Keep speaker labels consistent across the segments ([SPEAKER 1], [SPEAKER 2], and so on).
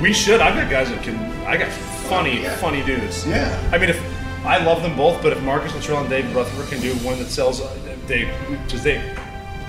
[SPEAKER 1] We should. I've got guys that can. I got funny,
[SPEAKER 2] yeah.
[SPEAKER 1] funny dudes.
[SPEAKER 2] Yeah.
[SPEAKER 1] I mean, if I love them both, but if Marcus Luttrell and Dave Rutherford can do one that sells, uh, they just they.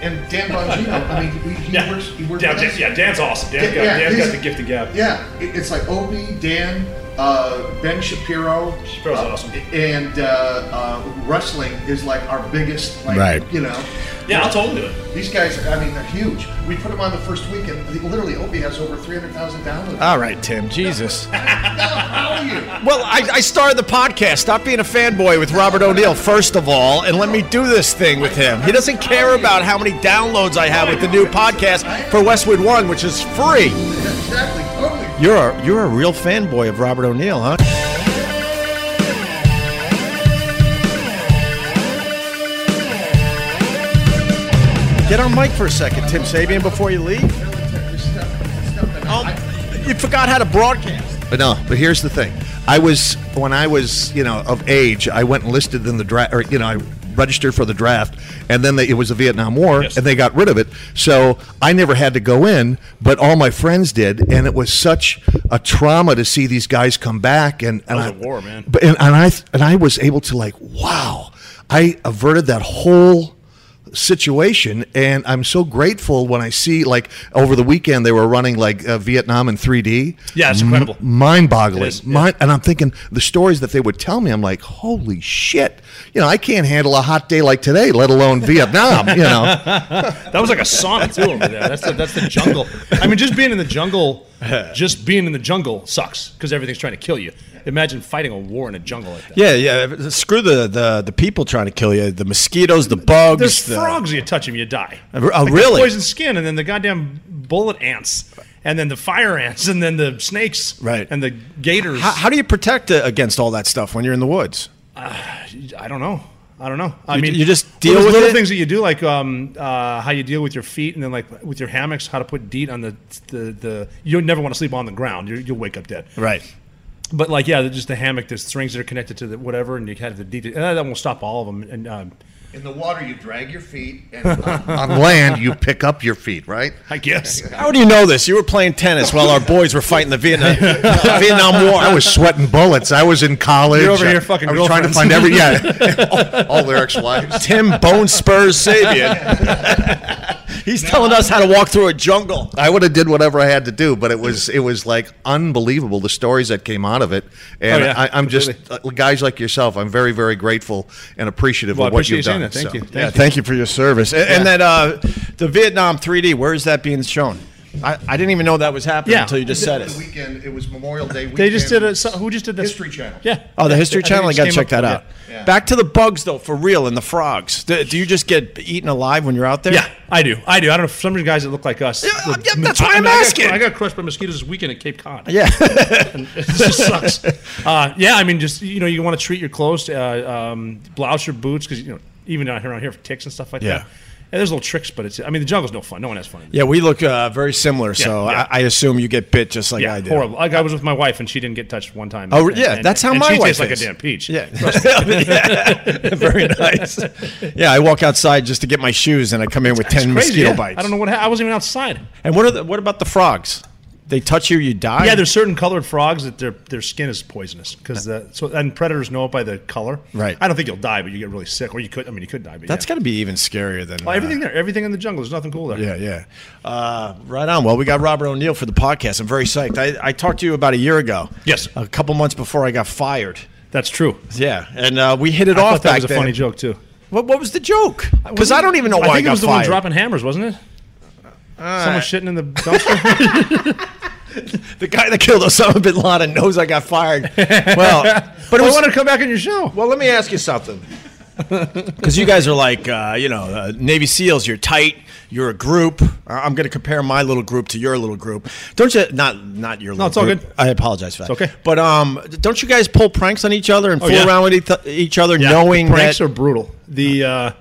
[SPEAKER 2] And Dan Bongino, I mean, he, he
[SPEAKER 1] Yeah.
[SPEAKER 2] works. He works.
[SPEAKER 1] Dan, Dan- yeah, Dan's awesome. Dan's got,
[SPEAKER 2] Yeah,
[SPEAKER 1] Dan's
[SPEAKER 2] he's-
[SPEAKER 1] got the gift of gab.
[SPEAKER 2] Yeah, it- it's like Opie, Dan, uh, Ben Shapiro.
[SPEAKER 1] Shapiro's
[SPEAKER 2] uh,
[SPEAKER 1] awesome.
[SPEAKER 2] And uh, uh, wrestling is like our biggest, like,
[SPEAKER 3] Right.
[SPEAKER 2] you know.
[SPEAKER 1] Yeah, I'll totally do it.
[SPEAKER 2] These guys, I mean, they're huge. We put them on the first week, and they- literally, Opie has over 300,000 downloads.
[SPEAKER 3] All right, Tim. Jesus.
[SPEAKER 2] How are you?
[SPEAKER 3] Well, I, I started the podcast. Stop being a fanboy with Robert O'Neill, first of all, and let me do this thing with him. He doesn't care about how many downloads I have with the new podcast for Westwood One, which is free.
[SPEAKER 2] Exactly, totally.
[SPEAKER 3] You're a, you're a real fanboy of Robert O'Neill, huh? Get on mic for a second, Tim Sabian, before you leave. Oh,
[SPEAKER 2] There's stuff- there's stuff that I- I-
[SPEAKER 3] You forgot how to broadcast.
[SPEAKER 4] But no, but here's the thing. I was when I was, you know, of age, I went and listed in the draft or you know, I registered for the draft and then they, it was the Vietnam War
[SPEAKER 1] Yes.
[SPEAKER 4] and they got rid of it. So I never had to go in, but all my friends did and it was such a trauma to see these guys come back and and
[SPEAKER 1] was
[SPEAKER 4] I,
[SPEAKER 1] a war, man.
[SPEAKER 4] But and, and I and I was able to like, wow. I averted that whole situation and i'm so grateful when i see like over the weekend they were running like uh, vietnam in 3d
[SPEAKER 1] Yeah, it's incredible. It
[SPEAKER 4] mind-boggling.
[SPEAKER 1] is, yeah.
[SPEAKER 4] Mind, and I'm thinking the stories that they would tell me. I'm like, holy shit! You know, I can't handle a hot day like today, let alone Vietnam. You know,
[SPEAKER 1] That was like a sauna too over there. That's the, that's the jungle. I mean, just being in the jungle, just being in the jungle sucks because everything's trying to kill you. Imagine fighting a war in a jungle like that.
[SPEAKER 3] Yeah, yeah. Screw the, the, the people trying to kill you. The mosquitoes, the bugs.
[SPEAKER 1] There's
[SPEAKER 3] the,
[SPEAKER 1] frogs you touch them, you die.
[SPEAKER 3] Oh,
[SPEAKER 1] the
[SPEAKER 3] really?
[SPEAKER 1] Poison skin, and then the goddamn bullet ants, and then the fire ants, and then the snakes,
[SPEAKER 3] Right.
[SPEAKER 1] And the gators.
[SPEAKER 3] How, how do you protect uh, against all that stuff when you're in the woods?
[SPEAKER 1] I don't know. I don't know. I
[SPEAKER 3] You-
[SPEAKER 1] mean,
[SPEAKER 3] you just
[SPEAKER 1] well,
[SPEAKER 3] deal
[SPEAKER 1] there's
[SPEAKER 3] with
[SPEAKER 1] little
[SPEAKER 3] it?
[SPEAKER 1] things that you do, like um, uh, how you deal with your feet, and then like with your hammocks, how to put DEET on the the, the You'll never want to sleep on the ground. You're, you'll wake up dead.
[SPEAKER 3] Right.
[SPEAKER 1] But like, yeah, there's just the hammock. There's strings that are connected to the whatever, and you have the DEET. And that won't stop all of them. And um,
[SPEAKER 2] In the water, you drag your feet, and on,
[SPEAKER 4] on land you pick up your feet, right?
[SPEAKER 1] I guess
[SPEAKER 3] How do you know this? You were playing tennis while our boys were fighting the Vietnam, Vietnam War.
[SPEAKER 4] I was sweating bullets. I was in college.
[SPEAKER 1] You're over
[SPEAKER 4] I-
[SPEAKER 1] here fucking
[SPEAKER 4] I was trying to find every yeah, all, all their ex-wives.
[SPEAKER 3] Tim Bone Spurs Sabian. He's telling us how to walk through a jungle.
[SPEAKER 4] I would have did whatever I had to do, but it was it was like unbelievable the stories that came out of it, and
[SPEAKER 1] Oh, yeah,
[SPEAKER 4] I, I'm just uh, guys like yourself. I'm very very grateful and appreciative
[SPEAKER 1] Well, I
[SPEAKER 4] of what you've
[SPEAKER 1] appreciate you
[SPEAKER 4] done.
[SPEAKER 1] saying that. Thank
[SPEAKER 4] so.
[SPEAKER 1] you. Thank
[SPEAKER 3] Yeah, thank you for your service. And, and that uh, the Vietnam 3D, where is that being shown? I, I didn't even know that was happening
[SPEAKER 1] Yeah.
[SPEAKER 3] until you just said
[SPEAKER 2] the
[SPEAKER 3] it.
[SPEAKER 2] weekend, it was Memorial Day weekend.
[SPEAKER 1] they just did a so- who just did this
[SPEAKER 2] History Channel.
[SPEAKER 1] Yeah.
[SPEAKER 3] Oh, the
[SPEAKER 1] Yeah,
[SPEAKER 3] History
[SPEAKER 1] I think
[SPEAKER 3] Channel. I
[SPEAKER 1] it
[SPEAKER 3] got to
[SPEAKER 1] just
[SPEAKER 3] check
[SPEAKER 1] came
[SPEAKER 3] that out.
[SPEAKER 1] up-
[SPEAKER 2] Yeah.
[SPEAKER 3] Back to the bugs, though, for real, and the frogs. Do, do you just get eaten alive when you're out there?
[SPEAKER 1] Yeah, I do. I do. I don't know. Some of you guys that look like us.
[SPEAKER 3] Yeah,
[SPEAKER 1] look-
[SPEAKER 3] yeah, that's why
[SPEAKER 1] I- I
[SPEAKER 3] I'm
[SPEAKER 1] mean, I got-
[SPEAKER 3] asking.
[SPEAKER 1] I got crushed by mosquitoes this weekend at Cape Cod.
[SPEAKER 3] Yeah.
[SPEAKER 1] it just sucks. Uh, yeah, I mean, just you know, you want to treat your clothes, uh, um, blouse or boots, because you know, even out here around here for ticks and stuff like
[SPEAKER 3] Yeah.
[SPEAKER 1] that. And there's little tricks, but it's. I mean, the jungle's no fun. No one has fun. in there.
[SPEAKER 3] Yeah, we look uh, very similar, so
[SPEAKER 1] yeah.
[SPEAKER 3] I, I assume you get bit just like
[SPEAKER 1] Yeah,
[SPEAKER 3] I did.
[SPEAKER 1] horrible. Like I was with my wife, and she didn't get touched one time.
[SPEAKER 3] Oh,
[SPEAKER 1] And-
[SPEAKER 3] yeah,
[SPEAKER 1] and-
[SPEAKER 3] that's how
[SPEAKER 1] and
[SPEAKER 3] my
[SPEAKER 1] she
[SPEAKER 3] wife
[SPEAKER 1] tastes like a
[SPEAKER 3] is.
[SPEAKER 1] damn peach.
[SPEAKER 3] Yeah. Yeah. very nice. Yeah, I walk outside just to get my shoes, and I come in with
[SPEAKER 1] It's
[SPEAKER 3] ten
[SPEAKER 1] crazy,
[SPEAKER 3] mosquito
[SPEAKER 1] yeah.
[SPEAKER 3] bites.
[SPEAKER 1] I don't know what. Ha- I wasn't even outside.
[SPEAKER 3] And what are the, what about the frogs? They touch you, you die.
[SPEAKER 1] Yeah, there's certain colored frogs that their their skin is poisonous because the so and predators know it by the color.
[SPEAKER 3] Right.
[SPEAKER 1] I don't think you'll die, but you get really sick, or you could. I mean, you could die. But
[SPEAKER 3] That's
[SPEAKER 1] yeah.
[SPEAKER 3] got to be even scarier than
[SPEAKER 1] Well,
[SPEAKER 3] uh,
[SPEAKER 1] everything there, everything in the jungle. There's nothing cool there.
[SPEAKER 3] Yeah, yeah. Uh, right on. Well, we got Robert O'Neill for the podcast. I'm very psyched. I, I talked to you about a year ago.
[SPEAKER 1] Yes.
[SPEAKER 3] a couple months before I got fired.
[SPEAKER 1] That's true.
[SPEAKER 3] Yeah, and uh, we hit it
[SPEAKER 1] I
[SPEAKER 3] off
[SPEAKER 1] thought that
[SPEAKER 3] back
[SPEAKER 1] was a
[SPEAKER 3] then.
[SPEAKER 1] funny joke too.
[SPEAKER 3] What, what was the joke? Because I don't even know why I,
[SPEAKER 1] I think
[SPEAKER 3] got
[SPEAKER 1] it was the
[SPEAKER 3] fired. Uh,
[SPEAKER 1] one dropping hammers, wasn't it? Someone shitting in the dumpster.
[SPEAKER 3] The guy that killed Osama bin Laden knows I got fired. Well, but it
[SPEAKER 1] I
[SPEAKER 3] was,
[SPEAKER 1] want to come back on your show.
[SPEAKER 3] well, let me ask you something. Because you guys are like, uh, you know, uh, Navy SEALs. You're tight. You're a group. I- I'm going to compare my little group to your little group. Don't you? Not not your. Little
[SPEAKER 1] it's all
[SPEAKER 3] group.
[SPEAKER 1] good.
[SPEAKER 3] I apologize for that.
[SPEAKER 1] okay. Oh,
[SPEAKER 3] But um, don't you guys pull pranks on each other and fool
[SPEAKER 1] yeah.
[SPEAKER 3] around with each- each other,
[SPEAKER 1] Yeah,
[SPEAKER 3] knowing
[SPEAKER 1] the pranks
[SPEAKER 3] that?
[SPEAKER 1] are brutal. The uh,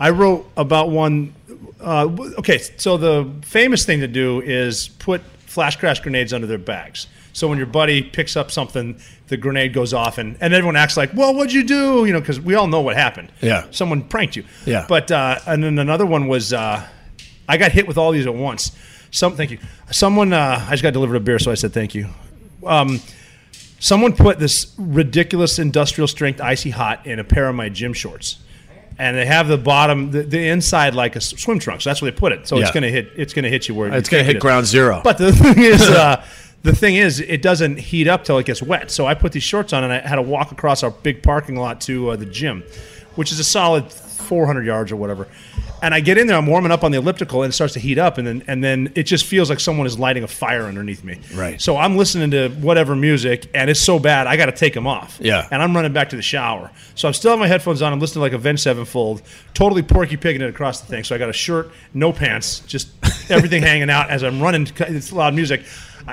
[SPEAKER 1] I wrote about one. Uh, w- okay, so the famous thing to do is put flash crash grenades under their bags. So when your buddy picks up something, the grenade goes off, and, and everyone acts like, "Well, what'd you do?" You know, because we all know what happened.
[SPEAKER 3] Yeah.
[SPEAKER 1] someone pranked you.
[SPEAKER 3] Yeah.
[SPEAKER 1] but uh, and then another one was uh, I got hit with all these at once. Some thank you. Someone uh, I just got delivered a beer, so I said thank you. Um, someone put this ridiculous industrial strength icy hot in a pair of my gym shorts, and they have the bottom, the, the inside like a s- swim trunk. So that's where they put it. So it's
[SPEAKER 3] Yeah.
[SPEAKER 1] gonna hit. It's gonna hit you where
[SPEAKER 3] It's
[SPEAKER 1] you think
[SPEAKER 3] going to
[SPEAKER 1] it
[SPEAKER 3] hit
[SPEAKER 1] is.
[SPEAKER 3] ground zero.
[SPEAKER 1] But the thing is, uh, the thing is, it doesn't heat up till it gets wet. So I put these shorts on and I had to walk across our big parking lot to uh, the gym, which is a solid 400 yards or whatever. And I get in there, I'm warming up on the elliptical, and it starts to heat up, and then and then it just feels like someone is lighting a fire underneath me.
[SPEAKER 3] Right.
[SPEAKER 1] So I'm listening to whatever music, and it's so bad, I got to take them off.
[SPEAKER 3] Yeah.
[SPEAKER 1] And I'm running back to the shower, so I'm still have my headphones on. I'm listening to like Avenged Sevenfold, totally Porky Pigging it across the thing. So I got a shirt, no pants, just everything hanging out as I'm running. It's loud music.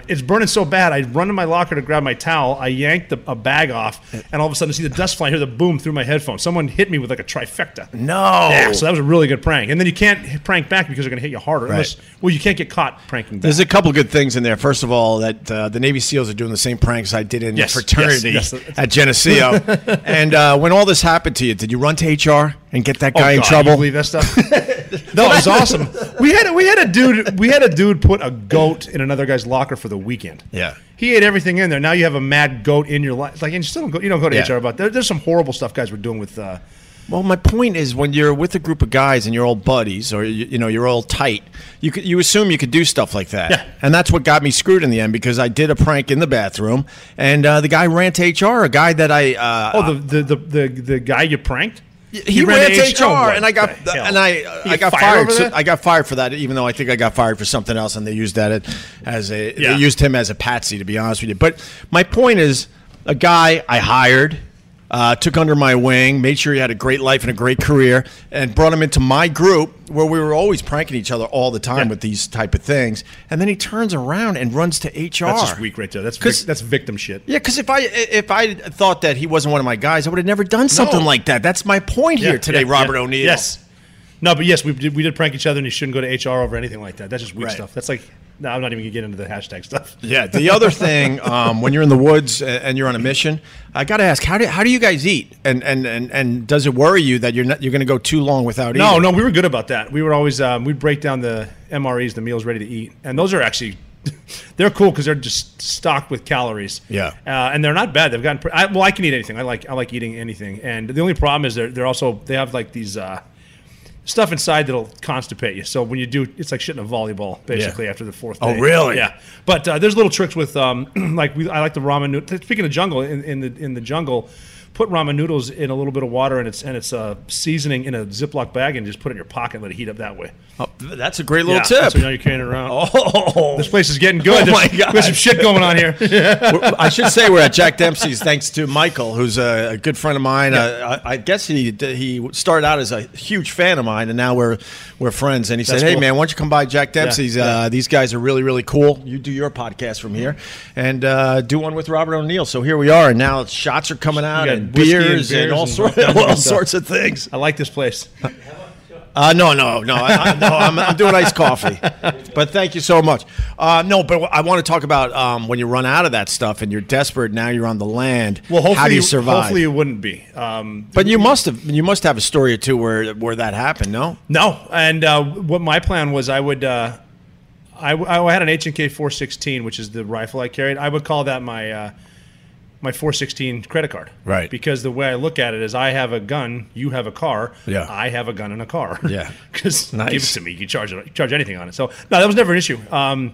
[SPEAKER 1] It's burning so bad. I run to my locker to grab my towel. I yanked the, a bag off, and all of a sudden, I see the dust flying. I hear the boom through my headphones. Someone hit me with like a trifecta.
[SPEAKER 3] no.
[SPEAKER 1] Yeah, so that was a really good prank. And then you can't prank back because they're going to hit you harder. Unless, well, you can't get caught pranking back.
[SPEAKER 3] There's a couple good things in there. First of all, that uh, the Navy SEALs are doing the same pranks I did in
[SPEAKER 1] Yes,
[SPEAKER 3] the fraternity
[SPEAKER 1] yes, yes.
[SPEAKER 3] at Geneseo. and uh, when all this happened to you, did you run to HR and get that
[SPEAKER 1] Oh,
[SPEAKER 3] guy in
[SPEAKER 1] God,
[SPEAKER 3] trouble?
[SPEAKER 1] You believe that stuff? no, it was awesome. We had a, we had a dude we had a dude put a goat in another guy's locker for the weekend.
[SPEAKER 3] Yeah.
[SPEAKER 1] he ate everything in there. Now you have a mad goat in your life. Like, and you still don't go. You don't go to
[SPEAKER 3] Yeah.
[SPEAKER 1] HR about. There, there's some horrible stuff guys were doing with. Uh,
[SPEAKER 3] Well, my point is, when you're with a group of guys and you're all buddies, or you, you know, you're all tight, you could, you assume you could do stuff like that.
[SPEAKER 1] Yeah.
[SPEAKER 3] And that's what got me screwed in the end because I did a prank in the bathroom, and uh, the guy ran to HR, a guy that I uh,
[SPEAKER 1] oh, the, the the the the guy you pranked.
[SPEAKER 3] he, ran, to HR,
[SPEAKER 1] what
[SPEAKER 3] and I got
[SPEAKER 1] the hell?
[SPEAKER 3] and I
[SPEAKER 1] You
[SPEAKER 3] I
[SPEAKER 1] get
[SPEAKER 3] got fired.
[SPEAKER 1] over
[SPEAKER 3] so-
[SPEAKER 1] that?
[SPEAKER 3] I got fired for that, even though I think I got fired for something else, and they used that at- as a
[SPEAKER 1] Yeah.
[SPEAKER 3] they used him as a patsy. To be honest with you, but my point is, a guy I hired. Uh, took under my wing, made sure he had a great life and a great career, and brought him into my group where we were always pranking each other all the time
[SPEAKER 1] Yeah.
[SPEAKER 3] with these type of things. And then he turns around and runs to HR.
[SPEAKER 1] that's just weak right there. That's vic,
[SPEAKER 3] 'Cause-
[SPEAKER 1] that's victim shit.
[SPEAKER 3] yeah, because if I if I thought that he wasn't one of my guys, I would have never done something
[SPEAKER 1] No.
[SPEAKER 3] like that. That's my point
[SPEAKER 1] Yeah,
[SPEAKER 3] here today,
[SPEAKER 1] yeah,
[SPEAKER 3] Robert
[SPEAKER 1] yeah.
[SPEAKER 3] O'Neill.
[SPEAKER 1] Yes. No, but yes, we did, we did prank each other, and you shouldn't go to HR over anything like that. That's just weak
[SPEAKER 3] Right.
[SPEAKER 1] stuff. That's like, no, I'm not even gonna get into the hashtag stuff.
[SPEAKER 3] Yeah. The other thing, um, when you're in the woods a- and you're on a mission, I got to ask how do how do you guys eat? And and and, and does it worry you that you're not you're going to go too long without eating?
[SPEAKER 1] No, no, we were good about that. We were always um, we'd break down the MREs, the meals ready to eat, and those are actually they're cool because they're just stocked with calories.
[SPEAKER 3] Yeah.
[SPEAKER 1] uh, and they're not bad. They've gotten pre- I, well. I can eat anything. I like I like eating anything. And the only problem is they're they're also they have like these. Uh, Stuff inside that'll constipate you. So when you do, it's like shitting a volleyball basically after the fourth.
[SPEAKER 3] Oh,
[SPEAKER 1] day.
[SPEAKER 3] really?
[SPEAKER 1] Yeah. But uh, thereut there's little tricks with um, like we, I like the ramen. Noodle. Speaking of jungle, in, in the in the jungle, put ramen noodles in a little bit of water and it's and it's uh, seasoning in a Ziploc bag and just put it in your pocket and let it heat up that way.
[SPEAKER 3] Oh, th- that's a great little
[SPEAKER 1] Yeah,
[SPEAKER 3] tip.
[SPEAKER 1] So now you're carrying it around.
[SPEAKER 3] Oh,
[SPEAKER 1] This place is getting good.
[SPEAKER 3] Oh,
[SPEAKER 1] There's-
[SPEAKER 3] my God.
[SPEAKER 1] There's some shit going on here.
[SPEAKER 3] We're- I should say we're at Jack Dempsey's thanks to Michael, who's a, a good friend of mine. Uh, I, I guess he d- he started out as a huge fan of mine, and now we're we're friends. And he
[SPEAKER 1] That's
[SPEAKER 3] said, "Hey
[SPEAKER 1] cool.
[SPEAKER 3] man, why don't you come by Jack Dempsey's?
[SPEAKER 1] yeah.
[SPEAKER 3] Uh, these guys are really really cool. You do your podcast from here, and uh, do one with Robert O'Neill." So here we are, and now shots are coming out,
[SPEAKER 1] got
[SPEAKER 3] and
[SPEAKER 1] whiskey
[SPEAKER 3] beers,
[SPEAKER 1] and
[SPEAKER 3] and,
[SPEAKER 1] beers
[SPEAKER 3] all
[SPEAKER 1] and
[SPEAKER 3] sorts
[SPEAKER 1] all kinds of
[SPEAKER 3] all
[SPEAKER 1] stuff.
[SPEAKER 3] sorts of things.
[SPEAKER 1] I like this place.
[SPEAKER 3] Uh, no, no, no, I, I, no. I'm, I'm doing iced coffee, but thank you so much. Uh, no, but I want to talk about um, when you run out of that stuff and you're desperate. Now you're on the land.
[SPEAKER 1] Well, hopefully,
[SPEAKER 3] how do you survive?
[SPEAKER 1] Hopefully, it wouldn't be. Um,
[SPEAKER 3] but you must have you must have a story or two where where that happened. No,
[SPEAKER 1] No, and uh, what my plan was, I would, uh, I, I had an H and K 416, which is the rifle I carried. I would call that my uh, my 416 credit card,
[SPEAKER 3] Right.
[SPEAKER 1] Because the way I look at it is, I have a gun, you have a car,
[SPEAKER 3] Yeah.
[SPEAKER 1] I have a gun and a car,
[SPEAKER 3] Yeah.
[SPEAKER 1] Because
[SPEAKER 3] Nice.
[SPEAKER 1] give it to me, you can charge it, you charge anything on it. So no, that was never an issue. Um,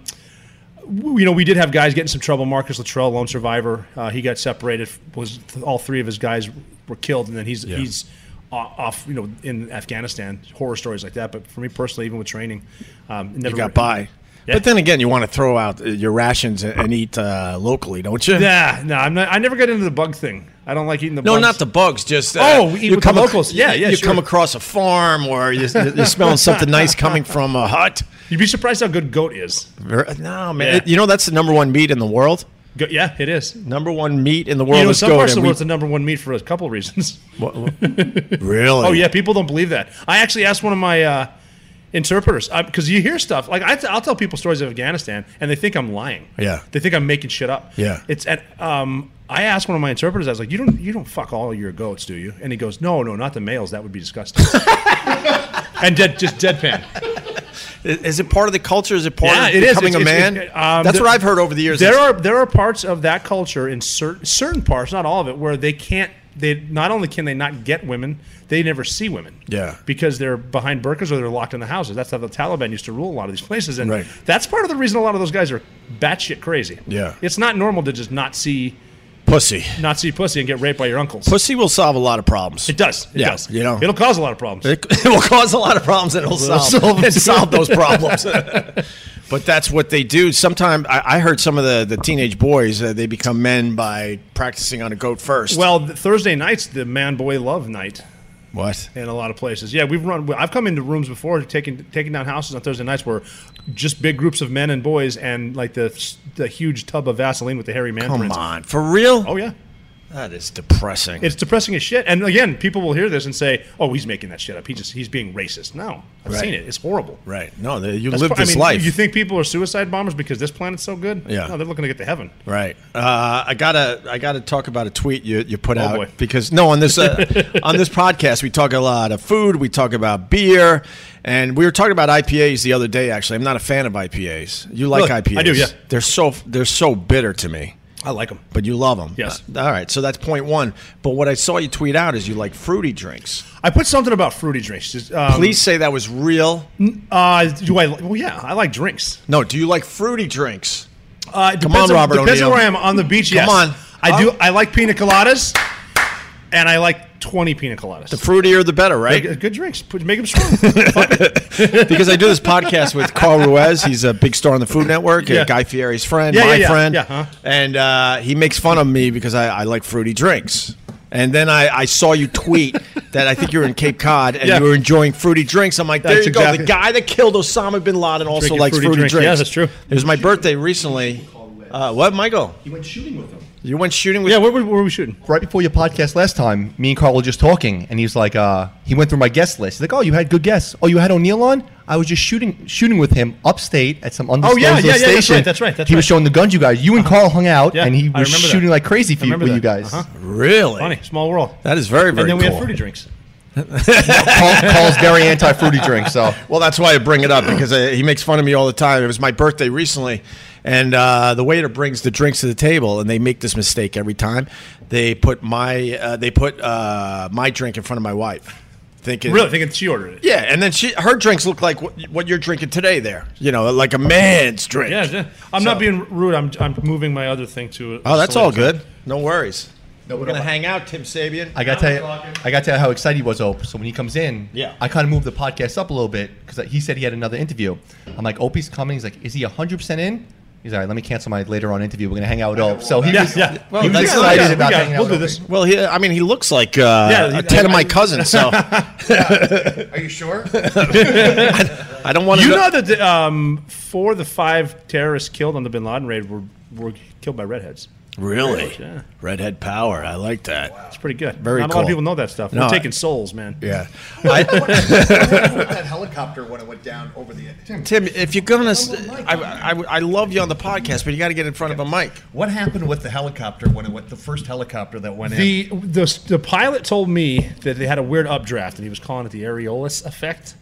[SPEAKER 1] w- you know, we did have guys get in some trouble. Marcus Luttrell, lone survivor, uh, he got separated. Was all three of his guys were killed, and then he's he's o- off. You know, in Afghanistan, horror stories like that. But for me personally, even with training, um, it never
[SPEAKER 3] you got by.
[SPEAKER 1] Yeah.
[SPEAKER 3] But then again, you want to throw out uh, your rations and, and eat uh, locally, don't you?
[SPEAKER 1] Yeah, no, I'm not. I never got into the bug thing. I don't like eating the.
[SPEAKER 3] No,
[SPEAKER 1] bugs.
[SPEAKER 3] not the bugs. Just uh,
[SPEAKER 1] Oh, we eat with the
[SPEAKER 3] ac-
[SPEAKER 1] locals. Yeah, yeah,
[SPEAKER 3] You
[SPEAKER 1] sure.
[SPEAKER 3] come across a farm or you, you're smelling something nice coming from a hut.
[SPEAKER 1] You'd be surprised how good goat is.
[SPEAKER 3] Ver- No, man.
[SPEAKER 1] Yeah.
[SPEAKER 3] It- you know that's the number one meat in the world.
[SPEAKER 1] Go- yeah, it is.
[SPEAKER 3] Number one meat in the world
[SPEAKER 1] You know,
[SPEAKER 3] is
[SPEAKER 1] some
[SPEAKER 3] goat.
[SPEAKER 1] parts of the
[SPEAKER 3] and we-
[SPEAKER 1] world's the number one meat for a couple reasons.
[SPEAKER 3] really?
[SPEAKER 1] Oh yeah, people don't believe that. I actually asked one of my uh, interpreters because you hear stuff like I t- I'll tell people stories of Afghanistan and they think I'm lying.
[SPEAKER 3] Yeah.
[SPEAKER 1] they think I'm making shit up.
[SPEAKER 3] Yeah.
[SPEAKER 1] it's and um, I asked one of my interpreters. I was like, you don't you don't fuck all your goats, do you? And he goes, no, no, not the males. That would be disgusting. and dead, just deadpan.
[SPEAKER 3] Is, is it part of the culture? Is it part
[SPEAKER 1] Yeah,
[SPEAKER 3] of
[SPEAKER 1] it is.
[SPEAKER 3] becoming
[SPEAKER 1] It's-
[SPEAKER 3] a
[SPEAKER 1] it's-
[SPEAKER 3] man?
[SPEAKER 1] it- um,
[SPEAKER 3] That's
[SPEAKER 1] the-
[SPEAKER 3] what I've heard over the years.
[SPEAKER 1] There
[SPEAKER 3] It's-
[SPEAKER 1] are there are parts of that culture in certain certain parts, not all of it, where they can't. They not only can they not get women, they never see women.
[SPEAKER 3] Yeah.
[SPEAKER 1] because they're behind burqas or they're locked in the houses. That's how the Taliban used to rule a lot of these places, and
[SPEAKER 3] Right.
[SPEAKER 1] that's part of the reason a lot of those guys are batshit crazy.
[SPEAKER 3] Yeah.
[SPEAKER 1] it's not normal to just not see
[SPEAKER 3] pussy.
[SPEAKER 1] not see pussy and get raped by your uncles.
[SPEAKER 3] Pussy will solve a lot of problems.
[SPEAKER 1] It does. It
[SPEAKER 3] Yeah,
[SPEAKER 1] does.
[SPEAKER 3] you know.
[SPEAKER 1] it'll cause a lot of problems.
[SPEAKER 3] It, it will cause a lot of problems and it'll solve,
[SPEAKER 5] solve-
[SPEAKER 3] it'll solve those problems. but that's what they do. Sometimes I, I heard some of the, the teenage boys, uh, they become men by practicing on a goat first.
[SPEAKER 1] well, th- Thursday nights the man boy love night.
[SPEAKER 3] what?
[SPEAKER 1] in a lot of places. Yeah, we've run. I've come into rooms before taking taking down houses on Thursday nights where just big groups of men and boys and like the the huge tub of Vaseline with the hairy man
[SPEAKER 3] Come
[SPEAKER 1] prints.
[SPEAKER 3] on. For real?
[SPEAKER 1] Oh yeah,
[SPEAKER 3] That is depressing.
[SPEAKER 1] it's depressing as shit. And again, people will hear this and say, "Oh, he's making that shit up. He just he's being racist." No, I've
[SPEAKER 3] Right.
[SPEAKER 1] seen it. It's horrible.
[SPEAKER 3] right. No, they, you
[SPEAKER 1] That's
[SPEAKER 3] live
[SPEAKER 1] fu- I
[SPEAKER 3] this
[SPEAKER 1] mean,
[SPEAKER 3] life.
[SPEAKER 1] You think people are suicide bombers because this planet's so good?
[SPEAKER 3] Yeah.
[SPEAKER 1] No, they're looking to get to heaven.
[SPEAKER 3] Right. Uh, I gotta I gotta talk about a tweet you, you put out
[SPEAKER 1] Oh, boy.
[SPEAKER 3] because no on this uh, on this podcast we talk a lot of food we talk about beer and we were talking about IPAs the other day actually I'm not a fan of IPAs you like
[SPEAKER 1] Really? I
[SPEAKER 3] IPAs
[SPEAKER 1] do, yeah.
[SPEAKER 3] they're so they're so bitter to me
[SPEAKER 1] I like them.
[SPEAKER 3] but you love them
[SPEAKER 1] Yes.
[SPEAKER 3] all right so that's point one but what I saw you tweet out is you like fruity drinks
[SPEAKER 1] I put something about fruity drinks. Um,
[SPEAKER 3] please say that was real
[SPEAKER 1] Uh, do I? Well, yeah, I like drinks.
[SPEAKER 3] no do you like fruity drinks
[SPEAKER 1] Uh, it depends
[SPEAKER 3] on,
[SPEAKER 1] on,
[SPEAKER 3] Robert
[SPEAKER 1] Depends on
[SPEAKER 3] O'Neill.
[SPEAKER 1] where I am on the beach.
[SPEAKER 3] Come
[SPEAKER 1] yes.
[SPEAKER 3] on.
[SPEAKER 1] I do. I like pina coladas, and I like twenty pina coladas.
[SPEAKER 3] fruitier the better right
[SPEAKER 1] Like, uh, good drinks. Put, make them strong.
[SPEAKER 3] because I do this podcast with Carl Ruiz. He's a big star on the Food Network,
[SPEAKER 1] Yeah.
[SPEAKER 3] uh Guy Fieri's friend,
[SPEAKER 1] Yeah,
[SPEAKER 3] my
[SPEAKER 1] yeah, yeah,
[SPEAKER 3] friend,
[SPEAKER 1] yeah, huh.
[SPEAKER 3] and uh, he makes fun of me because I, I like fruity drinks. And then I, I saw you tweet that I think you were in Cape Cod and
[SPEAKER 1] Yeah.
[SPEAKER 3] you were enjoying fruity drinks. I'm like, there
[SPEAKER 1] That's
[SPEAKER 3] you go.
[SPEAKER 1] exactly-
[SPEAKER 3] The guy that killed Osama bin Laden also
[SPEAKER 1] Drinking
[SPEAKER 3] likes
[SPEAKER 1] fruity
[SPEAKER 3] fruity,
[SPEAKER 1] drinks.
[SPEAKER 3] drinks.
[SPEAKER 1] Yeah, that's true.
[SPEAKER 3] It was my birthday recently. Uh, what, Michael?
[SPEAKER 4] You went shooting with them.
[SPEAKER 3] You went shooting with
[SPEAKER 1] yeah. Where, were- where were we shooting?
[SPEAKER 6] right before your podcast last time, me and Carl were just talking, and he's like, uh, he went through my guest list. He's like, oh, you had good guests. Oh, you had O'Neill on. I was just shooting shooting with him upstate at some undisclosed
[SPEAKER 1] Oh, yeah, yeah, yeah, that's
[SPEAKER 6] station.
[SPEAKER 1] right, that's right, that's
[SPEAKER 6] he was
[SPEAKER 1] right. Uh-huh.
[SPEAKER 6] showing the guns, you guys. You and Carl hung out,
[SPEAKER 1] Yeah,
[SPEAKER 6] and he
[SPEAKER 1] I
[SPEAKER 6] was
[SPEAKER 1] remember that.
[SPEAKER 6] shooting like crazy for you,
[SPEAKER 1] remember
[SPEAKER 6] with
[SPEAKER 1] that.
[SPEAKER 6] you guys.
[SPEAKER 1] Uh-huh.
[SPEAKER 3] Really?
[SPEAKER 1] Funny. Small world.
[SPEAKER 3] That is very,
[SPEAKER 1] and
[SPEAKER 3] very
[SPEAKER 1] then we
[SPEAKER 3] cool.
[SPEAKER 1] had fruity drinks.
[SPEAKER 6] Carl, Carl's very anti fruity drink, so
[SPEAKER 3] Well, that's why I bring it up because uh he makes fun of me all the time. It was my birthday recently, and uh, the waiter brings the drinks to the table, and they make this mistake every time. They put my uh, they put uh, my drink in front of my wife, thinking
[SPEAKER 1] Really thinking she ordered it.
[SPEAKER 3] Yeah, and then she her drinks look like what, what you're drinking today. There, you know, like a man's drink.
[SPEAKER 1] Yeah. yeah. I'm
[SPEAKER 3] So-
[SPEAKER 1] not being rude. I'm I'm moving my other thing to.
[SPEAKER 3] Oh, that's all good. No worries. We're
[SPEAKER 6] but
[SPEAKER 3] gonna
[SPEAKER 6] I'm-
[SPEAKER 3] hang out, Tim Sabian.
[SPEAKER 6] I got to tell you, I got to tell you how excited he was. Ope. So when he comes in,
[SPEAKER 3] Yeah.
[SPEAKER 6] I kind of moved the podcast up a little bit because he said he had another interview. I'm like, Opie's coming. He's like, is he 100 percent in? He's all right. Let me cancel my later on interview. We're gonna hang out with Ope. So he
[SPEAKER 1] Yeah.
[SPEAKER 6] was,
[SPEAKER 1] Yeah.
[SPEAKER 6] he was
[SPEAKER 3] that's-
[SPEAKER 6] excited
[SPEAKER 3] yeah,
[SPEAKER 6] about
[SPEAKER 1] we got-
[SPEAKER 6] hanging out.
[SPEAKER 1] we'll
[SPEAKER 6] with
[SPEAKER 1] do
[SPEAKER 6] Opie.
[SPEAKER 1] this.
[SPEAKER 3] well, he, I mean, he looks like uh,
[SPEAKER 1] Yeah,
[SPEAKER 3] ten of
[SPEAKER 1] I-
[SPEAKER 3] my cousins, so I
[SPEAKER 4] Are you sure?
[SPEAKER 3] don't want to.
[SPEAKER 1] You know that um, four of the five terrorists killed on the Bin Laden raid were were killed by redheads.
[SPEAKER 3] Really?
[SPEAKER 1] Yeah.
[SPEAKER 3] Redhead power. I like that.
[SPEAKER 1] It's pretty good.
[SPEAKER 3] Very
[SPEAKER 1] Not a lot
[SPEAKER 3] cool.
[SPEAKER 1] of people know that stuff.
[SPEAKER 3] No, I-
[SPEAKER 1] We're taking souls, man.
[SPEAKER 3] Yeah. I,
[SPEAKER 4] that helicopter when it went down over the Tim,
[SPEAKER 3] Tim, if you're going to. I, I, I love you on the podcast, but you got to get in front of a mic.
[SPEAKER 4] what happened with the helicopter when it went? The first helicopter that went in.
[SPEAKER 1] The, the the pilot told me that they had a weird updraft, and he was calling it the areolus effect.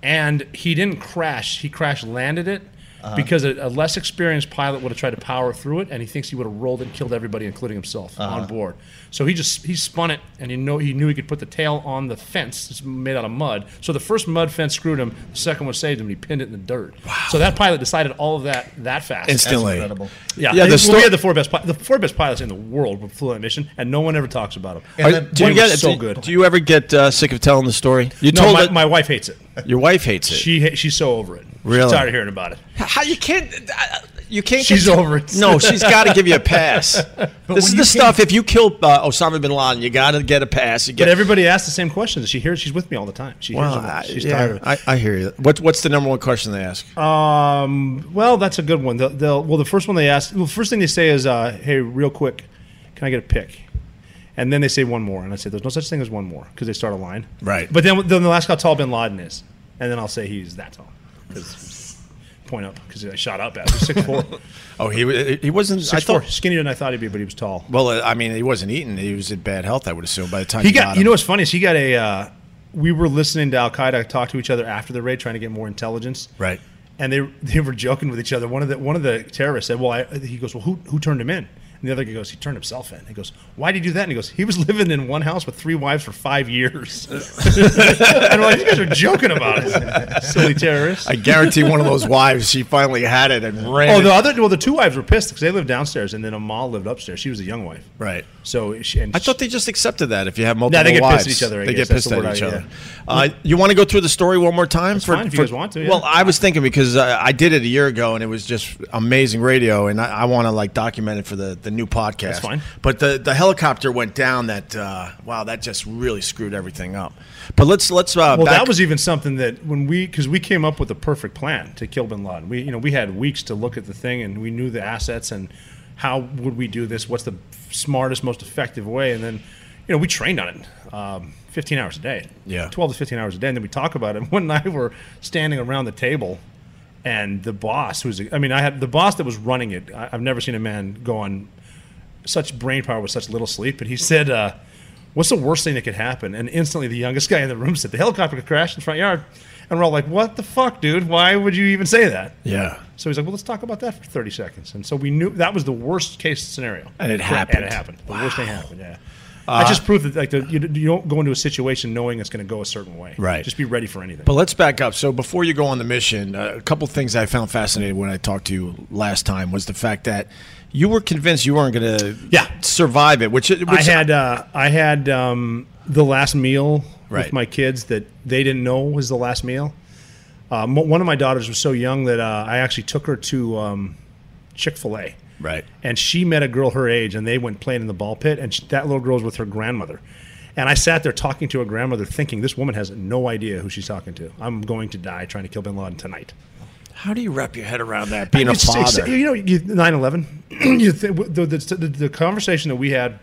[SPEAKER 1] And he didn't crash; he crash landed it
[SPEAKER 3] Uh-huh.
[SPEAKER 1] because a, a less experienced pilot would have tried to power through it, and he thinks he would have rolled it and killed everybody, including himself,
[SPEAKER 3] Uh-huh.
[SPEAKER 1] on board. So he just he spun it, and he know he knew he could put the tail on the fence. It's made out of mud. So the first mud fence screwed him. The second one saved him, and he pinned it in the dirt. Wow. So that pilot decided all of that that fast.
[SPEAKER 3] Instantly.
[SPEAKER 6] incredible.
[SPEAKER 1] Yeah,
[SPEAKER 3] Yeah,
[SPEAKER 1] yeah.
[SPEAKER 3] the sto-
[SPEAKER 1] we had the four best, pi- the four best pilots in the world were flew that mission, and no one ever talks about them.
[SPEAKER 3] Are-
[SPEAKER 6] then-
[SPEAKER 3] do, you
[SPEAKER 1] They were
[SPEAKER 3] get,
[SPEAKER 1] so
[SPEAKER 3] do,
[SPEAKER 1] good.
[SPEAKER 3] do you ever get uh, sick of telling the story? You
[SPEAKER 1] no,
[SPEAKER 3] told
[SPEAKER 1] my,
[SPEAKER 3] it-
[SPEAKER 1] my wife hates it.
[SPEAKER 3] your wife hates it.
[SPEAKER 1] She ha- she's so over it.
[SPEAKER 3] Really?
[SPEAKER 1] she's tired of hearing about it.
[SPEAKER 3] How you can't? uh, You can't.
[SPEAKER 1] She's
[SPEAKER 3] get-
[SPEAKER 1] over it.
[SPEAKER 3] No, she's got to give you a pass. this is the stuff. If you kill uh, Osama bin Laden, you got to get a pass. You get.
[SPEAKER 1] But everybody asks the same questions. She hears. She's with me all the time. She hears.
[SPEAKER 3] well,
[SPEAKER 1] about
[SPEAKER 3] I,
[SPEAKER 1] it. Um, She's
[SPEAKER 3] yeah,
[SPEAKER 1] tired of
[SPEAKER 3] I, I hear you. What, what's the number one question they ask?
[SPEAKER 1] it. Um, Well, that's a good one. They'll, they'll, well, the first one they ask. Well, the first thing they say is, uh, "Hey, real quick, can I get a pick?" And then they say one more, and I say, "There's no such thing as one more," because they start a line.
[SPEAKER 3] Right.
[SPEAKER 1] But then then they'll ask how tall Bin Laden is, and then I'll say he's that tall. 'Cause- Point up because I shot up at him. six four.
[SPEAKER 3] oh, he wa- he wasn't. I
[SPEAKER 1] Six
[SPEAKER 3] thought.
[SPEAKER 1] four, skinnier than I thought he'd be, but he was tall.
[SPEAKER 3] Well, uh, I mean, he wasn't eating. He was in bad health, I would assume, by the time
[SPEAKER 1] He got,
[SPEAKER 3] him.
[SPEAKER 1] you know, what's funny is he got a uh, we were listening to Al Qaeda talk to each other after the raid, trying to get more intelligence.
[SPEAKER 7] Right.
[SPEAKER 1] And they they were joking with each other. One of the one of the terrorists said, "Well, I, he goes, well, who who turned him in?" And the other guy goes, "He turned himself in." He goes, "Why did he do that?" And he goes, "He was living in one house with three wives for five years." and we're like, "You guys are joking about it, silly terrorists."
[SPEAKER 3] I guarantee one of those wives, she finally had it and ran.
[SPEAKER 1] Oh,
[SPEAKER 3] it.
[SPEAKER 1] the other well, the two wives were pissed because they lived downstairs, and then Amal lived upstairs. She was a young wife,
[SPEAKER 3] Right.
[SPEAKER 1] So she, and
[SPEAKER 3] I thought they just accepted that if you have multiple
[SPEAKER 1] Yeah, they get
[SPEAKER 3] wives.
[SPEAKER 1] pissed at each other, I
[SPEAKER 3] they
[SPEAKER 1] guess.
[SPEAKER 3] get
[SPEAKER 1] That's
[SPEAKER 3] pissed
[SPEAKER 1] the
[SPEAKER 3] at
[SPEAKER 1] word
[SPEAKER 3] each
[SPEAKER 1] I-
[SPEAKER 3] other.
[SPEAKER 1] yeah.
[SPEAKER 3] Uh, you want to go through the story one more time? for,
[SPEAKER 1] fine if you guys want to, yeah.
[SPEAKER 3] Well, I was thinking because uh, I did it a year ago and it was just amazing radio, and I, I want to like document it for the, the new podcast. That's
[SPEAKER 1] fine.
[SPEAKER 3] But the, the helicopter went down. That uh, wow, that just really screwed everything up. But let's let's. Uh,
[SPEAKER 1] Well,
[SPEAKER 3] back-
[SPEAKER 1] that was even something that when we, because we came up with a perfect plan to kill Bin Laden. We, you know, we had weeks to look at the thing, and we knew the assets and how would we do this? What's the smartest, most effective way? And then, you know, we trained on it, um, fifteen hours a day.
[SPEAKER 3] Yeah.
[SPEAKER 1] twelve to fifteen hours a day, and then we talk about it. And one night we're standing around the table, and the boss, who's, I mean, I had the boss that was running it. I, I've never seen a man go on such brain power with such little sleep. But he said, uh, "What's the worst thing that could happen?" And instantly, the youngest guy in the room said, "The helicopter could crash in the front yard." And we're all like, "What the fuck, dude? Why would you even say that?"
[SPEAKER 3] yeah.
[SPEAKER 1] So he's like, "Well, let's talk about that for 30 seconds." And so we knew that was the worst case scenario,
[SPEAKER 3] And it
[SPEAKER 1] Yeah,
[SPEAKER 3] happened. Uh,
[SPEAKER 1] And it happened. The worst thing happened. Yeah. I just proved that like the, you, you don't go into a situation knowing it's going to go a certain way.
[SPEAKER 3] Right.
[SPEAKER 1] Just be ready for anything.
[SPEAKER 3] But let's back up. So before you go on the mission, uh, a couple things I found fascinating when I talked to you last time was the fact that you were convinced you weren't going to
[SPEAKER 1] Yeah.
[SPEAKER 3] survive it. Which, which
[SPEAKER 1] I had uh, I had um, the last meal
[SPEAKER 3] Right.
[SPEAKER 1] with my kids that they didn't know was the last meal. Um, one of my daughters was so young that uh, I actually took her to um, Chick Fil A,
[SPEAKER 3] right.
[SPEAKER 1] and she met a girl her age, and they went playing in the ball pit, and she, that little girl was with her grandmother. And I sat there talking to a grandmother, thinking this woman has no idea who she's talking to. I'm going to die trying to kill Bin Laden tonight.
[SPEAKER 3] How do you wrap your head around that being a
[SPEAKER 1] It's-
[SPEAKER 3] father?
[SPEAKER 1] it's- you know, you, 9/11. you th- the, the, the, the conversation that we had,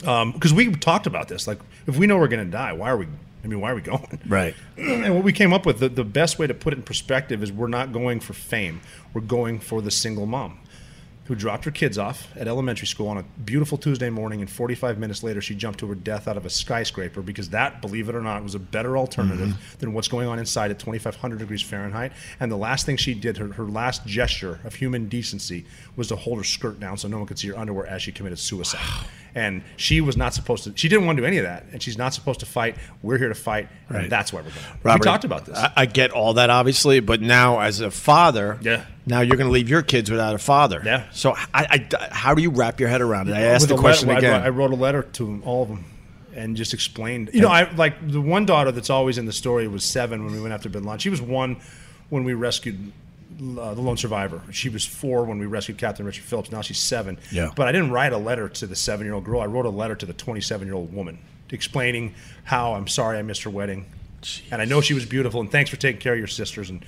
[SPEAKER 1] because we talked about this. Like, if we know we're going to die, why are we? I mean, why are we going?
[SPEAKER 3] right.
[SPEAKER 1] And what we came up with, the, the best way to put it in perspective is we're not going for fame. We're going for the single mom who dropped her kids off at elementary school on a beautiful Tuesday morning, and 45 minutes later, she jumped to her death out of a skyscraper because that, believe it or not, was a better alternative
[SPEAKER 3] Mm-hmm.
[SPEAKER 1] than what's going on inside at 2,500 degrees Fahrenheit. And the last thing she did, her, her last gesture of human decency, was to hold her skirt down so no one could see her underwear as she committed suicide. And she was not supposed to, she didn't want to do any of that, and she's not supposed to fight. We're here to fight, and that's why we're going.
[SPEAKER 3] Robert,
[SPEAKER 1] we talked about this.
[SPEAKER 3] I, I get all that, obviously, but now as a father,
[SPEAKER 1] Yeah.
[SPEAKER 3] now you're going to leave your kids without a father.
[SPEAKER 1] Yeah.
[SPEAKER 3] So I, I- how do you wrap your head around it? I asked
[SPEAKER 1] With
[SPEAKER 3] the
[SPEAKER 1] a
[SPEAKER 3] question
[SPEAKER 1] letter- I
[SPEAKER 3] again.
[SPEAKER 1] wrote- I wrote a letter to 'em, all of them, and just explained. You know, I like the one daughter that's always in the story was seven when we went after Bin Laden. She was one when we rescued uh, the lone survivor. She was four when we rescued Captain Richard Phillips. Now she's seven.
[SPEAKER 3] Yeah.
[SPEAKER 1] But I didn't write a letter to the seven-year-old girl. I wrote a letter to the twenty-seven-year-old woman explaining how I'm sorry I missed her wedding, and I know she was beautiful, and thanks for taking care of your sisters and.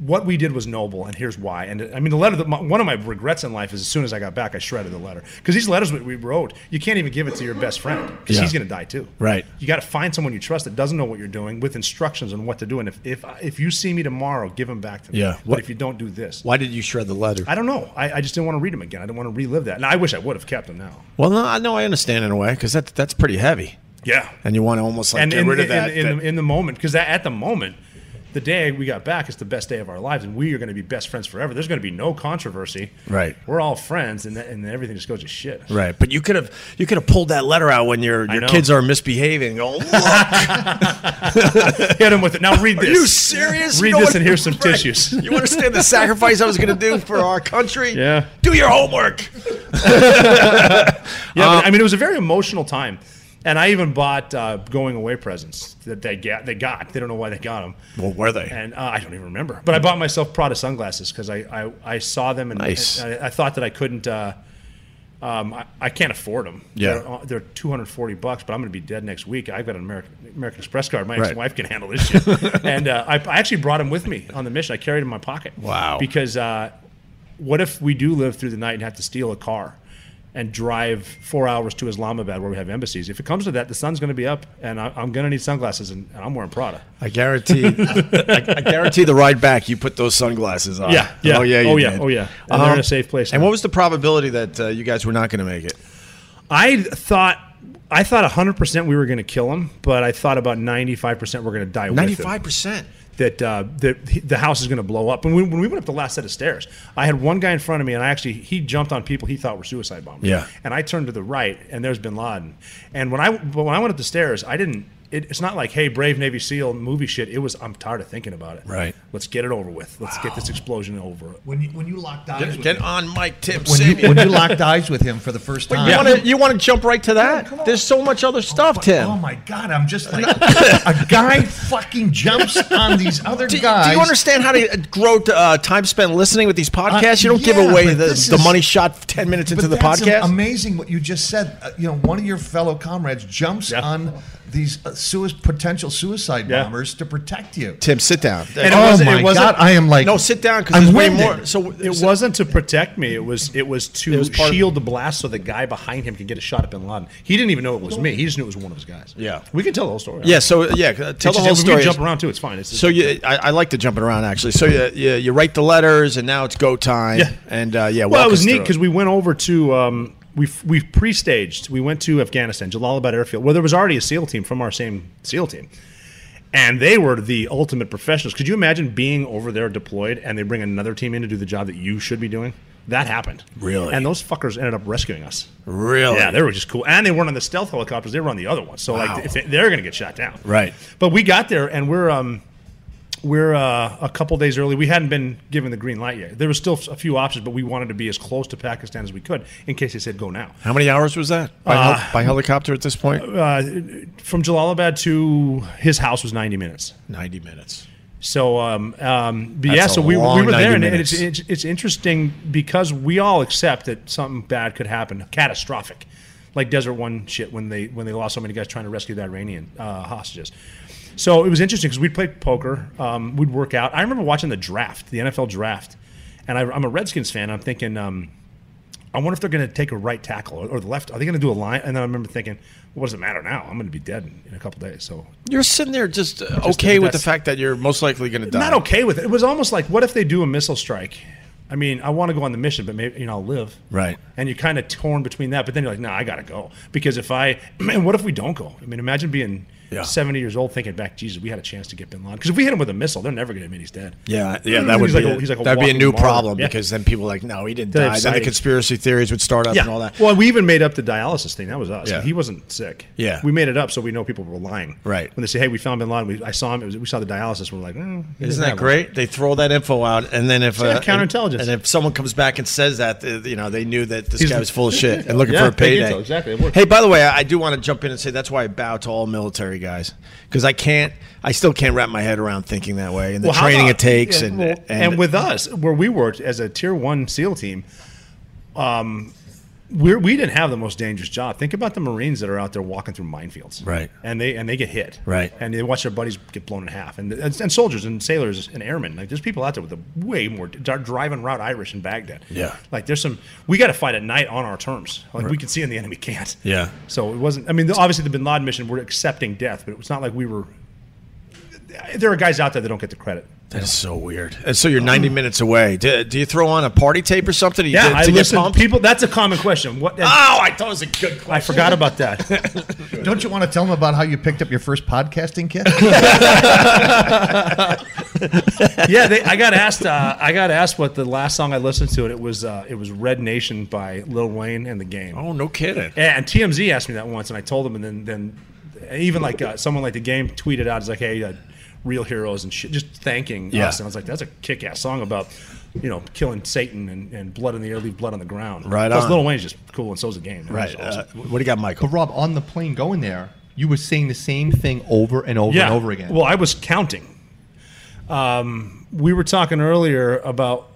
[SPEAKER 1] What we did was noble, and here's why. And I mean, the letter that my, one of my regrets in life is as soon as I got back, I shredded the letter because these letters that we wrote, you can't even give it to your best friend because
[SPEAKER 3] Yeah.
[SPEAKER 1] he's going to die too.
[SPEAKER 3] Right.
[SPEAKER 1] You got to find someone you trust that doesn't know what you're doing with instructions on what to do. And if if, if you see me tomorrow, give them back to me.
[SPEAKER 3] Yeah.
[SPEAKER 1] But
[SPEAKER 3] What-
[SPEAKER 1] if you don't do this,
[SPEAKER 3] Why did you shred the letter?
[SPEAKER 1] I don't know. I, I just didn't want to read them again. I didn't want to relive that. And I wish I would have kept them now.
[SPEAKER 3] well, no, I know I understand in a way because that, that's pretty heavy.
[SPEAKER 1] Yeah.
[SPEAKER 3] And you want to almost like
[SPEAKER 1] And
[SPEAKER 3] get
[SPEAKER 1] in,
[SPEAKER 3] rid of
[SPEAKER 1] in-
[SPEAKER 3] that.
[SPEAKER 1] in,
[SPEAKER 3] that-
[SPEAKER 1] the, in the moment, because at the moment, the day we got back is the best day of our lives, and we are going to be best friends forever. There's going to be no controversy.
[SPEAKER 3] Right.
[SPEAKER 1] We're all friends, and, that, and everything just goes to shit.
[SPEAKER 3] Right, but you could have you could have pulled that letter out when your your
[SPEAKER 1] know.
[SPEAKER 3] kids are misbehaving. Go, look,
[SPEAKER 1] Hit him with it. Now read
[SPEAKER 3] are
[SPEAKER 1] this.
[SPEAKER 3] you serious?
[SPEAKER 1] Read
[SPEAKER 3] You know
[SPEAKER 1] this
[SPEAKER 3] what-
[SPEAKER 1] and here's some
[SPEAKER 3] Right.
[SPEAKER 1] tissues.
[SPEAKER 3] You understand the sacrifice I was going to do for our country?
[SPEAKER 1] Yeah.
[SPEAKER 3] Do your homework.
[SPEAKER 1] Yeah,
[SPEAKER 3] Um,
[SPEAKER 1] but, I mean, it was a very emotional time, and I even bought uh, going away presents that they got. They got. They don't know why they got them.
[SPEAKER 3] Well, were they?
[SPEAKER 1] And uh, I don't even remember. But I bought myself Prada sunglasses because I, I I saw them and,
[SPEAKER 3] Nice.
[SPEAKER 1] and I, I thought that I couldn't. Uh, um, I, I can't afford them.
[SPEAKER 3] Yeah.
[SPEAKER 1] they're, uh, they're 240 bucks, but I'm going to be dead next week. I've got an American American Express card. My
[SPEAKER 3] Right.
[SPEAKER 1] ex-wife can handle this shit. and uh, I, I actually brought them with me on the mission. I carried them in my pocket.
[SPEAKER 3] Wow.
[SPEAKER 1] Because uh, what if we do live through the night and have to steal a car and drive four hours to Islamabad where we have embassies? If it comes to that, the sun's going to be up, and I, I'm going to need sunglasses, and, and I'm wearing Prada.
[SPEAKER 3] I guarantee. I, I guarantee the ride back. You put those sunglasses on.
[SPEAKER 1] Yeah, yeah.
[SPEAKER 3] Oh yeah. you
[SPEAKER 1] Oh, yeah,
[SPEAKER 3] did. Um,
[SPEAKER 1] oh, yeah. And they're in a safe place
[SPEAKER 3] And
[SPEAKER 1] now.
[SPEAKER 3] what was the probability that uh, you guys were not going to make it?
[SPEAKER 1] I thought I thought 100% we were going to kill him, but I thought about 95% we're going to die with him.
[SPEAKER 3] 95%.
[SPEAKER 1] That, uh, that he- the house is going to blow up. And when, when we went up the last set of stairs, I had one guy in front of me, and I actually, he jumped on people he thought were suicide bombers.
[SPEAKER 3] Yeah.
[SPEAKER 1] And I turned to the right, and there's bin Laden. And when I, but when I went up the stairs, I didn't, it, it's not like, hey, brave Navy SEAL movie shit. It was, I'm tired of thinking about it.
[SPEAKER 3] Right.
[SPEAKER 1] Let's get it over with. Let's get this explosion over.
[SPEAKER 4] When you when you locked eyes
[SPEAKER 3] Get,
[SPEAKER 4] with
[SPEAKER 3] get
[SPEAKER 4] him,
[SPEAKER 3] on Mike Tip.
[SPEAKER 4] when
[SPEAKER 3] Save
[SPEAKER 4] you,
[SPEAKER 3] you.
[SPEAKER 4] when you locked eyes with him for the first time.
[SPEAKER 3] You want to you want to jump right to that?
[SPEAKER 4] Come on.
[SPEAKER 3] There's so much other stuff,
[SPEAKER 4] Oh,
[SPEAKER 3] Tim.
[SPEAKER 4] Oh my God! I'm just like a guy fucking jumps on these other
[SPEAKER 3] do, do
[SPEAKER 4] guys.
[SPEAKER 3] you understand how to grow to, uh, time spent listening with these podcasts? you don't give
[SPEAKER 4] yeah,
[SPEAKER 3] away
[SPEAKER 4] but
[SPEAKER 3] the,
[SPEAKER 4] this
[SPEAKER 3] the
[SPEAKER 4] is-
[SPEAKER 3] money shot ten minutes into
[SPEAKER 4] But
[SPEAKER 3] the
[SPEAKER 4] that's am-
[SPEAKER 3] podcast.
[SPEAKER 4] Amazing what you just said. Uh, you know, one of your fellow comrades jumps
[SPEAKER 1] Yeah.
[SPEAKER 4] on these uh, sui- potential suicide
[SPEAKER 1] Yeah.
[SPEAKER 4] bombers to protect you.
[SPEAKER 3] Tim, sit down.
[SPEAKER 1] And it
[SPEAKER 4] oh
[SPEAKER 1] wasn't-
[SPEAKER 4] my
[SPEAKER 1] it wasn't-
[SPEAKER 4] God! I am like
[SPEAKER 3] no, sit down because
[SPEAKER 4] I'm
[SPEAKER 3] there's way
[SPEAKER 4] winded.
[SPEAKER 3] more. So
[SPEAKER 1] It wasn't to protect me. It was it was to
[SPEAKER 3] part of-
[SPEAKER 1] shield the blast so the guy behind him could get a shot at Bin Laden. He didn't even know it was me. He just knew it was one of his guys.
[SPEAKER 3] Yeah.
[SPEAKER 1] we can tell the whole story.
[SPEAKER 3] Yeah. So uh, yeah, tell
[SPEAKER 1] It's just-
[SPEAKER 3] the whole
[SPEAKER 1] we
[SPEAKER 3] story.
[SPEAKER 1] can jump around too. It's fine. It's
[SPEAKER 3] So you, I, I like to jump it around actually. So you, you, you write the letters, and now it's go time.
[SPEAKER 1] Yeah.
[SPEAKER 3] And uh, yeah,
[SPEAKER 1] well,
[SPEAKER 3] walk
[SPEAKER 1] it was
[SPEAKER 3] us
[SPEAKER 1] neat
[SPEAKER 3] through
[SPEAKER 1] because we went over to um, we we pre-staged. We went to Afghanistan, Jalalabad airfield, where there was already a SEAL team from our same SEAL team, and they were the ultimate professionals. Could you imagine being over there deployed and they bring another team in to do the job that you should be doing? That happened.
[SPEAKER 3] Really?
[SPEAKER 1] And those fuckers ended up rescuing us.
[SPEAKER 3] really.
[SPEAKER 1] Yeah, they were just cool, and they weren't on the stealth helicopters; they were on the other ones. So
[SPEAKER 3] Wow.
[SPEAKER 1] like, if they, they're going to get shot down,
[SPEAKER 3] Right.
[SPEAKER 1] But we got there, and we're um, we're uh, a couple days early. We hadn't been given the green light yet. There was still a few options, but we wanted to be as close to Pakistan as we could in case they said go now.
[SPEAKER 3] How many hours was that by, hel- by helicopter at this point?
[SPEAKER 1] From Jalalabad to his house was ninety minutes.
[SPEAKER 3] Ninety minutes.
[SPEAKER 1] So, um, um, but yeah,
[SPEAKER 3] That's
[SPEAKER 1] so
[SPEAKER 3] a
[SPEAKER 1] we, we
[SPEAKER 3] long
[SPEAKER 1] were
[SPEAKER 3] 90
[SPEAKER 1] there, and
[SPEAKER 3] minutes.
[SPEAKER 1] it's, it's it's interesting because we all accept that something bad could happen, catastrophic, like Desert One shit when they when they lost so many guys trying to rescue the Iranian uh, hostages. So it was interesting because we'd play poker, um, we'd work out. I remember watching the draft, the NFL draft, and I, I'm a Redskins fan. I'm thinking. Um, I wonder if they're going to take a right tackle or, or the left. Are they going to do a line? And then I remember thinking, what does it matter now? I'm going to be dead in, in a couple days. So
[SPEAKER 3] You're sitting there just, uh, okay with the
[SPEAKER 1] that's-
[SPEAKER 3] fact that you're most likely going to die.
[SPEAKER 1] not okay with it. It was almost like, what if they do a missile strike? I mean, I want to go on the mission, but maybe you know I'll live.
[SPEAKER 3] Right.
[SPEAKER 1] And you're kind of torn between that, but then you're like, no, I gotta go because if I, man, what if we don't go? I mean, imagine being
[SPEAKER 3] Yeah.
[SPEAKER 1] 70 years old thinking back, Jesus, we had a chance to get Bin Laden because if we hit him with a missile, they're never gonna admit he's dead.
[SPEAKER 3] Yeah, yeah, that would
[SPEAKER 1] He's
[SPEAKER 3] be
[SPEAKER 1] like a-
[SPEAKER 3] a,
[SPEAKER 1] he's like a
[SPEAKER 3] that'd be a
[SPEAKER 1] walking
[SPEAKER 3] new
[SPEAKER 1] martyr.
[SPEAKER 3] problem
[SPEAKER 1] Yeah.
[SPEAKER 3] because then people are like, no, he didn't
[SPEAKER 1] They're
[SPEAKER 3] die. Then the
[SPEAKER 1] excited.
[SPEAKER 3] conspiracy theories would start up and all that.
[SPEAKER 1] Well, we even made up the dialysis thing. That was us.
[SPEAKER 3] Yeah.
[SPEAKER 1] He wasn't sick.
[SPEAKER 3] Yeah.
[SPEAKER 1] We made it up so we know people were lying.
[SPEAKER 3] Right.
[SPEAKER 1] When they say, hey, we found Bin Laden, we, I saw him. It was, we saw the dialysis. We're like, mm, he
[SPEAKER 3] Isn't
[SPEAKER 1] doesn't
[SPEAKER 3] that
[SPEAKER 1] have
[SPEAKER 3] great? They throw that info out, and then if
[SPEAKER 1] yeah,
[SPEAKER 3] and-
[SPEAKER 1] counterintelligence.
[SPEAKER 3] and if someone comes back and says that, uh, you know, they knew that this
[SPEAKER 1] He's-
[SPEAKER 3] guy was full of shit and looking
[SPEAKER 1] Yeah,
[SPEAKER 3] for a
[SPEAKER 1] they did
[SPEAKER 3] payday.
[SPEAKER 1] so, exactly, it worked.
[SPEAKER 3] Hey, by the way, I I do want to jump in and say that's why I bow to all military guys because I can't, I still can't wrap my head around thinking that way and the
[SPEAKER 1] Well, how
[SPEAKER 3] training
[SPEAKER 1] about-
[SPEAKER 3] it takes
[SPEAKER 1] yeah,
[SPEAKER 3] and,
[SPEAKER 1] well,
[SPEAKER 3] and
[SPEAKER 1] with us where we worked as a tier one SEAL team, um, we're, we didn't have the most dangerous job. Think about the Marines that are out there walking through minefields,
[SPEAKER 3] Right.
[SPEAKER 1] And they and they get hit,
[SPEAKER 3] Right.
[SPEAKER 1] And they watch their buddies get blown in half, and and, and soldiers and sailors and airmen. Like there's people out there with a way more they're driving route Irish in Baghdad.
[SPEAKER 3] Yeah.
[SPEAKER 1] like there's some we got to fight at night on our terms. Like we can see and the enemy can't.
[SPEAKER 3] Yeah.
[SPEAKER 1] So it wasn't. I mean, the- obviously the Bin Laden mission we're accepting death, but it's not like we were. There are guys out there that don't get the credit.
[SPEAKER 3] that is so weird. And so you're 90 minutes away. Do, do you throw on a party tape or something? to-
[SPEAKER 1] Um, Yeah,
[SPEAKER 3] to,
[SPEAKER 1] I
[SPEAKER 3] to get
[SPEAKER 1] listen.
[SPEAKER 3] pumped?
[SPEAKER 1] People, that's a common question. What?
[SPEAKER 3] Oh, I thought it was a good question.
[SPEAKER 1] I forgot about that.
[SPEAKER 4] Don't you want to tell them about how you picked up your first podcasting kit?
[SPEAKER 1] yeah, they, I got asked. Uh, I got asked what the last song I listened to, and it was uh, it was Red Nation by Lil Wayne and the Game.
[SPEAKER 3] Oh, no kidding.
[SPEAKER 1] And TMZ asked me that once, and I told them, and then then even like uh, someone like the Game tweeted out, "Is like, hey, uh, real heroes and shit," just thanking
[SPEAKER 3] Yeah.
[SPEAKER 1] us. And I was like, that's a kick-ass song about. You know, killing Satan and, and blood in the air, leave blood on the ground.
[SPEAKER 3] Right
[SPEAKER 1] Plus,
[SPEAKER 3] on.
[SPEAKER 1] Lil Wayne's just cool, and so's the game.
[SPEAKER 3] Right.
[SPEAKER 1] Awesome.
[SPEAKER 3] Uh, what do you got, Michael?
[SPEAKER 6] But Rob, on the plane going there, you were saying the same thing over and over and over again.
[SPEAKER 1] Well, I was counting. Um, we were talking earlier about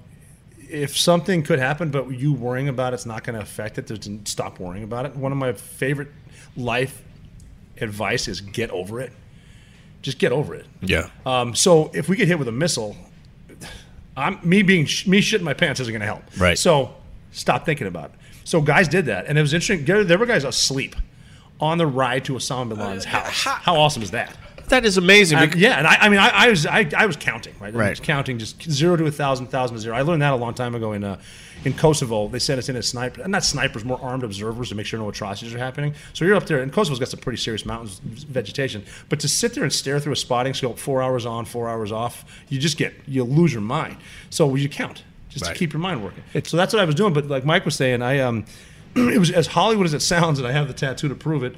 [SPEAKER 1] if something could happen, but you worrying about it's not going to affect it. There's stop worrying about it. One of my favorite life advice is get over it. Just get over it.
[SPEAKER 3] Yeah.
[SPEAKER 1] Um, so if we get hit with a missile, I'm me being sh- me shitting my pants isn't going to help.
[SPEAKER 3] Right.
[SPEAKER 1] So stop thinking about it. So guys did that, and it
[SPEAKER 6] Uh,
[SPEAKER 1] was interesting. There there were guys asleep on the ride to Osama bin Laden's house. How awesome is that?
[SPEAKER 3] That is amazing.
[SPEAKER 1] And, yeah, and I, I mean, I, I was I, I was counting, right? I
[SPEAKER 3] Right.
[SPEAKER 1] was counting just zero to a thousand, thousand to zero. I learned that a long time ago in uh, in Kosovo. They sent us in as snipers, not snipers, more armed observers to make sure no atrocities are happening. So you're up there, and Kosovo's got some pretty serious mountains vegetation. But to sit there and stare through a spotting scope, four hours on, four hours off, you just get you lose your mind. So you count just
[SPEAKER 3] Right.
[SPEAKER 1] to keep your mind working. So that's what I was doing. But like Mike was saying, I um, it was as Hollywood as it sounds, and I have the tattoo to prove it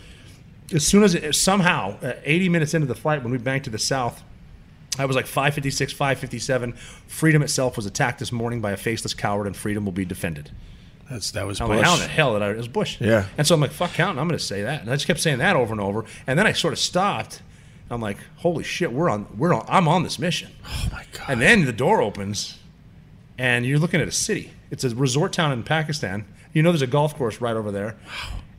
[SPEAKER 1] as soon as it, somehow uh, 80 minutes into the flight when we banked to the south i was like 556 557 freedom itself was attacked this morning by a faceless coward and freedom will be defended
[SPEAKER 8] That's that was
[SPEAKER 1] I'm
[SPEAKER 8] Bush.
[SPEAKER 1] like, how in the hell did I? It was Bush.
[SPEAKER 3] Yeah.
[SPEAKER 1] And so I'm like, fuck counting. I'm going to say that. And I just kept saying that over and over. And then I sort of stopped. I'm like, holy shit, we're on, we're on, I'm on this mission. Oh my god. And then the door opens, and you're looking at a city. It's a resort town in Pakistan. You know, there's a golf course right over there.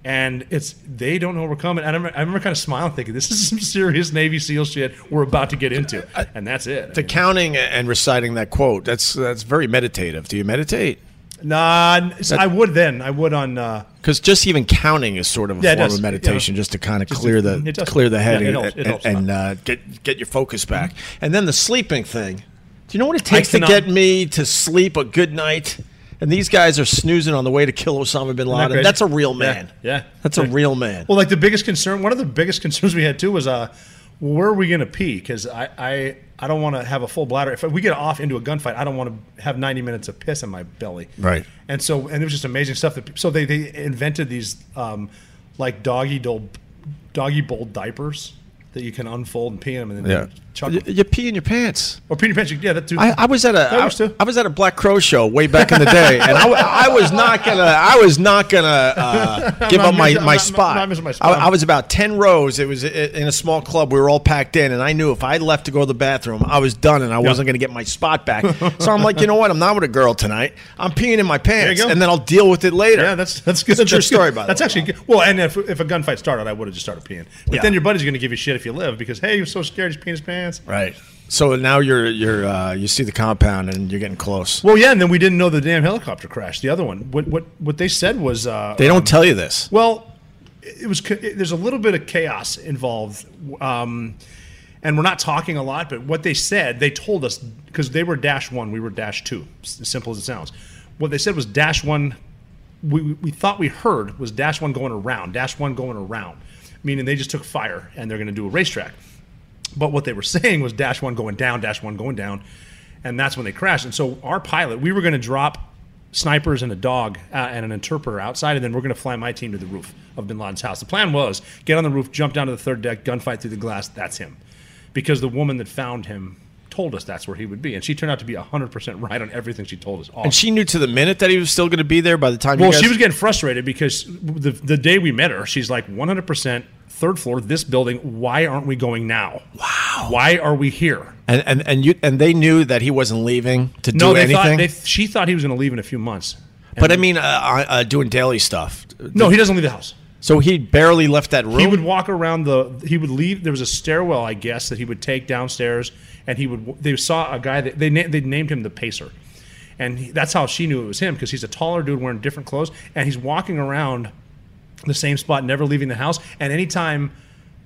[SPEAKER 1] And it's they don't know we're coming. And I remember, I remember kind of smiling, thinking, "This is some serious Navy SEAL shit we're about to get into." And that's it.
[SPEAKER 3] the counting and reciting that quote. That's that's very meditative. Do you meditate?
[SPEAKER 1] nah, n- I would then. I would on. Uh,
[SPEAKER 3] Because just even counting is sort of a
[SPEAKER 1] Yeah, it
[SPEAKER 3] form
[SPEAKER 1] does.
[SPEAKER 3] of meditation,
[SPEAKER 1] Yeah.
[SPEAKER 3] just to kind of
[SPEAKER 1] Just
[SPEAKER 3] clear
[SPEAKER 1] to-
[SPEAKER 3] the
[SPEAKER 1] it does.
[SPEAKER 3] clear the head
[SPEAKER 1] Yeah, it
[SPEAKER 3] and,
[SPEAKER 1] helps. It helps a
[SPEAKER 3] and, uh, get get your focus back. And then the sleeping thing. Do you know what it takes to
[SPEAKER 1] cannot-
[SPEAKER 3] get me to sleep a good night? And these guys are snoozing on the way to kill Osama bin Laden.
[SPEAKER 1] crazy?
[SPEAKER 3] That's a real man.
[SPEAKER 1] yeah.
[SPEAKER 3] that's a real man.
[SPEAKER 1] Well, like the biggest concern, one of the biggest concerns we had too was, uh, where are we going to pee? Because I, I, I don't want to have a full bladder. If we get off into a gunfight, I don't want to have 90 minutes of piss in my belly.
[SPEAKER 3] Right.
[SPEAKER 1] And so, and it was just amazing stuff. That, so they, they invented these, um, like doggy dole, doggy bowl diapers that you can unfold and pee in them and then
[SPEAKER 3] yeah,
[SPEAKER 1] chuck
[SPEAKER 3] you,
[SPEAKER 1] them.
[SPEAKER 3] you pee in your pants.
[SPEAKER 1] Or Peter Pan, yeah, that too.
[SPEAKER 3] I, I was at a
[SPEAKER 1] That works,
[SPEAKER 3] I,
[SPEAKER 1] too.
[SPEAKER 3] I was at a Black Crow show way back in the day, and I, w- I was not gonna I was not gonna uh, give
[SPEAKER 1] not
[SPEAKER 3] up my,
[SPEAKER 1] missing- I'm
[SPEAKER 3] my
[SPEAKER 1] not-
[SPEAKER 3] spot.
[SPEAKER 1] I'm not missing my
[SPEAKER 3] I-
[SPEAKER 1] spot.
[SPEAKER 3] I, was about ten rows. It was i- in a small club. We were all packed in, and I knew if I left to go to the bathroom, I was done, and I wasn't gonna get my spot back. so I'm like, you know what? I'm not with a girl tonight. I'm peeing in my pants,
[SPEAKER 1] go.
[SPEAKER 3] and then I'll deal with it later.
[SPEAKER 1] Yeah, that's that's good.
[SPEAKER 3] It's a true
[SPEAKER 1] That's good.
[SPEAKER 3] story, by the
[SPEAKER 1] That's
[SPEAKER 3] way.
[SPEAKER 1] actually good. well. And if, if a gunfight started, I would have just started peeing. But
[SPEAKER 3] Yeah.
[SPEAKER 1] then your buddy's going to give you shit if you live because hey, you're so scared he's peeing his pants.
[SPEAKER 3] right. So now you're you're uh, you see the compound, and you're getting close.
[SPEAKER 1] Well, yeah, and then we didn't know the damn helicopter crash. The other one. What what what they said was uh,
[SPEAKER 3] They don't tell you this.
[SPEAKER 1] well, it was. It, there's a little bit of chaos involved, um, and we're not talking a lot. But what they said, they told us because they were dash one, we were dash two. s- As simple as it sounds. What they said was dash one. We, we- we thought we heard was dash one going around, dash one going around, meaning they just took fire and they're going to do a racetrack. But what they were saying was dash one going down, dash one going down, and that's when they crashed. And so our pilot, we were going to drop snipers and a dog uh, and an interpreter outside, and then we're going to fly my team to the roof of Bin Laden's house. The plan was get on the roof, jump down to the third deck, gunfight through the glass. That's him, because the woman that found him told us that's where he would be, and she turned out to be hundred percent right on everything she told us.
[SPEAKER 3] And she knew to the minute that he was still going to be there by the time. you
[SPEAKER 1] Well,
[SPEAKER 3] guys-
[SPEAKER 1] she was getting frustrated because the, the day we met her, she's like, 100% third floor, this building. Why aren't we going now? Wow. Why are we here?
[SPEAKER 3] And and and you and they knew that he wasn't leaving to
[SPEAKER 1] No,
[SPEAKER 3] do
[SPEAKER 1] they
[SPEAKER 3] anything.
[SPEAKER 1] thought they, she thought he was going to leave in a few months.
[SPEAKER 3] but I mean, uh, uh, uh, doing daily stuff.
[SPEAKER 1] No, he doesn't leave the house.
[SPEAKER 3] So he barely left that room.
[SPEAKER 1] He would walk around the. He would leave. There was a stairwell, I guess, that he would take downstairs, and he would. They saw a guy that they na- they named him the Pacer, and he, that's how she knew it was him because he's a taller dude wearing different clothes, and he's walking around the same spot, never leaving the house. And anytime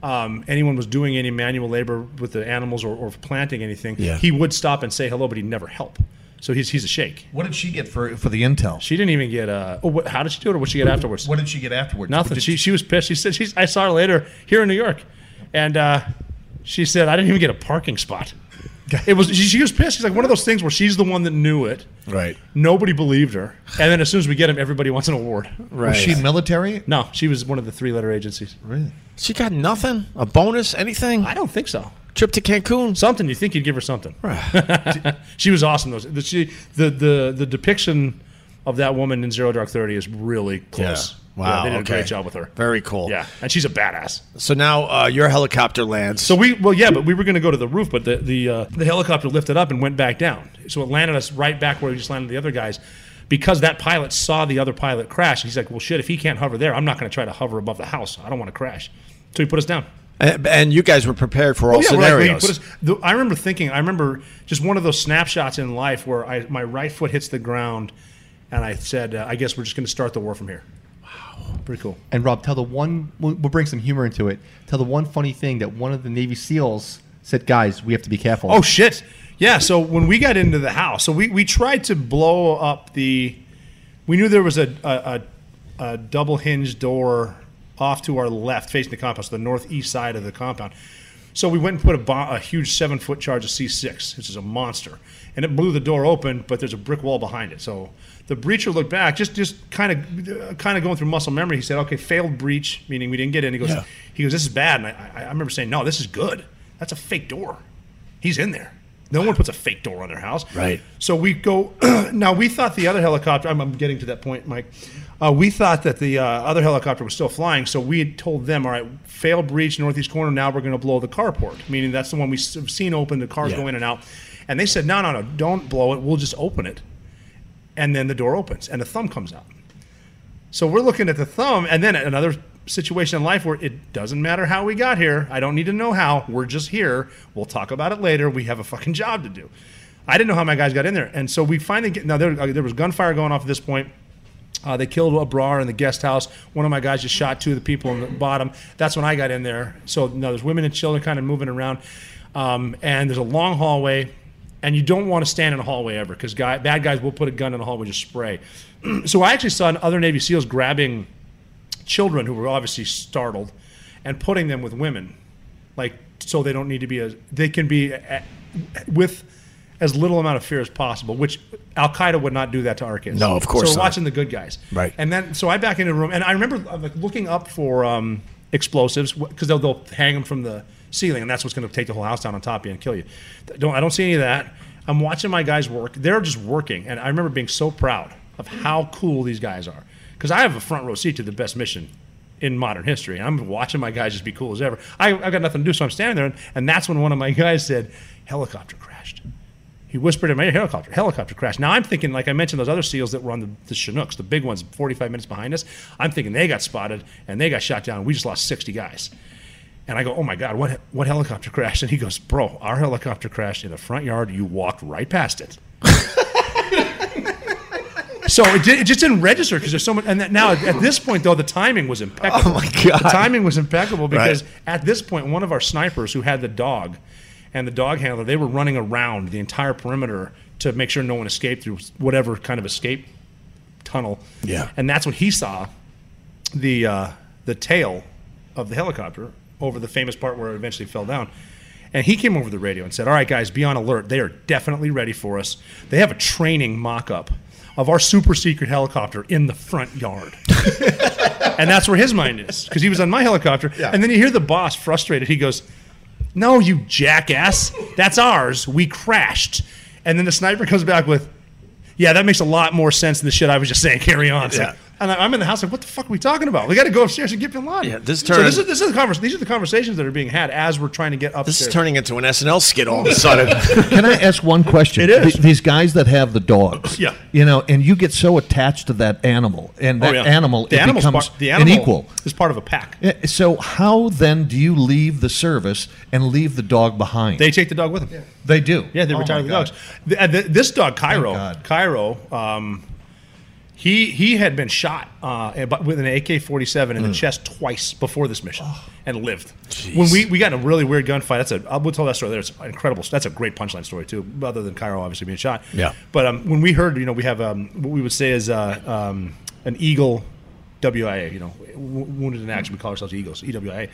[SPEAKER 1] um, anyone was doing any manual labor with the animals or, or planting anything,
[SPEAKER 3] Yeah.
[SPEAKER 1] he would stop and say hello, but he'd never help. So he's he's a shake.
[SPEAKER 4] What did she get for for the intel?
[SPEAKER 1] She didn't even get. Uh, oh, what, how did she do it, or what she get afterwards?
[SPEAKER 4] What did she get afterwards?
[SPEAKER 1] Nothing.
[SPEAKER 4] Did-
[SPEAKER 1] She, she was pissed. She said she's. I saw her later here in New York, and uh, she said I didn't even get a parking spot. It was she, she was pissed. She's like one of those things where she's the one that knew it.
[SPEAKER 3] right.
[SPEAKER 1] Nobody believed her, and then as soon as we get him, everybody wants an award.
[SPEAKER 3] Right.
[SPEAKER 4] was
[SPEAKER 3] She,
[SPEAKER 4] she military?
[SPEAKER 1] No, she was one of the three letter agencies.
[SPEAKER 3] got nothing. A bonus? Anything?
[SPEAKER 1] I don't think so.
[SPEAKER 3] Trip to Cancun?
[SPEAKER 1] Something you think you'd give her something. she was awesome though. The, she the, the the depiction of that woman in Zero Dark Thirty is really close.
[SPEAKER 3] Yeah. Wow,
[SPEAKER 1] they did
[SPEAKER 3] okay.
[SPEAKER 1] a great job with her.
[SPEAKER 3] Very cool.
[SPEAKER 1] Yeah, and she's a badass.
[SPEAKER 3] So now uh, your helicopter lands.
[SPEAKER 1] So we well yeah, but we were going to go to the roof, but the the uh, the helicopter lifted up and went back down. So it landed us right back where we just landed the other guys. Because that pilot saw the other pilot crash, he's like, "Well, shit! If he can't hover there, I'm not going to try to hover above the house. I don't want to crash." So he put us down.
[SPEAKER 3] and, and you guys were prepared for all
[SPEAKER 1] Oh, Yeah, we're like, well, you
[SPEAKER 3] scenarios.
[SPEAKER 1] put us- the- I remember thinking, I remember just one of those snapshots in life where I, my right foot hits the ground, and I said, uh, "I guess we're just going to start the war from here." Wow. pretty cool.
[SPEAKER 6] And Rob, tell the one we'll, we'll bring some humor into it. Tell the one funny thing that one of the Navy SEALs said, "Guys, we have to be careful."
[SPEAKER 1] Oh shit! Yeah. So when we got into the house, so we, we tried to blow up the. We knew there was a a, a, a double hinge door off to our left, facing the compound, so the northeast side of the compound. So we went and put a, bomb, a huge seven foot charge of C6, which is a monster, and it blew the door open. But there's a brick wall behind it. So the breacher looked back, just just kind of kind of going through muscle memory. He said, "Okay, failed breach, meaning we didn't get in." He goes, "He goes, this is bad." And I, I, I remember saying, "No, this is good. That's a fake door." He's in there. No one puts a fake door on their house.
[SPEAKER 3] Right.
[SPEAKER 1] So we go. now we thought the other helicopter. I'm, I'm getting to that point, Mike. Uh, we thought that the uh, other helicopter was still flying, so we had told them, "All right, fail breach northeast corner. Now we're going to blow the carport, meaning that's the one we've seen open. The cars
[SPEAKER 3] Yeah.
[SPEAKER 1] go in and out." And they said, "No, no, no, don't blow it. We'll just open it." And then the door opens, and the thumb comes out. So we're looking at the thumb, and then another situation in life where it doesn't matter how we got here. I don't need to know how. We're just here. We'll talk about it later. We have a fucking job to do. I didn't know how my guys got in there, and so we finally get. Now there, uh, there was gunfire going off at this point. Uh, they killed a brar in the guest house. One of my guys just shot two of the people in the bottom. That's when I got in there. So now there's women and children kind of moving around, um, and there's a long hallway, and you don't want to stand in a hallway ever because guy, bad guys will put a gun in a hallway and just spray. so I actually saw other Navy SEALs grabbing children who were obviously startled and putting them with women like so they don't need to be as they can be a, with as little amount of fear as possible which al-qaeda would not do that to our kids
[SPEAKER 3] No, of course
[SPEAKER 1] so we're
[SPEAKER 3] not.
[SPEAKER 1] watching the good guys
[SPEAKER 3] Right.
[SPEAKER 1] and then so i back into the room and i remember uh, like looking up for um, explosives because they'll, they'll hang them from the ceiling and that's what's going to take the whole house down on top of you and kill you don't i don't see any of that i'm watching my guys work they're just working and i remember being so proud of how cool these guys are because i have a front row seat to the best mission in modern history. And I'm watching my guys just be cool as ever. I, I've got nothing to do, so I'm standing there, and, and that's when one of my guys said, "Helicopter crashed." He whispered in my ear, "Helicopter, helicopter crashed." Now I'm thinking, like I mentioned, those other seals that were on the, the Chinooks, the big ones, 45 minutes behind us. I'm thinking they got spotted and they got shot down. We just lost 60 guys. And I go, "Oh my God, what what helicopter crashed?" And he goes, "Bro, our helicopter crashed in the front yard. You walked right past it." So it, did, it just didn't register because there's so much. And that now at this point, though, the timing was impeccable. Oh my god! The timing was impeccable because at this point, one of our snipers who had the dog and the dog handler, they were running around the entire perimeter to make sure no one escaped through whatever kind of escape tunnel.
[SPEAKER 3] Yeah.
[SPEAKER 1] And that's when he saw the uh, the tail of the helicopter over the famous part where it eventually fell down. And he came over the radio and said, "All right, guys, be on alert. They are definitely ready for us. They have a training mock-up of our super secret helicopter in the front yard." and that's where his mind is because he was on my helicopter. And then you hear the boss frustrated. He goes, "No, you jackass! That's ours. We crashed." And then the sniper comes back with, yeah, that makes a lot more sense than the shit I was just saying. Carry on. So-
[SPEAKER 3] Yeah.
[SPEAKER 1] And I- I'm in the house like, what the fuck are we talking about? We got to go upstairs and get Bin Laden.
[SPEAKER 3] Yeah, this
[SPEAKER 1] So
[SPEAKER 3] turned-
[SPEAKER 1] this is, this is the convers- these are the conversations that are being had as we're trying to get upstairs.
[SPEAKER 3] This is turning into an SNL skit all of a sudden.
[SPEAKER 4] Can I ask one question?
[SPEAKER 1] It is.
[SPEAKER 4] Th- these guys that have the dogs.
[SPEAKER 1] Yeah.
[SPEAKER 4] You know, and you get so attached to that animal, and
[SPEAKER 1] Oh,
[SPEAKER 4] that
[SPEAKER 1] yeah.
[SPEAKER 4] animal it
[SPEAKER 1] animal's
[SPEAKER 4] becomes
[SPEAKER 1] part- the animal
[SPEAKER 4] an equal.
[SPEAKER 1] is part of a pack.
[SPEAKER 4] Yeah, So how then do you leave the service and leave the dog behind?
[SPEAKER 1] They take the dog with them.
[SPEAKER 4] They do.
[SPEAKER 1] Yeah, they
[SPEAKER 4] Oh
[SPEAKER 1] retired
[SPEAKER 4] my
[SPEAKER 1] the
[SPEAKER 4] God.
[SPEAKER 1] dogs. Th- uh, th- this dog, Cairo,
[SPEAKER 4] God.
[SPEAKER 1] Cairo, um, he he had been shot uh, ab- with an AK-47 in the
[SPEAKER 4] Mm.
[SPEAKER 1] chest twice before this mission
[SPEAKER 4] Oh.
[SPEAKER 1] and lived. When we, we got in a really weird gunfight, that's a I will tell that story. There, it's an incredible. That's a great punchline story too. Other than Cairo obviously being shot.
[SPEAKER 3] Yeah.
[SPEAKER 1] But um, when we heard, you know, we have um, what we would say is uh, um, an eagle, WIA. You know, w- wounded in action. We call ourselves eagles, E EWIA.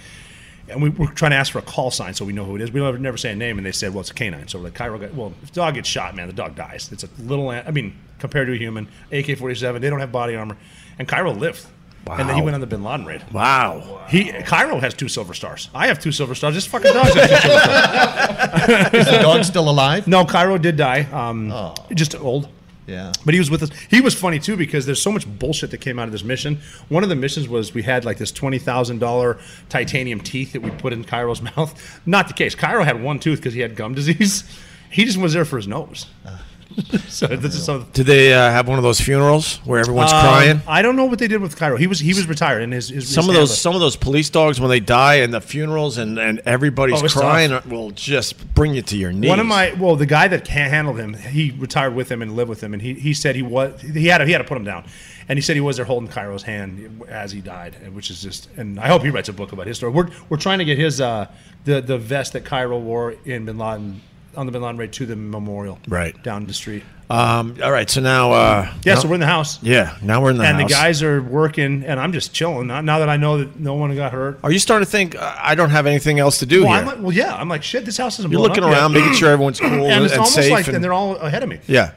[SPEAKER 1] And we were trying to ask for a call sign so we know who it is. We don't ever, never say a name, and they said, "Well, it's a canine." So we're like, "Cairo, got, well, if the dog gets shot, man, the dog dies. It's a little. an- I mean, compared to a human, AK-47, they don't have body armor." And Cairo lived. And then he
[SPEAKER 3] Wow.
[SPEAKER 1] went on the Bin Laden raid.
[SPEAKER 3] wow.
[SPEAKER 1] He Cairo has two silver stars. I have two silver stars. This fucking dog has two silver stars.
[SPEAKER 4] Is the dog still alive?
[SPEAKER 1] No, Cairo did die. Um,
[SPEAKER 3] Oh.
[SPEAKER 1] just old.
[SPEAKER 4] Yeah.
[SPEAKER 1] But he was with us. He was funny too because there's so much bullshit that came out of this mission. One of the missions was we had like this twenty thousand dollar titanium teeth that we put in Cairo's
[SPEAKER 3] Ah.
[SPEAKER 1] mouth. Not the case. Cairo had one tooth because he had gum disease. He just was there for his nose. so this is something.
[SPEAKER 3] Did they uh, have one of those funerals where everyone's
[SPEAKER 1] Um,
[SPEAKER 3] crying?
[SPEAKER 1] I don't know what they did with Cairo. He was he was retired, and his, his
[SPEAKER 3] Some of
[SPEAKER 1] his
[SPEAKER 3] those
[SPEAKER 1] handler-
[SPEAKER 3] some of those police dogs when they die and the funerals and, and everybody's
[SPEAKER 1] Oh, it's
[SPEAKER 3] crying uh, will just bring you to your knees.
[SPEAKER 1] One of my well, the guy that can handled him, he retired with him and lived with him, and he, he said he was he had to, he had to put him down, and he said he was there holding Cairo's hand as he died, and which is just and I hope he writes a book about his story. We're we're trying to get his uh the the vest that Cairo wore in Bin Laden on the Bin Laden raid to the memorial
[SPEAKER 3] Right.
[SPEAKER 1] down the street.
[SPEAKER 3] um, all right, so now uh,
[SPEAKER 1] Yeah,
[SPEAKER 3] now-
[SPEAKER 1] so we're in the house.
[SPEAKER 3] yeah, now we're in the
[SPEAKER 1] And
[SPEAKER 3] house.
[SPEAKER 1] the guys are working, and I'm just chilling. Now now that I know that no one got hurt,
[SPEAKER 3] are you starting to think uh, I don't have anything else to do
[SPEAKER 1] well,
[SPEAKER 3] here?
[SPEAKER 1] I'm like, well, yeah, I'm like, shit, this house isn't.
[SPEAKER 3] You're
[SPEAKER 1] blown
[SPEAKER 3] looking
[SPEAKER 1] up yet.
[SPEAKER 3] around, making sure everyone's cool and,
[SPEAKER 1] and it's
[SPEAKER 3] and
[SPEAKER 1] almost
[SPEAKER 3] safe.
[SPEAKER 1] like,
[SPEAKER 3] and,
[SPEAKER 1] and they're all ahead of me.
[SPEAKER 3] yeah,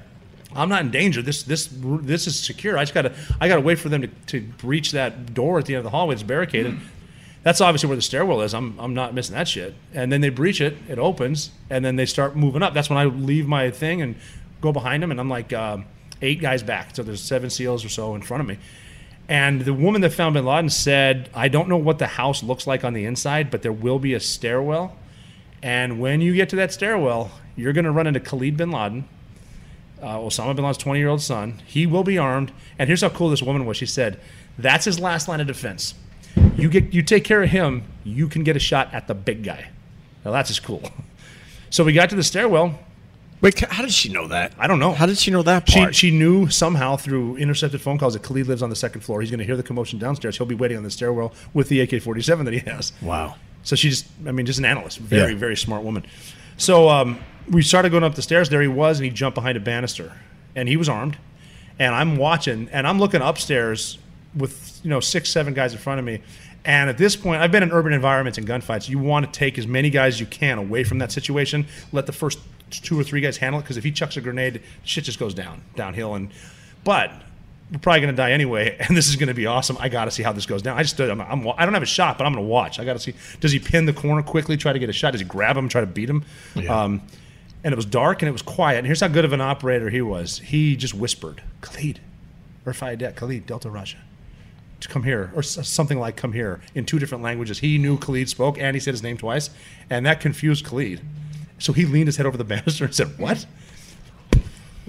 [SPEAKER 1] I'm not in danger. This this this is secure. I just gotta I gotta wait for them to, to reach that door at the end of the hallway. It's barricaded. That's obviously where the stairwell is. I'm I'm not missing that shit. And then they breach it. It opens, and then they start moving up. That's when I leave my thing and go behind them, and I'm like um, eight guys back. So there's seven seals or so in front of me. And the woman that found Bin Laden said, "I don't know what the house looks like on the inside, but there will be a stairwell." And when you get to that stairwell, you're going to run into Khalid bin Laden, uh, Osama bin Laden's 20 year old son. He will be armed. And here's how cool this woman was. She said, That's his last line of defense. You, get, you take care of him, you can get a shot at the big guy. Now, that's just cool. So we got to the stairwell.
[SPEAKER 3] Wait, ca- how did she know that?
[SPEAKER 1] I don't know.
[SPEAKER 3] How did she know that
[SPEAKER 1] She,
[SPEAKER 3] part?
[SPEAKER 1] she knew somehow through intercepted phone calls that Khalid lives on the second floor. He's going to hear the commotion downstairs. He'll be waiting on the stairwell with the AK 47 that he has.
[SPEAKER 3] wow.
[SPEAKER 1] So she just, I mean, just an analyst, very,
[SPEAKER 3] Yeah.
[SPEAKER 1] very smart woman. So um, we started going up the stairs. There he was, and he jumped behind a banister, and he was armed. And I'm watching, and I'm looking upstairs with you know six, seven guys in front of me. And at this point, I've been in urban environments and gunfights. You want to take as many guys as you can away from that situation. Let the first two or three guys handle it because if he chucks a grenade, shit just goes down downhill. And but we're probably going to die anyway, and this is going to be awesome. I got to see how this goes down. I just stood. I'm, I'm, I don't have a shot, but I'm going to watch. I got to see. Does he pin the corner quickly? Try to get a shot. Does he grab him? Try to beat him? Um, and it was dark and it was quiet. And here's how good of an operator he was. He just whispered, "Khalid, Urfayadet, Khalid, Delta Raja, to come here," or s- something like "come here" in two different languages. He knew Khalid spoke, and he said his name twice, and that confused Khalid. So he leaned his head over the banister and said, "What?"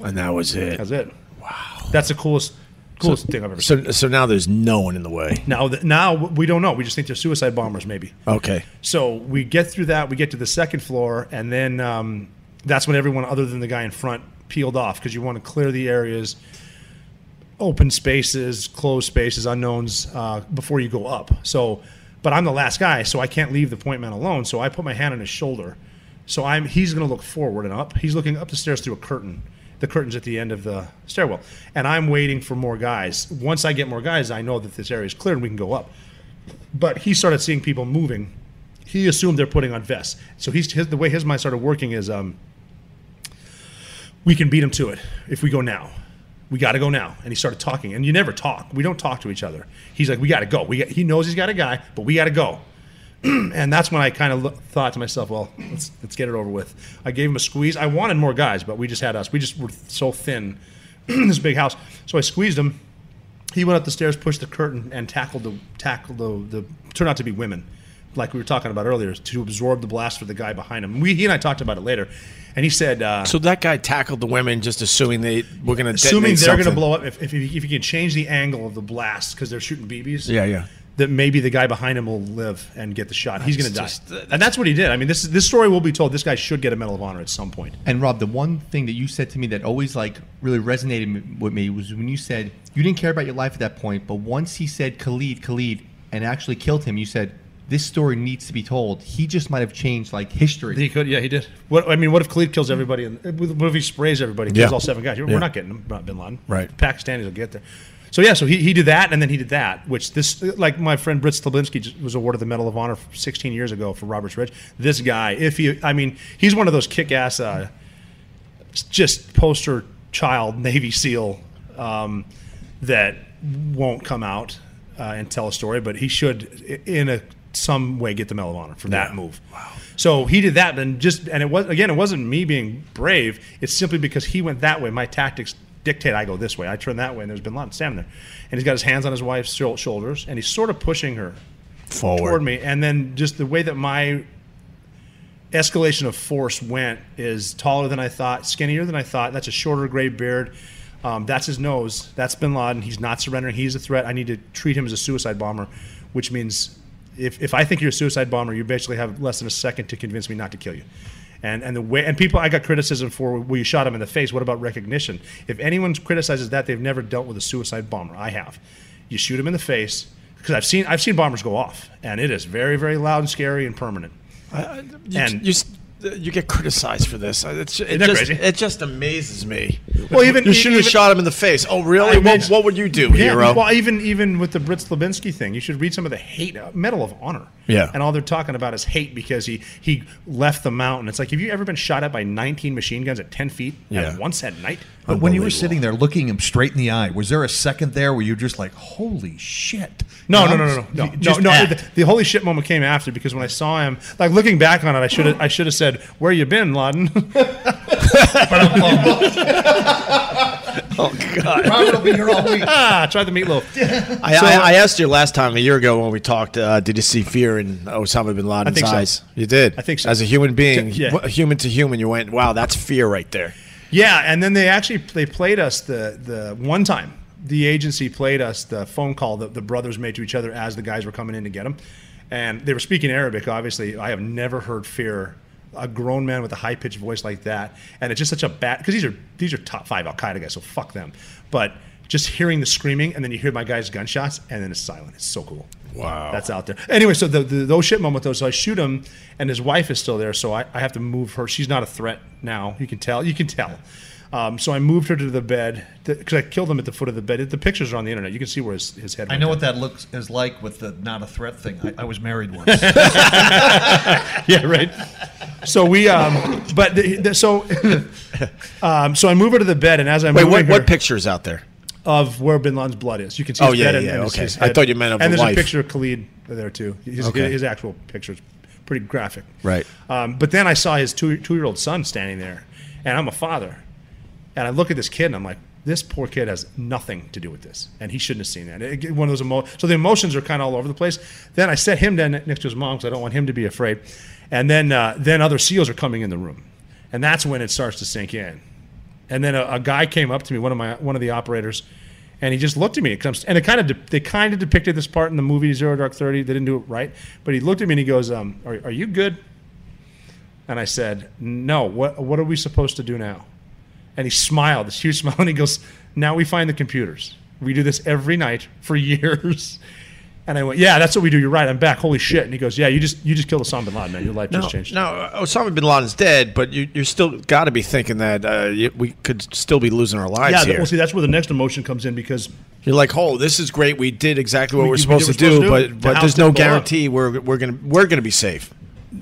[SPEAKER 3] And that was it.
[SPEAKER 1] That's it. Wow. That's the coolest, coolest thing I've ever seen.
[SPEAKER 3] So so now there's no one in the way.
[SPEAKER 1] Now, th- now we don't know. We just think they're suicide bombers, maybe.
[SPEAKER 3] Okay.
[SPEAKER 1] So we get through that. We get to the second floor, and then um, that's when everyone other than the guy in front peeled off because you want to clear the areas, open spaces, closed spaces, unknowns uh, before you go up. So, but I'm the last guy, so I can't leave the point man alone. So I put my hand on his shoulder. So I'm he's going to look forward and up. He's looking up the stairs through a curtain. The curtain's at the end of the stairwell, and I'm waiting for more guys. Once I get more guys, I know that this area is clear and we can go up but he started seeing people moving. He assumed they're putting on vests. So he's his, the way his mind started working is, um, we can beat him to it if we go now. We got to go now. And he started talking. And you never talk. We don't talk to each other. He's like, we got to go. We got, he knows he's got a guy, but we got to go. and that's when I kind of look, thought to myself, well, let's let's get it over with. I gave him a squeeze. I wanted more guys, but we just had us. We just were so thin in this big house. So I squeezed him he went up the stairs, pushed the curtain, and tackled the tackled the, the turned out to be women, like we were talking about earlier, to absorb the blast for the guy behind him. We he and I talked about it later, and he said, uh,
[SPEAKER 3] So that guy tackled the women just assuming they were going to
[SPEAKER 1] assuming they're going to
[SPEAKER 3] something.
[SPEAKER 1] blow up, if if, he- if you can change the angle of the blast because they're shooting BBs,
[SPEAKER 3] Yeah, yeah.
[SPEAKER 1] that maybe the guy behind him will live and get the shot. He's going to die,
[SPEAKER 3] just- uh, that-
[SPEAKER 1] and that's what he did. I mean, this is- this story will be told. This guy should get a Medal of Honor at some point.
[SPEAKER 6] And Rob, the one thing that you said to me that always like really resonated m- with me was when you said you didn't care about your life at that point, but once he said Khalid, Khalid, and actually killed him, you said this story needs to be told. He just might have changed like history.
[SPEAKER 1] He could, yeah, he did. What I mean, what if Khalid kills everybody? And what if he sprays everybody? Kills
[SPEAKER 3] Yeah.
[SPEAKER 1] all seven guys. We're
[SPEAKER 3] Yeah.
[SPEAKER 1] not getting him, not Bin Laden.
[SPEAKER 3] Right.
[SPEAKER 1] Pakistanis will get there. So yeah, so he, he did that, and then he did that. Which this, like my friend Britt Slabinski just was awarded the Medal of Honor 16 years ago for Roberts Ridge. This guy, if he, I mean, he's one of those kick-ass, uh, just poster child Navy SEAL um, that won't come out uh, and tell a story, but he should i- in a some way get the Medal of Honor for that move. Wow. So he did that, and just and it was again, it wasn't me being brave. It's simply because he went that way. My tactics dictate I go this way. I turn that way, and there's Bin Laden standing there, and he's got his hands on his wife's shou- shoulders, and he's sort of pushing her
[SPEAKER 3] forward.
[SPEAKER 1] toward me, and then just the way that my escalation of force went is taller than I thought, skinnier than I thought. That's a shorter gray beard. Um, that's his nose. That's Bin Laden. He's not surrendering. He's a threat. I need to treat him as a suicide bomber, which means if, if I think you're a suicide bomber, you basically have less than a second to convince me not to kill you. And, and the way and people I got criticism for well you shot him in the face. What about recognition? If anyone criticizes that, they've never dealt with a suicide bomber. I have. You shoot him in the face because I've seen I've seen bombers go off, and it is very very loud and scary and permanent.
[SPEAKER 3] You,
[SPEAKER 1] And-
[SPEAKER 3] you s- you get criticized for this. It's, it,
[SPEAKER 1] Isn't that
[SPEAKER 3] just,
[SPEAKER 1] crazy?
[SPEAKER 3] it just amazes me.
[SPEAKER 1] Well, even-
[SPEAKER 3] you shouldn't have
[SPEAKER 1] even-
[SPEAKER 3] shot him in the face. Oh,
[SPEAKER 1] I
[SPEAKER 3] really? What,
[SPEAKER 1] mean-
[SPEAKER 3] what would you do,
[SPEAKER 1] Yeah,
[SPEAKER 3] hero?
[SPEAKER 1] well, even even with the Brits Levinsky thing, you should read some of the hate uh, Medal of Honor.
[SPEAKER 3] Yeah.
[SPEAKER 1] and all they're talking about is hate because he he left the mountain. It's like, have you ever been shot at by 19 machine guns at 10 feet
[SPEAKER 3] Yeah.
[SPEAKER 1] at once at night?
[SPEAKER 4] But when you were sitting there looking him straight in the eye, was there a second there where you're just like, "Holy shit"?
[SPEAKER 1] No,
[SPEAKER 4] You
[SPEAKER 1] no,
[SPEAKER 4] know?
[SPEAKER 1] no, no, no, no,
[SPEAKER 4] You
[SPEAKER 1] no.
[SPEAKER 4] just
[SPEAKER 1] no
[SPEAKER 4] act.
[SPEAKER 1] the, the holy shit moment came after because when I saw him, like looking back on it, I should have I should have said, "Where you been, Laden?"
[SPEAKER 2] Robert will be here all week.
[SPEAKER 1] ah, try the meatloaf.
[SPEAKER 3] I, I, I asked you last time a year ago when we talked. Uh, did you see fear in Osama bin Laden's
[SPEAKER 1] think so.
[SPEAKER 3] eyes? You did.
[SPEAKER 1] I think so.
[SPEAKER 3] As a human being,
[SPEAKER 1] Yeah.
[SPEAKER 3] wh- human to human, you went, "Wow, that's fear right there."
[SPEAKER 1] Yeah, and then they actually they played us the the one time the agency played us the phone call that the brothers made to each other as the guys were coming in to get them, and they were speaking Arabic. Obviously, I have never heard fear a grown man with a high pitched voice like that, and it's just such a bad because these are these are top five Al Qaeda guys, so fuck them. But just hearing the screaming and then you hear my guys' gunshots and then it's silent. It's so cool. Wow, that's out there. Anyway, so the, the those shit moment though, so I shoot him and his wife is still there, so I, I have to move her. She's not a threat now. You can tell. You can tell. Um, so I moved her to the bed because I killed him at the foot of the bed. The pictures are on the internet. You can see where his, his head.
[SPEAKER 4] I
[SPEAKER 1] went
[SPEAKER 4] know
[SPEAKER 1] down.
[SPEAKER 4] what that looks is like with the not a threat thing. I, I was married once.
[SPEAKER 1] yeah, right. So we, um, but the, the, so, um, so I move her to the bed, and as I'm
[SPEAKER 3] Wait,
[SPEAKER 1] moving
[SPEAKER 3] what,
[SPEAKER 1] her-
[SPEAKER 3] what picture's out there?
[SPEAKER 1] of where Bin Laden's blood is? You can see.
[SPEAKER 3] Oh,
[SPEAKER 1] his
[SPEAKER 3] yeah,
[SPEAKER 1] bed and,
[SPEAKER 3] yeah,
[SPEAKER 1] and his-
[SPEAKER 3] okay.
[SPEAKER 1] his
[SPEAKER 3] I
[SPEAKER 1] head.
[SPEAKER 3] thought you meant of
[SPEAKER 1] And
[SPEAKER 3] the
[SPEAKER 1] there's
[SPEAKER 3] wife.
[SPEAKER 1] a picture of Khalid there too. His, his actual picture is pretty graphic.
[SPEAKER 3] Right.
[SPEAKER 1] Um, but then I saw his two two year old son standing there, and I'm a father, and I look at this kid and I'm like, this poor kid has nothing to do with this, and he shouldn't have seen that. It- one of those emo- so the emotions are kind of all over the place. Then I set him down next to his mom because I don't want him to be afraid, and then uh, then other seals are coming in the room, and that's when it starts to sink in. And then a, a guy came up to me, one of my one of the operators, and he just looked at me. It comes and it kind of de- they kind of depicted this part in the movie Zero Dark Thirty. They didn't do it right, but he looked at me and he goes, um, are, "Are you good?" And I said, "No. What what are we supposed to do now?" And he smiled, this huge smile, and he goes, "Now we find the computers. We do this every night for years." And I went, "Yeah, that's what we do. You're right. I'm back. Holy shit!" And he goes, "Yeah, you just you just killed Osama bin Laden, man. Your life
[SPEAKER 3] No,
[SPEAKER 1] just changed."
[SPEAKER 3] no, Osama bin Laden's dead, but you, you're still got to be thinking that uh, you, we could still be losing our lives
[SPEAKER 1] Yeah,
[SPEAKER 3] here.
[SPEAKER 1] well, see, that's where the next emotion comes in because
[SPEAKER 3] You're like, oh, this is great. We did exactly what we, are
[SPEAKER 1] we did
[SPEAKER 3] supposed to
[SPEAKER 1] what we're
[SPEAKER 3] do,
[SPEAKER 1] supposed to do.
[SPEAKER 3] but
[SPEAKER 1] The
[SPEAKER 3] but
[SPEAKER 1] house
[SPEAKER 3] there's no
[SPEAKER 1] didn't blow up.
[SPEAKER 3] guarantee we're we're gonna we're gonna be safe.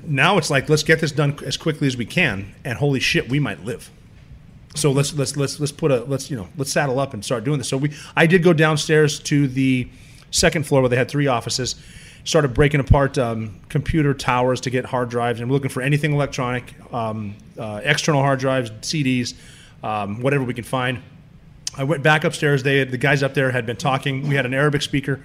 [SPEAKER 1] now it's like let's get this done as quickly as we can and holy shit we might live so let's let's let's let's put a let's you know let's saddle up and start doing this so we i did go downstairs to the second floor where they had three offices started breaking apart um, computer towers to get hard drives and we're looking for anything electronic um, uh, external hard drives cds um, whatever we can find I went back upstairs. They had, the guys up there had been talking. We had an Arabic speaker,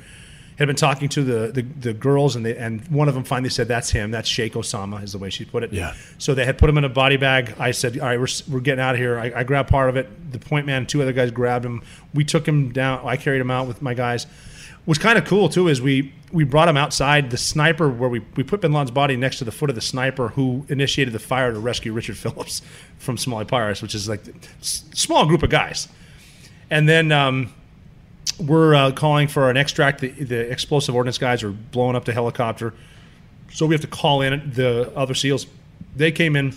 [SPEAKER 1] had been talking to the the, the girls, and they, and one of them finally said, "That's him. That's Sheikh Osama," is the way she put it.
[SPEAKER 3] Yeah.
[SPEAKER 1] So they had put him in a body bag. I said, "All right, we're, s- we're getting out of here." I, I grabbed part of it. The point man, two other guys grabbed him. We took him down. I carried him out with my guys. What's kind of cool too is we we brought him outside. The sniper, where we, we put Bin Laden's body next to the foot of the sniper who initiated the fire to rescue Richard Phillips from Somali pirates, which is like s- small group of guys. And then um, we're uh, calling for an extract. The, the explosive ordnance guys are blowing up the helicopter. So we have to call in the other SEALs. They came in.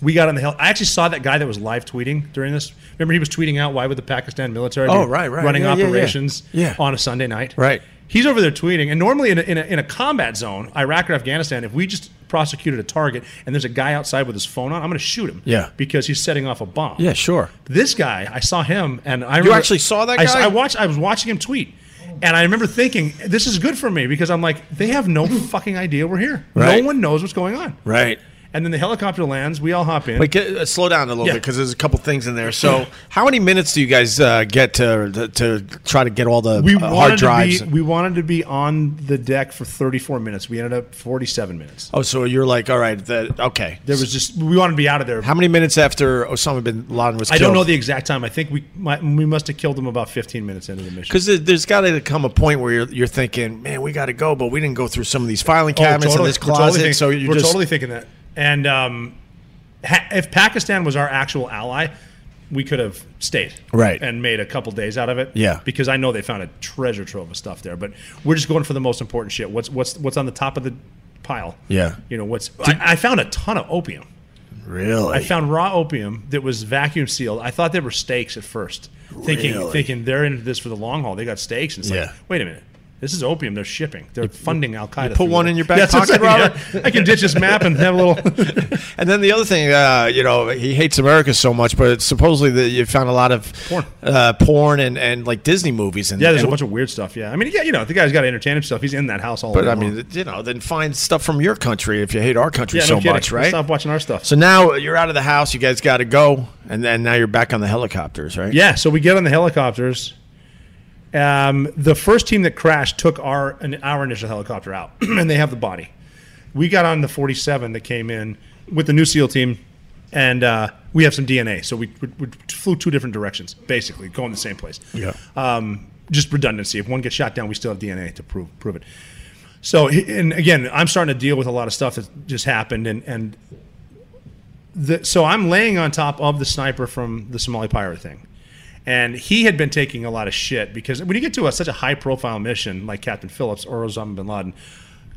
[SPEAKER 1] We got on the hill. I actually saw that guy that was live tweeting during this. Remember, he was tweeting out why would the Pakistan military
[SPEAKER 3] Oh,
[SPEAKER 1] be
[SPEAKER 3] right, right.
[SPEAKER 1] running
[SPEAKER 3] Yeah, yeah, yeah.
[SPEAKER 1] operations
[SPEAKER 3] Yeah.
[SPEAKER 1] on a Sunday night?
[SPEAKER 3] Right.
[SPEAKER 1] He's over there tweeting. And normally in a, in, a, in a combat zone, Iraq or Afghanistan, if we just prosecuted a target and there's a guy outside with his phone on, I'm going to shoot him.
[SPEAKER 3] Yeah.
[SPEAKER 1] Because he's setting off a bomb.
[SPEAKER 3] sure.
[SPEAKER 1] This guy, I saw him, and I remember-
[SPEAKER 3] actually saw that
[SPEAKER 1] I,
[SPEAKER 3] guy?
[SPEAKER 1] I watched. I was watching him tweet, and I remember thinking, "This is good for me," because I'm like, they have no fucking idea we're here.
[SPEAKER 3] Right.
[SPEAKER 1] No one knows what's going on.
[SPEAKER 3] Right.
[SPEAKER 1] And then the helicopter lands. We all hop in.
[SPEAKER 3] But get, uh, slow down a little bit
[SPEAKER 1] Yeah.
[SPEAKER 3] 'cause bit because there's a couple things in there. So, how many minutes do you guys uh, get to, to try to get all the
[SPEAKER 1] we
[SPEAKER 3] uh,
[SPEAKER 1] wanted
[SPEAKER 3] hard drives?
[SPEAKER 1] To be, we wanted to be on the deck for 34 minutes. We ended up 47 minutes.
[SPEAKER 3] oh, so you're like, all right, that okay.
[SPEAKER 1] There was just we wanted to be out of there.
[SPEAKER 3] how many minutes after Osama bin Laden was
[SPEAKER 1] I
[SPEAKER 3] killed?
[SPEAKER 1] don't know the exact time. I think we might, we must have killed him about 15 minutes into the mission.
[SPEAKER 3] Because there's got to come a point where you're, you're thinking, man, we got to go, but we didn't go through some of these filing
[SPEAKER 1] Oh,
[SPEAKER 3] cabinets
[SPEAKER 1] totally.
[SPEAKER 3] and this
[SPEAKER 1] We're totally
[SPEAKER 3] closet.
[SPEAKER 1] thinking-
[SPEAKER 3] so you're
[SPEAKER 1] we're
[SPEAKER 3] just
[SPEAKER 1] totally thinking that. And um, ha- if Pakistan was our actual ally, we could have stayed
[SPEAKER 3] Right.
[SPEAKER 1] and made a couple days out of it.
[SPEAKER 3] Yeah.
[SPEAKER 1] because I know they found a treasure trove of stuff there. But we're just going for the most important shit. What's what's what's on the top of the pile?
[SPEAKER 3] Yeah.
[SPEAKER 1] you know what's. I, I found a ton of opium.
[SPEAKER 3] really.
[SPEAKER 1] I found raw opium that was vacuum sealed. I thought they were steaks at first, thinking
[SPEAKER 3] Really?
[SPEAKER 1] thinking they're into this for the long haul. They got steaks, and it's
[SPEAKER 3] Yeah.
[SPEAKER 1] like, wait a minute, this is opium. They're shipping. They're funding Al Qaeda.
[SPEAKER 3] put one in your back pocket,
[SPEAKER 1] I can ditch this map and have a little.
[SPEAKER 3] And then the other thing, uh, you know, he hates America so much, but supposedly that you found a lot of
[SPEAKER 1] Porn.
[SPEAKER 3] uh, porn and, and like Disney movies. And,
[SPEAKER 1] yeah, there's a
[SPEAKER 3] and-
[SPEAKER 1] bunch of weird stuff. Yeah, I mean, yeah, you know, the guy's got to entertain himself. He's in that house all.
[SPEAKER 3] But
[SPEAKER 1] day
[SPEAKER 3] I
[SPEAKER 1] long.
[SPEAKER 3] mean, you know, then find stuff from your country if you hate our country
[SPEAKER 1] yeah,
[SPEAKER 3] so
[SPEAKER 1] no kidding.
[SPEAKER 3] much, right?
[SPEAKER 1] Stop watching our stuff.
[SPEAKER 3] So now you're out of the house. You guys got to go, and then now you're back on the helicopters, right?
[SPEAKER 1] Yeah, so we get on the helicopters. Um, the first team that crashed took our an, our initial helicopter out, and they have the body. We got on the 47 that came in with the new SEAL team, and uh, we have some DNA. So we, we, we flew two different directions, basically going the same place. Yeah. Um, just redundancy. If one gets shot down, we still have DNA to prove prove it. So, and again, I'm starting to deal with a lot of stuff that just happened, and and the, so I'm laying on top of the sniper from the Somali pirate thing. And he had been taking a lot of shit because when you get to a, such a high profile mission like Captain Phillips or Osama bin Laden,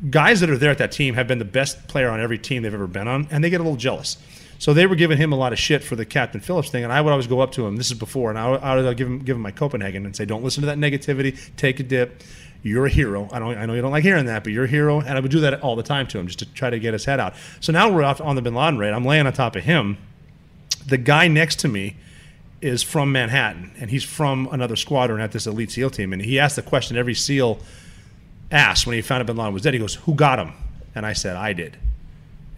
[SPEAKER 1] guys that are there at that team have been the best player on every team they've ever been on, and they get a little jealous. So they were giving him a lot of shit for the Captain Phillips thing, and I would always go up to him. This is before, and I would, I would give him give him my Copenhagen and say, "Don't listen to that negativity. Take a dip. You're a hero. I don't. I know you don't like hearing that, but you're a hero." And I would do that all the time to him just to try to get his head out. So now we're off on the Bin Laden raid. I'm laying on top of him the guy next to me is from Manhattan and he's from another squadron at this elite SEAL team. And he asked the question every SEAL asked when he found out Bin Laden was dead. He goes, Who got him? And I said, I did.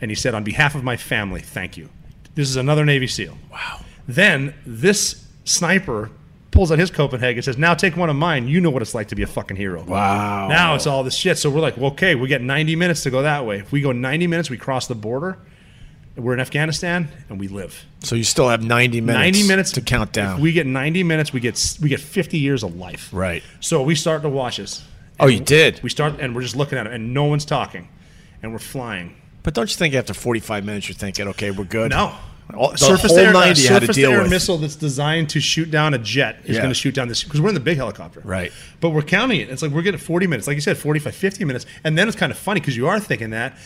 [SPEAKER 1] And he said, On behalf of my family, thank you. This is another Navy SEAL. Wow. Then this sniper pulls out his Copenhagen and says, Now take one of mine. You know what it's like to be a fucking hero. Wow. Now it's all this shit. So we're like, well, Okay, we get 90 minutes to go that way. If we go 90 minutes, we cross the border. We're in Afghanistan and we live.
[SPEAKER 3] So you still have 90 minutes.
[SPEAKER 1] 90 minutes
[SPEAKER 3] to count down.
[SPEAKER 1] If we get 90 minutes, we get we get 50 years of life.
[SPEAKER 3] Right.
[SPEAKER 1] So we start to watch this.
[SPEAKER 3] oh, you did.
[SPEAKER 1] We start and we're just looking at it, and no one's talking, and we're flying.
[SPEAKER 3] but don't you think after 45 minutes you're thinking, okay, we're good?
[SPEAKER 1] No.
[SPEAKER 3] All, the
[SPEAKER 1] surface
[SPEAKER 3] whole
[SPEAKER 1] air,
[SPEAKER 3] 90
[SPEAKER 1] a
[SPEAKER 3] you had to
[SPEAKER 1] surface
[SPEAKER 3] deal
[SPEAKER 1] air
[SPEAKER 3] with.
[SPEAKER 1] missile that's designed to shoot down a jet is
[SPEAKER 3] Yeah.
[SPEAKER 1] going to shoot down this because we're in the big helicopter.
[SPEAKER 3] Right.
[SPEAKER 1] But we're counting it. It's like we're getting 40 minutes, like you said, 45, 50 minutes, and then it's kind of funny because you are thinking that.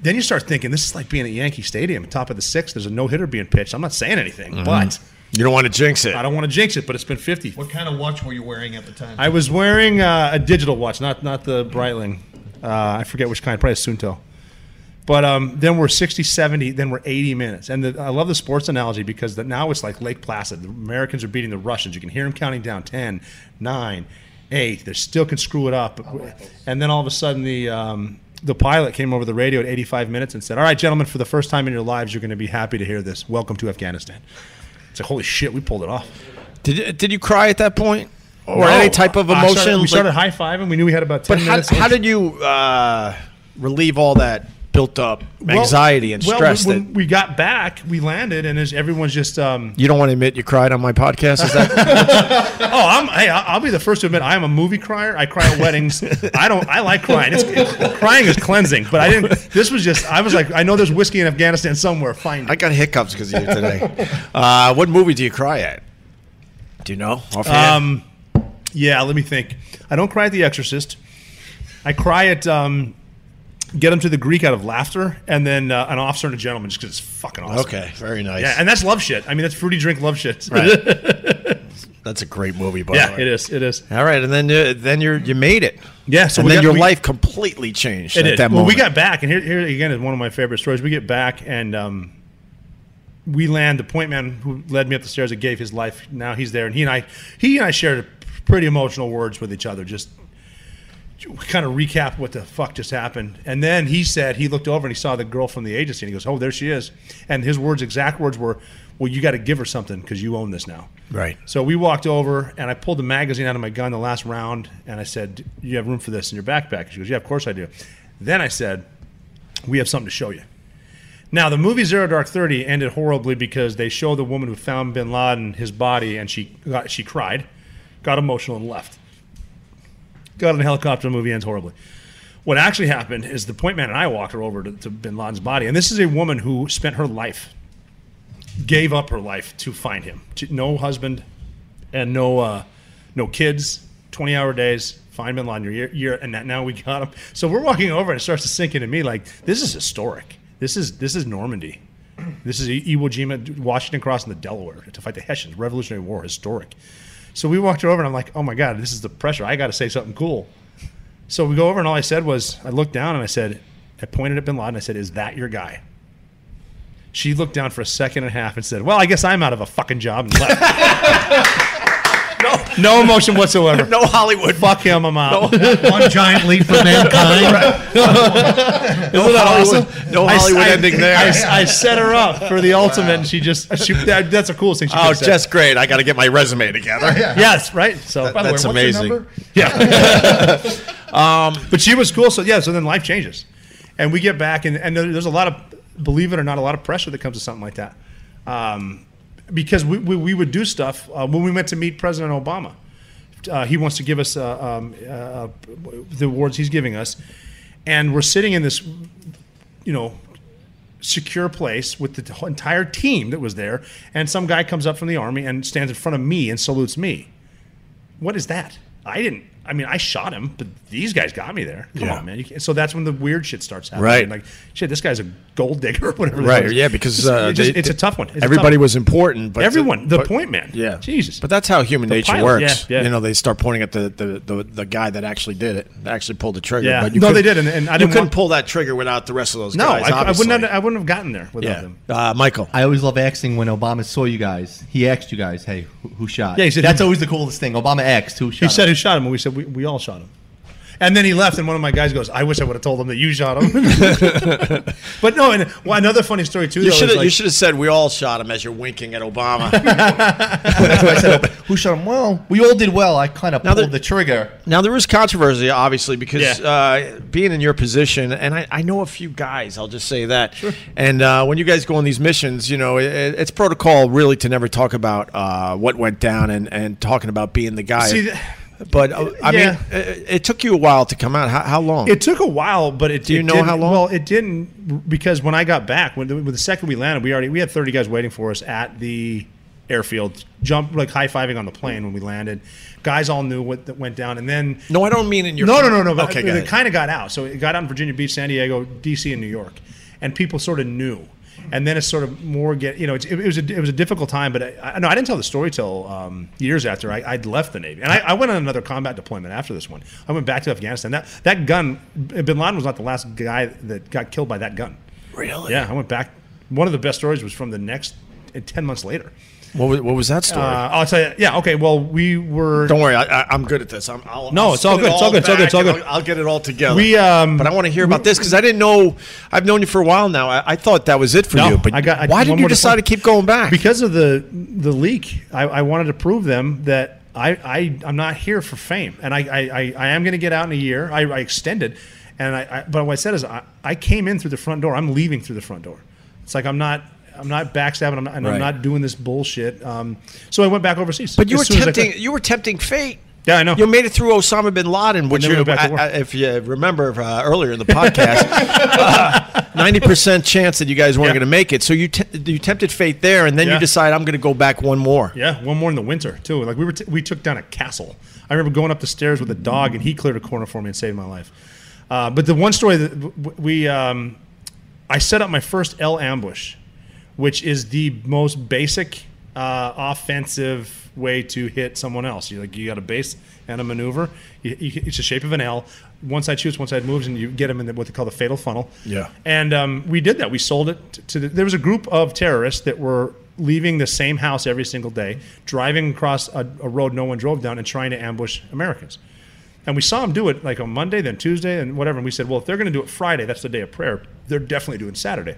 [SPEAKER 1] Then you start thinking this is like being at Yankee Stadium, top of the sixth. There's a no hitter being pitched. I'm not saying anything,
[SPEAKER 3] Mm-hmm.
[SPEAKER 1] but
[SPEAKER 3] You don't want to jinx it.
[SPEAKER 1] I don't want to jinx it. But it's been 50,
[SPEAKER 2] What kind of watch were you wearing at the time?
[SPEAKER 1] I was wearing uh, a digital watch, not not the Breitling. Uh, I forget which kind, probably a Sunto. But um, then we're 60, 70, then we're 80 minutes. And the, I love the sports analogy because the, now it's like Lake Placid. The Americans are beating the Russians. You can hear them counting down 10, 9, 8. They still can screw it up. And then all of a sudden, the, um, the pilot came over the radio at 85 minutes and said, All right, gentlemen, for the first time in your lives, you're going to be happy to hear this. Welcome to Afghanistan. It's like, holy shit, we pulled it off.
[SPEAKER 3] Did you, did you cry at that point, or
[SPEAKER 1] No.
[SPEAKER 3] any type of
[SPEAKER 1] I
[SPEAKER 3] emotion?
[SPEAKER 1] started- we
[SPEAKER 3] Like-
[SPEAKER 1] started high fiving. We knew we had about ten
[SPEAKER 3] but how,
[SPEAKER 1] minutes.
[SPEAKER 3] how did you uh, relieve all that built up
[SPEAKER 1] Well,
[SPEAKER 3] anxiety and
[SPEAKER 1] well,
[SPEAKER 3] stress
[SPEAKER 1] when, when
[SPEAKER 3] that
[SPEAKER 1] we got back, we landed, and as everyone's just, um,
[SPEAKER 3] you don't want to admit you cried on my podcast? Is that
[SPEAKER 1] oh, I'm, hey, I- I'll be the first to admit I am a movie crier. I cry at weddings. I don't. I like crying. It's, it's, crying is cleansing. But I didn't. This was just. I was like, I know there's whiskey in Afghanistan somewhere. Find
[SPEAKER 3] I
[SPEAKER 1] it.
[SPEAKER 3] got hiccups because of you today. uh, what movie do you cry at? Do you know? Offhand?
[SPEAKER 1] Um, yeah, let me think. I don't cry at The Exorcist. I cry at. Um, Get him to the Greek out of laughter, and then uh, an officer and a gentleman, just because it's fucking awesome.
[SPEAKER 3] okay, very nice.
[SPEAKER 1] Yeah, and that's love shit. I mean, that's fruity drink love shit.
[SPEAKER 3] That's a great movie, by
[SPEAKER 1] yeah,
[SPEAKER 3] the way.
[SPEAKER 1] it is. It is.
[SPEAKER 3] All right, and then uh, then you you made it.
[SPEAKER 1] Yeah, so
[SPEAKER 3] and
[SPEAKER 1] we
[SPEAKER 3] then
[SPEAKER 1] got-
[SPEAKER 3] your
[SPEAKER 1] we-
[SPEAKER 3] life completely changed
[SPEAKER 1] It
[SPEAKER 3] at
[SPEAKER 1] is.
[SPEAKER 3] that
[SPEAKER 1] well,
[SPEAKER 3] moment.
[SPEAKER 1] we got back, and here, here again is one of my favorite stories. We get back, and um, we land the point man who led me up the stairs and gave his life. Now he's there, and he and I, he and I shared pretty emotional words with each other. Just kind of recap what the fuck just happened. And then he said he looked over and he saw the girl from the agency and he goes, "Oh, there she is." And his words, exact words, were, "Well, you got to give her something because you own this now."
[SPEAKER 3] Right.
[SPEAKER 1] So we walked over and I pulled the magazine out of my gun the last round and I said, "You have room for this in your backpack?" She goes, "Yeah, of course I do." Then I said, "We have something to show you." Now, the movie Zero Dark Thirty ended horribly because they show the woman who found Bin Laden his body, and she got, she cried, got emotional, and left. Got in a helicopter. The movie ends horribly. What actually happened is the point man and I walked her over to, to Bin Laden's body, and this is a woman who spent her life, gave up her life to find him. She- No husband, and no uh, no kids. Twenty hour days. Find Bin Laden. You're, you're and that now we got him. So we're walking over, and it starts to sink into me like this is historic. This is this is Normandy. This is Iwo Jima, Washington crossing the Delaware to fight the Hessians. Revolutionary War, historic. So we walked over, and I'm like, oh my god, this is the pressure. I got to say something cool. So we go over, and all I said was, I looked down and I said, I pointed at Bin Laden. I said, is that your guy? She looked down for a second and a half and said, well, I guess I'm out of a fucking job and left. No emotion whatsoever.
[SPEAKER 3] No Hollywood.
[SPEAKER 1] Fuck him, I'm out.
[SPEAKER 4] One giant leap for mankind.
[SPEAKER 1] Isn't that awesome?
[SPEAKER 3] no
[SPEAKER 1] I s-
[SPEAKER 3] Hollywood
[SPEAKER 1] I-
[SPEAKER 3] ending there.
[SPEAKER 1] I, s- I set her up for the ultimate, and she just she, that, that's the coolest thing. She
[SPEAKER 3] Oh,
[SPEAKER 1] could've said.
[SPEAKER 3] just great. I got to get my resume together.
[SPEAKER 1] yes, right. So
[SPEAKER 3] By the way, That's what's your amazing. number?
[SPEAKER 1] Yeah. um, but she was cool. So yeah. So then life changes, and we get back, and and there- there's a lot of believe it or not, a lot of pressure that comes to something like that, um, because we, we we would do stuff uh, when we went to meet President Obama. Uh, he wants to give us uh, um, uh, the awards he's giving us, and we're sitting in this, you know, secure place with the t- entire team that was there, and some guy comes up from the army and stands in front of me and salutes me. What is that? I didn't. I mean, I shot him, but these guys got me there. Come on, man. You can't, so that's when the weird shit starts happening.
[SPEAKER 3] Right.
[SPEAKER 1] Like, shit, this guy's a gold digger or whatever. that
[SPEAKER 3] Right.
[SPEAKER 1] was.
[SPEAKER 3] Yeah, because
[SPEAKER 1] it's,
[SPEAKER 3] uh,
[SPEAKER 1] it just-
[SPEAKER 3] they-
[SPEAKER 1] it's a
[SPEAKER 3] they-
[SPEAKER 1] tough one. It's a tough
[SPEAKER 3] everybody
[SPEAKER 1] one.
[SPEAKER 3] was important, but
[SPEAKER 1] Everyone, the
[SPEAKER 3] but-
[SPEAKER 1] point man.
[SPEAKER 3] Yeah,
[SPEAKER 1] Jesus.
[SPEAKER 3] But that's how human nature
[SPEAKER 1] pilot,
[SPEAKER 3] works.
[SPEAKER 1] yeah, yeah.
[SPEAKER 3] You know, they start pointing at the, the, the, the guy that actually did it, that actually pulled the trigger.
[SPEAKER 1] Yeah.
[SPEAKER 3] but you
[SPEAKER 1] No, they did,
[SPEAKER 3] couldn't-
[SPEAKER 1] and- and I
[SPEAKER 3] you
[SPEAKER 1] didn't
[SPEAKER 3] couldn't
[SPEAKER 1] want-
[SPEAKER 3] pull that trigger without the rest of those
[SPEAKER 1] no,
[SPEAKER 3] guys.
[SPEAKER 1] I, I wouldn't.
[SPEAKER 3] obviously.
[SPEAKER 1] Have, I wouldn't have gotten there without
[SPEAKER 3] yeah,
[SPEAKER 1] them.
[SPEAKER 3] uh, Michael.
[SPEAKER 6] I always love asking when Obama saw you guys. He asked you guys, "Hey, who, who shot?"
[SPEAKER 1] Yeah, he said-
[SPEAKER 6] that's always the coolest thing. Obama asked, "Who shot?"
[SPEAKER 1] He said who shot him, and we said we, we all shot him. And then he left, and one of my guys goes, "I wish I would have told them that you shot him." but no, and well, another funny story too.
[SPEAKER 3] You
[SPEAKER 1] though, is
[SPEAKER 3] should have.
[SPEAKER 1] like-
[SPEAKER 3] you should have said we all shot him as you're winking at Obama.
[SPEAKER 6] Who shot him? Well, we all did well. I kind of
[SPEAKER 3] there-
[SPEAKER 6] pulled the trigger.
[SPEAKER 3] now there was controversy, obviously, because
[SPEAKER 1] Yeah.
[SPEAKER 3] uh, being in your position, and I, I know a few guys. I'll just say that. And uh, when you guys go on these missions, you know it, it's protocol really to never talk about uh, what went down and and talking about being the guy.
[SPEAKER 1] See, th-
[SPEAKER 3] but uh, I
[SPEAKER 1] yeah.
[SPEAKER 3] mean, it, it took you a while to come out. How, how long?
[SPEAKER 1] It took a while, but it. Do
[SPEAKER 3] you
[SPEAKER 1] it
[SPEAKER 3] know
[SPEAKER 1] didn't-
[SPEAKER 3] how long?
[SPEAKER 1] Well, it didn't because when I got back, when the, when the second we landed, we already we had thirty guys waiting for us at the airfield, jump like high fiving on the plane when we landed. Guys all knew what that went down, and then
[SPEAKER 3] No, I don't mean in your.
[SPEAKER 1] no, no, no, no. But
[SPEAKER 3] Okay,
[SPEAKER 1] okay,
[SPEAKER 3] got
[SPEAKER 1] it
[SPEAKER 3] it.
[SPEAKER 1] kind of got out. So it got out in Virginia Beach, San Diego, D.C., and New York, and people sort of knew. And then it's sort of more get you know it's, it, was a, it was a difficult time, but I, I no, I didn't tell the story till um, years after I, I'd left the Navy, and I, I went on another combat deployment after this one. I went back to Afghanistan. That that gun, Bin Laden was not the last guy that got killed by that gun.
[SPEAKER 3] Really?
[SPEAKER 1] Yeah, I went back. One of the best stories was from the next uh, ten months later.
[SPEAKER 3] What was, what was that story?
[SPEAKER 1] Uh, I'll tell you. Yeah, okay. Well, we were
[SPEAKER 3] don't worry, I, I, I'm good at this. I'm, I'll,
[SPEAKER 1] No,
[SPEAKER 3] I'll
[SPEAKER 1] it's all
[SPEAKER 3] spin
[SPEAKER 1] good,
[SPEAKER 3] it
[SPEAKER 1] it's all good, it's all good, it's all
[SPEAKER 3] back,
[SPEAKER 1] good.
[SPEAKER 3] I'll, I'll get it all together.
[SPEAKER 1] We, um,
[SPEAKER 3] but I want to hear about this because I didn't know. I've known you for a while now. I, I thought that was it for
[SPEAKER 1] No,
[SPEAKER 3] you. But
[SPEAKER 1] I got- I-
[SPEAKER 3] why
[SPEAKER 1] one
[SPEAKER 3] did you
[SPEAKER 1] more to
[SPEAKER 3] decide to
[SPEAKER 1] find-
[SPEAKER 3] keep going back?
[SPEAKER 1] because of the the leak I, I wanted to prove them that I, I i'm not here for fame and i i, I, I am going to get out in a year i, I extended and I, I but what i said is I, I came in through the front door i'm leaving through the front door it's like i'm not i'm not backstabbing I'm not, and
[SPEAKER 3] Right.
[SPEAKER 1] i'm not doing this bullshit um, so i went back overseas
[SPEAKER 3] but you
[SPEAKER 1] as
[SPEAKER 3] were
[SPEAKER 1] soon as I
[SPEAKER 3] tempting.
[SPEAKER 1] could.
[SPEAKER 3] You were tempting fate.
[SPEAKER 1] Yeah, I know.
[SPEAKER 3] You made it through Osama bin Laden, which
[SPEAKER 1] then we
[SPEAKER 3] you,
[SPEAKER 1] went back to war.
[SPEAKER 3] I- I- if you remember uh, earlier in the podcast, uh, ninety percent chance that you guys weren't
[SPEAKER 1] Yeah.
[SPEAKER 3] going to make it. So you te- you tempted fate there, and then you
[SPEAKER 1] Yeah.
[SPEAKER 3] decide I'm going to go back one more.
[SPEAKER 1] yeah one more in the winter too like we were t- we took down a castle i remember going up the stairs with a dog and he cleared a corner for me and saved my life uh, but the one story that w- w- we um, I set up my first L ambush, which is the most basic uh, offensive way to hit someone else. You like you got a base and a maneuver. You, you, it's the shape of an L. One side shoots, one side moves, and you get them in the, what they call the fatal funnel.
[SPEAKER 3] Yeah.
[SPEAKER 1] And um, we did that. We sold it t- to. The, there was a group of terrorists that were leaving the same house every single day, driving across a, a road no one drove down, and trying to ambush Americans. And we saw them do it like on Monday, then Tuesday, and whatever. And we said, well, if they're going to do it Friday, that's the day of prayer. They're definitely doing Saturday.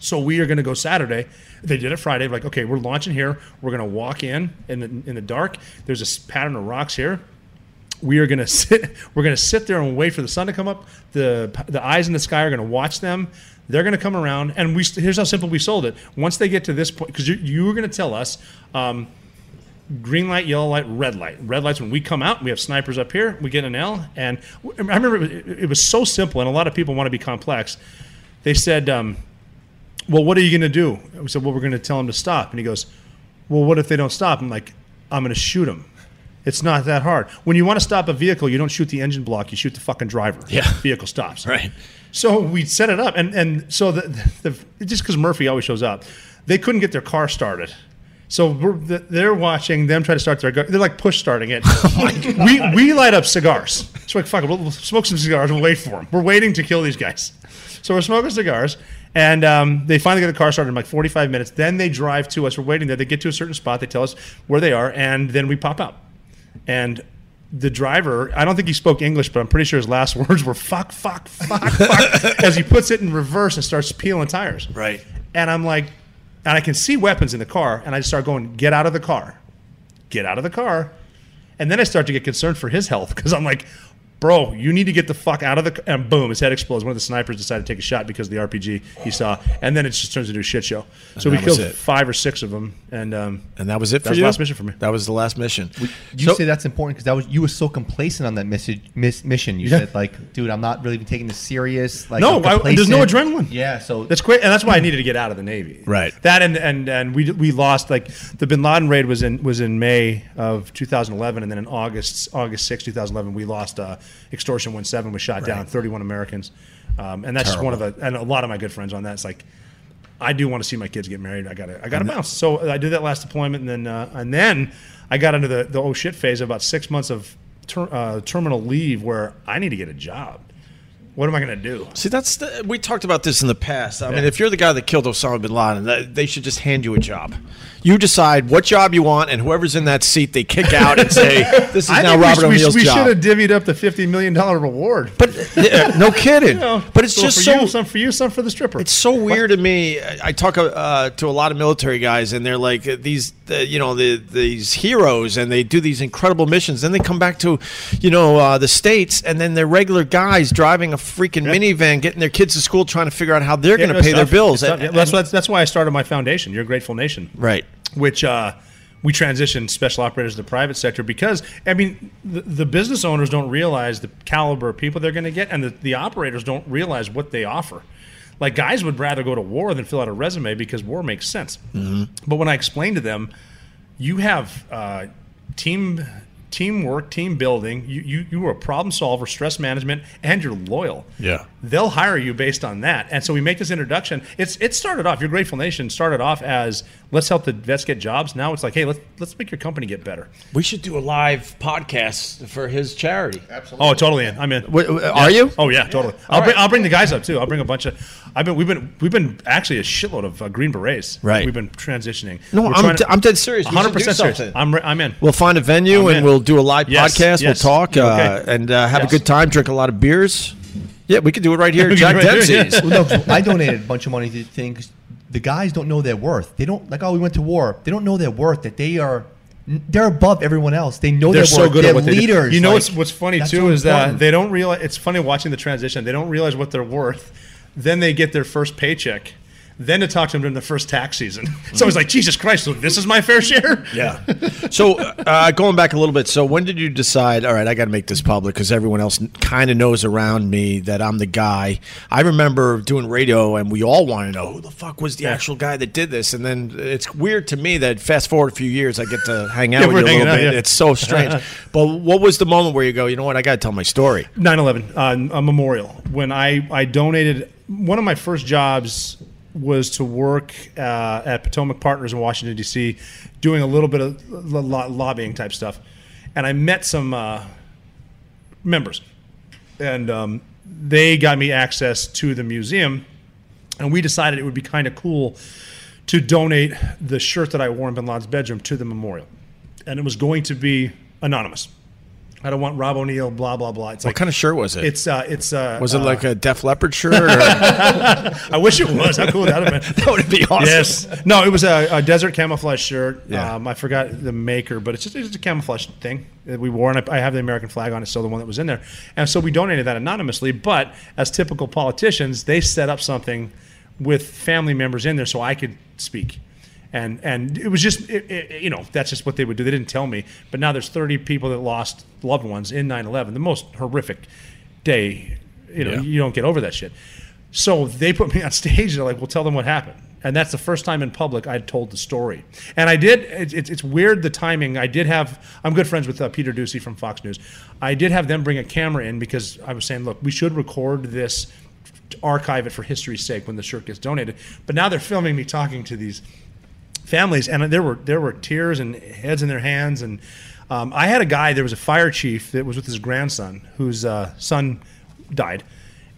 [SPEAKER 1] So we are going to go Saturday. They did it Friday. Like, okay, we're launching here. We're going to walk in in the, in the dark. There's a s- pattern of rocks here. We are going to sit. We're going to sit there and wait for the sun to come up. The the eyes in the sky are going to watch them. They're going to come around. And we here's how simple we sold it. Once they get to this point, because you you were going to tell us. Um, green light, yellow light, red light. Red light's when we come out, we have snipers up here, we get an L. And I remember it was, it was so simple, and a lot of people want to be complex. They said, um, Well, what are you going to do? And we said, Well, we're going to tell them to stop. And he goes, Well, what if they don't stop? I'm like, I'm going to shoot them. It's not that hard. When you want to stop a vehicle, you don't shoot the engine block, you shoot the fucking driver.
[SPEAKER 3] Yeah.
[SPEAKER 1] Vehicle stops.
[SPEAKER 3] Right.
[SPEAKER 1] So we set it up, and and so the, the just because Murphy always shows up, they couldn't get their car started. So we're, th- they're watching them try to start their. Go- they're like push starting it. we we light up cigars. So we're like fuck, it, we'll, we'll smoke some cigars and wait for them. We're waiting to kill these guys. So we're smoking cigars, and um, they finally get the car started in like 45 minutes. Then they drive to us. We're waiting there. They get to a certain spot. They tell us where they are, and then we pop out. And the driver, I don't think he spoke English, but I'm pretty sure his last words were fuck, fuck, fuck, fuck, as he puts it in reverse and starts peeling tires.
[SPEAKER 3] Right.
[SPEAKER 1] And I'm like, and I can see weapons in the car, and I just start going, get out of the car, get out of the car. And then I start to get concerned for his health because I'm like, bro, you need to get the fuck out of the. c-" And boom, his head explodes. One of the snipers decided to take a shot because of the RPG he saw. And then it just turns into a shit show. So we
[SPEAKER 3] that was
[SPEAKER 1] killed
[SPEAKER 3] it.
[SPEAKER 1] five or six of them. And, um,
[SPEAKER 3] And that was it for
[SPEAKER 1] That was
[SPEAKER 3] you.
[SPEAKER 1] the last mission for me.
[SPEAKER 3] That was the last mission.
[SPEAKER 6] You
[SPEAKER 3] So-
[SPEAKER 6] say that's important because that was you were so complacent on that message, miss, mission. You said like, dude, I'm not really even taking this serious. Like,
[SPEAKER 1] No,
[SPEAKER 6] I'm
[SPEAKER 1] I- there's no
[SPEAKER 6] complacent.
[SPEAKER 1] adrenaline.
[SPEAKER 6] Yeah, so
[SPEAKER 1] That's great, and that's why I needed to get out of the Navy.
[SPEAKER 3] Right.
[SPEAKER 1] That and and and we we lost like the Bin Laden raid was in was in May of 2011, and then in August August 6, 2011, we lost uh, extortion one seven was shot down, 31 Americans, um, and that's just one of the and a lot of my good friends on that. It's like I do want to see my kids get married. I gotta I gotta bounce. So I did that last deployment, and then uh, and then I got into the the oh shit phase of about six months of ter- uh, terminal leave where I need to get a job. What am I gonna do?
[SPEAKER 3] See, that's the, we talked about this in the past. I mean, if you're the guy that killed Osama bin Laden, that, they should just hand you a job. You decide what job you want, and whoever's in that seat, they kick out and say, "This is
[SPEAKER 1] I
[SPEAKER 3] now
[SPEAKER 1] think we
[SPEAKER 3] Robert
[SPEAKER 1] sh- we, sh-
[SPEAKER 3] O'Neill's
[SPEAKER 1] we
[SPEAKER 3] job."
[SPEAKER 1] should have divvied up the fifty million dollar reward.
[SPEAKER 3] But yeah, no kidding.
[SPEAKER 1] You know,
[SPEAKER 3] but it's
[SPEAKER 1] some
[SPEAKER 3] just
[SPEAKER 1] for
[SPEAKER 3] so
[SPEAKER 1] you, some for you, some for the stripper.
[SPEAKER 3] It's so weird to me. I I talk uh, to a lot of military guys, and they're like uh, these, uh, you know, the, these heroes, and they do these incredible missions. Then they come back to, you know, uh, the states, and then they're regular guys driving a freaking minivan, getting their kids to school, trying to figure out how they're
[SPEAKER 1] Yeah,
[SPEAKER 3] going
[SPEAKER 1] no,
[SPEAKER 3] to pay
[SPEAKER 1] it's
[SPEAKER 3] their
[SPEAKER 1] tough.
[SPEAKER 3] bills.
[SPEAKER 1] It's tough.
[SPEAKER 3] And-
[SPEAKER 1] Yeah, that's, that's that's why I started my foundation, Your Grateful Nation,
[SPEAKER 3] right.
[SPEAKER 1] which uh, we transitioned special operators to the private sector because I mean the, the business owners don't realize the caliber of people they're going to get, and the, the operators don't realize what they offer. Like guys would rather go to war than fill out a resume because war makes sense. But when I explained to them you have uh, team teamwork, team building. You, you you are a problem solver, stress management, and you're loyal.
[SPEAKER 3] Yeah.
[SPEAKER 1] they'll hire you based on that. And so we make this introduction. It's it started off. Your Grateful Nation started off as let's help the vets get jobs. Now it's like hey, let's let's make your company get better.
[SPEAKER 3] We should do a live podcast for his charity.
[SPEAKER 2] Absolutely.
[SPEAKER 1] Oh, totally in. I'm in.
[SPEAKER 3] Are you?
[SPEAKER 1] Oh yeah, totally. I'll bring I'll bring the guys up too. I'll bring a bunch of. I've been we've been we've been actually a shitload of uh, green berets.
[SPEAKER 3] Right.
[SPEAKER 1] We've been transitioning.
[SPEAKER 3] No,
[SPEAKER 1] We're
[SPEAKER 3] I'm
[SPEAKER 1] trying
[SPEAKER 3] d- I'm dead serious. We
[SPEAKER 1] 100%
[SPEAKER 3] should do
[SPEAKER 1] serious.
[SPEAKER 3] something.
[SPEAKER 1] I'm re- I'm in.
[SPEAKER 3] We'll find a venue
[SPEAKER 1] I'm
[SPEAKER 3] and
[SPEAKER 1] in.
[SPEAKER 3] we'll do a live
[SPEAKER 1] Oh, Yes, yes.
[SPEAKER 3] podcast. We'll talk
[SPEAKER 1] Yeah,
[SPEAKER 3] uh,
[SPEAKER 1] okay.
[SPEAKER 3] and uh, have
[SPEAKER 1] Yes.
[SPEAKER 3] a good time, drink a lot of beers. Yeah, we could do it right here, at
[SPEAKER 1] We could do
[SPEAKER 3] Jack
[SPEAKER 1] it right here,
[SPEAKER 3] Dempsey's.
[SPEAKER 1] yeah.
[SPEAKER 6] Well, no, 'cause I donated a bunch of money to things. The guys don't know their worth. They don't like. Oh, we went to war. They don't know their worth. That they are, they're above everyone else. They know
[SPEAKER 1] they're
[SPEAKER 6] their
[SPEAKER 1] so
[SPEAKER 6] worth.
[SPEAKER 1] good
[SPEAKER 6] they're
[SPEAKER 1] at what they
[SPEAKER 6] leaders.
[SPEAKER 1] do. You know
[SPEAKER 6] like,
[SPEAKER 1] what's what's funny
[SPEAKER 6] that's
[SPEAKER 1] too
[SPEAKER 6] so
[SPEAKER 1] is that
[SPEAKER 6] important.
[SPEAKER 1] they don't realize. It's funny watching the transition. They don't realize what they're worth. Then they get their first paycheck. Then to talk to them during the first tax season. So it's like Jesus Christ. So this is my fair share.
[SPEAKER 3] Yeah. so uh, going back a little bit, so when did you decide? All right, I got to make this public because everyone else kind of knows around me that I'm the guy. I remember doing radio, and we all want to know who the fuck was the actual guy that did this. And then it's weird to me that fast forward a few years, I get to hang out
[SPEAKER 1] Yeah,
[SPEAKER 3] with
[SPEAKER 1] we're
[SPEAKER 3] you a little
[SPEAKER 1] hanging out,
[SPEAKER 3] bit.
[SPEAKER 1] yeah.
[SPEAKER 3] It's so strange. but what was the moment where you go, you know what? I got to tell my story.
[SPEAKER 1] 9/11, uh, a memorial. When I I donated, one of my first jobs was to work uh, at Potomac Partners in Washington D.C., doing a little bit of lo- lo- lobbying type stuff, and I met some uh, members, and um, they got me access to the museum, and we decided it would be kind of cool to donate the shirt that I wore in Bin Laden's bedroom to the memorial, and it was going to be anonymous I don't want Rob O'Neill, blah blah blah. It's
[SPEAKER 3] What
[SPEAKER 1] like
[SPEAKER 3] kind of shirt was it?
[SPEAKER 1] it's uh, it's uh,
[SPEAKER 3] was it
[SPEAKER 1] uh,
[SPEAKER 3] like a Def Leppard shirt? Or?
[SPEAKER 1] I wish it was. How cool would that have been.
[SPEAKER 3] that would be awesome.
[SPEAKER 1] Yes. No, it was a, a desert camouflage shirt.
[SPEAKER 3] Yeah.
[SPEAKER 1] Um, I forgot the maker, but it's just, it's just a camouflage thing that we wore, and I, I have the American flag on it, so the one that was in there. And so we donated that anonymously, but as typical politicians, they set up something with family members in there so I could speak. And, and it was just, it, it, you know, that's just what they would do. They didn't tell me. But now there's 30 people that lost loved ones in 9 11, the most horrific day. You know,
[SPEAKER 3] Yeah.
[SPEAKER 1] you don't get over that shit. So they put me on stage. They're like, "Well, tell them what happened." And that's the first time in public I'd told the story. And I did. It's, it's, it's weird the timing. I did have. I'm good friends with uh, Peter Ducey from Fox News. I did have them bring a camera in because I was saying, "Look, we should record this, to archive it for history's sake when the shirt gets donated." But now they're filming me talking to these families, and there were there were tears and heads in their hands. And um, I had a guy. There was a fire chief that was with his grandson, whose uh, son died,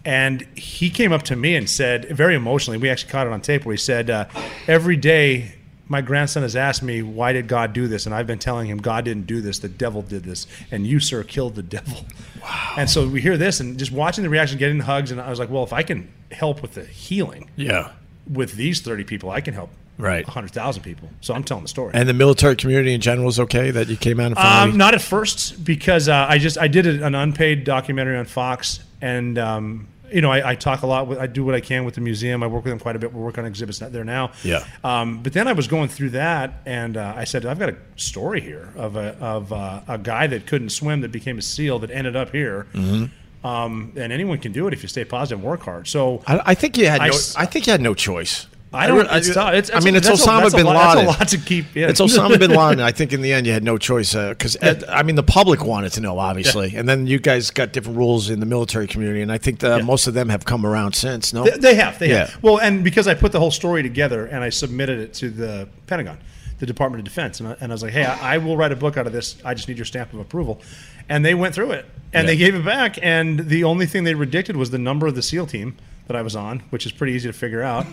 [SPEAKER 1] and he came up to me and said, very emotionally, we actually caught it on tape, where he said, uh, "Every day." My grandson has asked me, why did God do this? And I've been telling him, God didn't do this. The devil did this. And you, sir, killed the devil. Wow. And so we hear this and just watching the reaction, getting the hugs. And I was like, well, if I can help with the healing
[SPEAKER 3] Yeah.
[SPEAKER 1] with these 30 people, I can help
[SPEAKER 3] Right.
[SPEAKER 1] 100,000 people. So I'm telling the story.
[SPEAKER 3] And the military community in general is okay that you came out and finally.
[SPEAKER 1] um, not at first because uh, I just I did an unpaid documentary on Fox, and um, you know I, I talk a lot. With, I do what I can with the museum. I work with them quite a bit. We work on exhibits there now.
[SPEAKER 3] Yeah.
[SPEAKER 1] Um, but then I was going through that, and uh, I said I've got a story here of a of uh, a guy that couldn't swim that became a SEAL that ended up here.
[SPEAKER 3] Mm-hmm.
[SPEAKER 1] Um, and anyone can do it if you stay positive and work hard. So
[SPEAKER 3] I, I think you had. No,
[SPEAKER 1] I
[SPEAKER 3] I
[SPEAKER 1] s-
[SPEAKER 3] think you had no choice.
[SPEAKER 1] I don't.
[SPEAKER 3] re- I,
[SPEAKER 1] it's tough. It's,
[SPEAKER 3] I mean, it's
[SPEAKER 1] that's a-
[SPEAKER 3] Osama
[SPEAKER 1] that's a
[SPEAKER 3] bin
[SPEAKER 1] lot-
[SPEAKER 3] Laden.
[SPEAKER 1] That's a lot to keep. Yeah.
[SPEAKER 3] It's Osama bin Laden. I think in the end you had no choice because I mean the public wanted to know obviously, and then you guys got different rules in the military community, and I think that most of them have come around since. No,
[SPEAKER 1] They, they have. They
[SPEAKER 3] Yeah.
[SPEAKER 1] have. Well, and because I put the whole story together and I submitted it to the Pentagon, the Department of Defense, and I, and I was like, hey, I, I will write a book out of this. I just need your stamp of approval. And they went through it and they gave it back. And the only thing they redacted was the number of the SEAL team that I was on, which is pretty easy to figure out.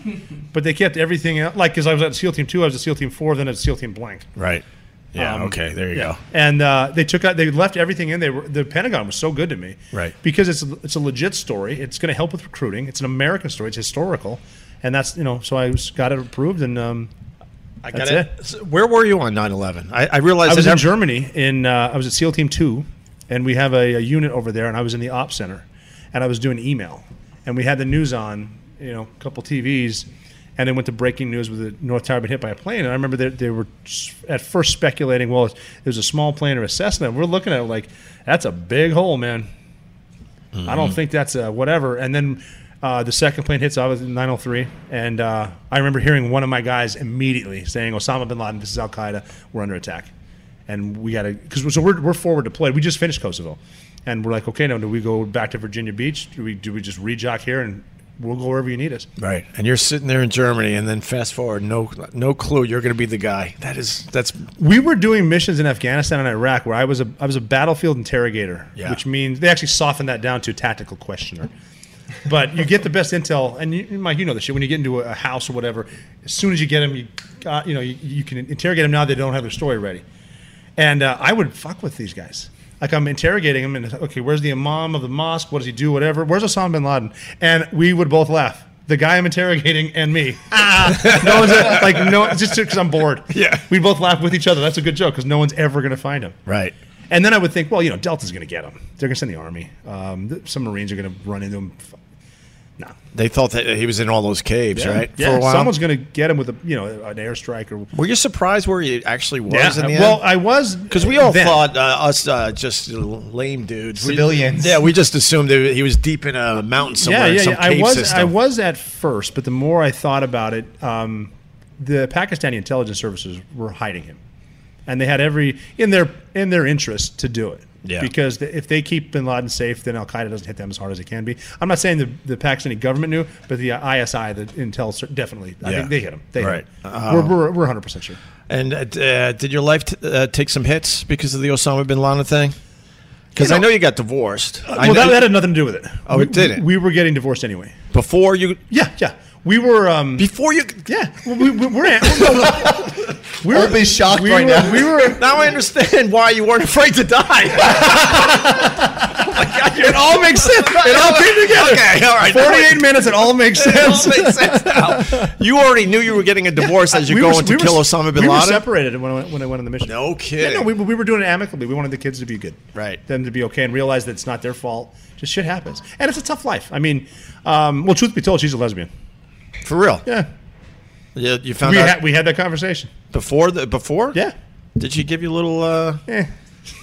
[SPEAKER 1] but they kept everything out, like, because I was at SEAL Team 2, I was at SEAL Team 4, then at SEAL Team blank.
[SPEAKER 3] right. Yeah.
[SPEAKER 1] Um,
[SPEAKER 3] okay. There you
[SPEAKER 1] yeah.
[SPEAKER 3] go.
[SPEAKER 1] And uh, they took out, they left everything in. They were, the Pentagon was so good to me,
[SPEAKER 3] Right.
[SPEAKER 1] Because it's a, it's a legit story. It's going to help with recruiting. It's an American story. It's historical, and that's you know. So I was, got it approved, and um,
[SPEAKER 3] I
[SPEAKER 1] That's
[SPEAKER 3] gotta- so Where were you on 9-11? I, I realized
[SPEAKER 1] I was
[SPEAKER 3] that
[SPEAKER 1] in
[SPEAKER 3] ev-
[SPEAKER 1] Germany. In uh, I was at SEAL Team Two, and we have a, a unit over there, and I was in the ops center, and I was doing email, and we had the news on, you know, a couple TVs, and they went to breaking news with the North Tower been hit by a plane, and I remember that they were s- at first speculating, well, it was a small plane or a Cessna. We're looking at it like, that's a big hole, man. I don't think that's a whatever. And then uh, the second plane hits. I was in 903, and uh, I remember hearing one of my guys immediately saying, "Osama bin Laden, this is Al Qaeda. We're under attack, and we got to because so we're, we're forward deployed. We just finished Kosovo, and we're like, okay, now do we go back to Virginia Beach? Do we do we just rejock here and we'll go wherever you need us?
[SPEAKER 3] Right, and you're sitting there in Germany, and then fast forward, no, no clue. You're going to be the guy. That is, that's
[SPEAKER 1] we were doing missions in Afghanistan and Iraq where I was a I was a battlefield interrogator,
[SPEAKER 3] Yeah.
[SPEAKER 1] which means they actually softened that down to tactical questioner. But you get the best intel, and you, Mike, you know this shit. When you get into a, a house or whatever, as soon as you get them, you got, you know you, you can interrogate them now. They don't have their story ready, and uh, I would fuck with these guys. Like I'm interrogating them, and it's like, okay, where's the imam of the mosque? What does he do? Whatever. Where's Osama bin Laden? And we would both laugh. The guy I'm interrogating and me. Ah, no one's like no, it's just because I'm bored.
[SPEAKER 3] Yeah.
[SPEAKER 1] We both laugh with each other. That's a good joke because no one's ever going to find him.
[SPEAKER 3] right.
[SPEAKER 1] And then I would think, well, you know, Delta's going to get him. They're going to send the army. Um, th- some Marines are going to run into him. F- No.
[SPEAKER 3] They thought that he was in all those caves, right?
[SPEAKER 1] Yeah.
[SPEAKER 3] For a while.
[SPEAKER 1] Someone's going to get him with a you know an airstrike or.
[SPEAKER 3] were you surprised where he actually was in the
[SPEAKER 1] well,
[SPEAKER 3] end?
[SPEAKER 1] I was
[SPEAKER 3] Because we all
[SPEAKER 1] then.
[SPEAKER 3] thought uh, us uh, just lame dudes, We-
[SPEAKER 6] Civilians.
[SPEAKER 3] yeah, we just assumed that he was deep in a mountain somewhere, in some cave
[SPEAKER 1] I was,
[SPEAKER 3] system.
[SPEAKER 1] I was at first, but the more I thought about it, um, the Pakistani intelligence services were hiding him, and they had every in their in their interest to do it.
[SPEAKER 3] Yeah.
[SPEAKER 1] Because the, if they keep Bin Laden safe, then Al Qaeda doesn't hit them as hard as it can be. I'm not saying the, the Pakistani government knew, but the ISI, the intel, ser- definitely. I
[SPEAKER 3] Yeah.
[SPEAKER 1] think they hit him. They
[SPEAKER 3] Right. Um,
[SPEAKER 1] Hit him. we're, we're, we're 100 percent sure.
[SPEAKER 3] and uh, d- uh, did your life t- uh, take some hits because of the Osama bin Laden thing? Because I know you got divorced. I
[SPEAKER 1] Uh, well,
[SPEAKER 3] know-
[SPEAKER 1] that, that had nothing to do with it.
[SPEAKER 3] Oh,
[SPEAKER 1] we,
[SPEAKER 3] it didn't.
[SPEAKER 1] We were getting divorced anyway.
[SPEAKER 3] before you,
[SPEAKER 1] Yeah, yeah. We were. Um,
[SPEAKER 3] before you,
[SPEAKER 1] yeah, we, we, we're. We were-
[SPEAKER 4] I'll be shocked
[SPEAKER 1] we
[SPEAKER 4] right
[SPEAKER 1] were-
[SPEAKER 4] now.
[SPEAKER 1] We were
[SPEAKER 3] Now I understand why you weren't afraid to die. oh my God, it all makes sense. It all came together. Okay, all right.
[SPEAKER 1] 48 minutes. It all makes
[SPEAKER 3] It all
[SPEAKER 1] sense.
[SPEAKER 3] makes sense now. You already knew you were getting a divorce as you're
[SPEAKER 1] We were-
[SPEAKER 3] going to
[SPEAKER 1] we were-
[SPEAKER 3] kill Osama bin
[SPEAKER 1] We were
[SPEAKER 3] Laden.
[SPEAKER 1] separated when I, went- when I went on the mission.
[SPEAKER 3] No
[SPEAKER 1] Yeah,
[SPEAKER 3] kidding.
[SPEAKER 1] no, we, we were doing it amicably. We wanted the kids to be good,
[SPEAKER 3] Right.
[SPEAKER 1] Them to be okay and realize that it's not their fault. Just shit happens, and it's a tough life. I mean, um, well, truth be told, she's a lesbian.
[SPEAKER 3] For real.
[SPEAKER 1] Yeah,
[SPEAKER 3] You, you found
[SPEAKER 1] we
[SPEAKER 3] out
[SPEAKER 1] had we had that conversation.
[SPEAKER 3] before the before.
[SPEAKER 1] Yeah,
[SPEAKER 3] Did she give you a little? Uh,
[SPEAKER 1] Eh.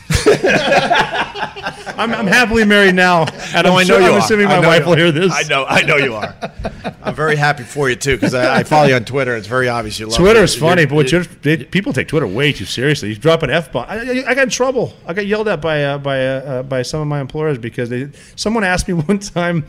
[SPEAKER 1] I'm, I'm happily married now, and
[SPEAKER 3] No,
[SPEAKER 1] I'm,
[SPEAKER 3] I know
[SPEAKER 1] sure-
[SPEAKER 3] you
[SPEAKER 1] I'm
[SPEAKER 3] are.
[SPEAKER 1] assuming
[SPEAKER 3] I
[SPEAKER 1] my
[SPEAKER 3] know
[SPEAKER 1] wife
[SPEAKER 3] you
[SPEAKER 1] will
[SPEAKER 3] are.
[SPEAKER 1] hear this.
[SPEAKER 3] I know. I know you are. I'm very happy for you too because I, I follow you on Twitter. It's very obvious you love
[SPEAKER 1] Twitter
[SPEAKER 3] it.
[SPEAKER 1] is funny,
[SPEAKER 3] You're-
[SPEAKER 1] but what
[SPEAKER 3] you're-
[SPEAKER 1] you're, they, people take Twitter way too seriously. You drop an f bomb. I, I, I got in trouble. I got yelled at by uh, by uh, uh, by some of my employers because they. Someone asked me one time,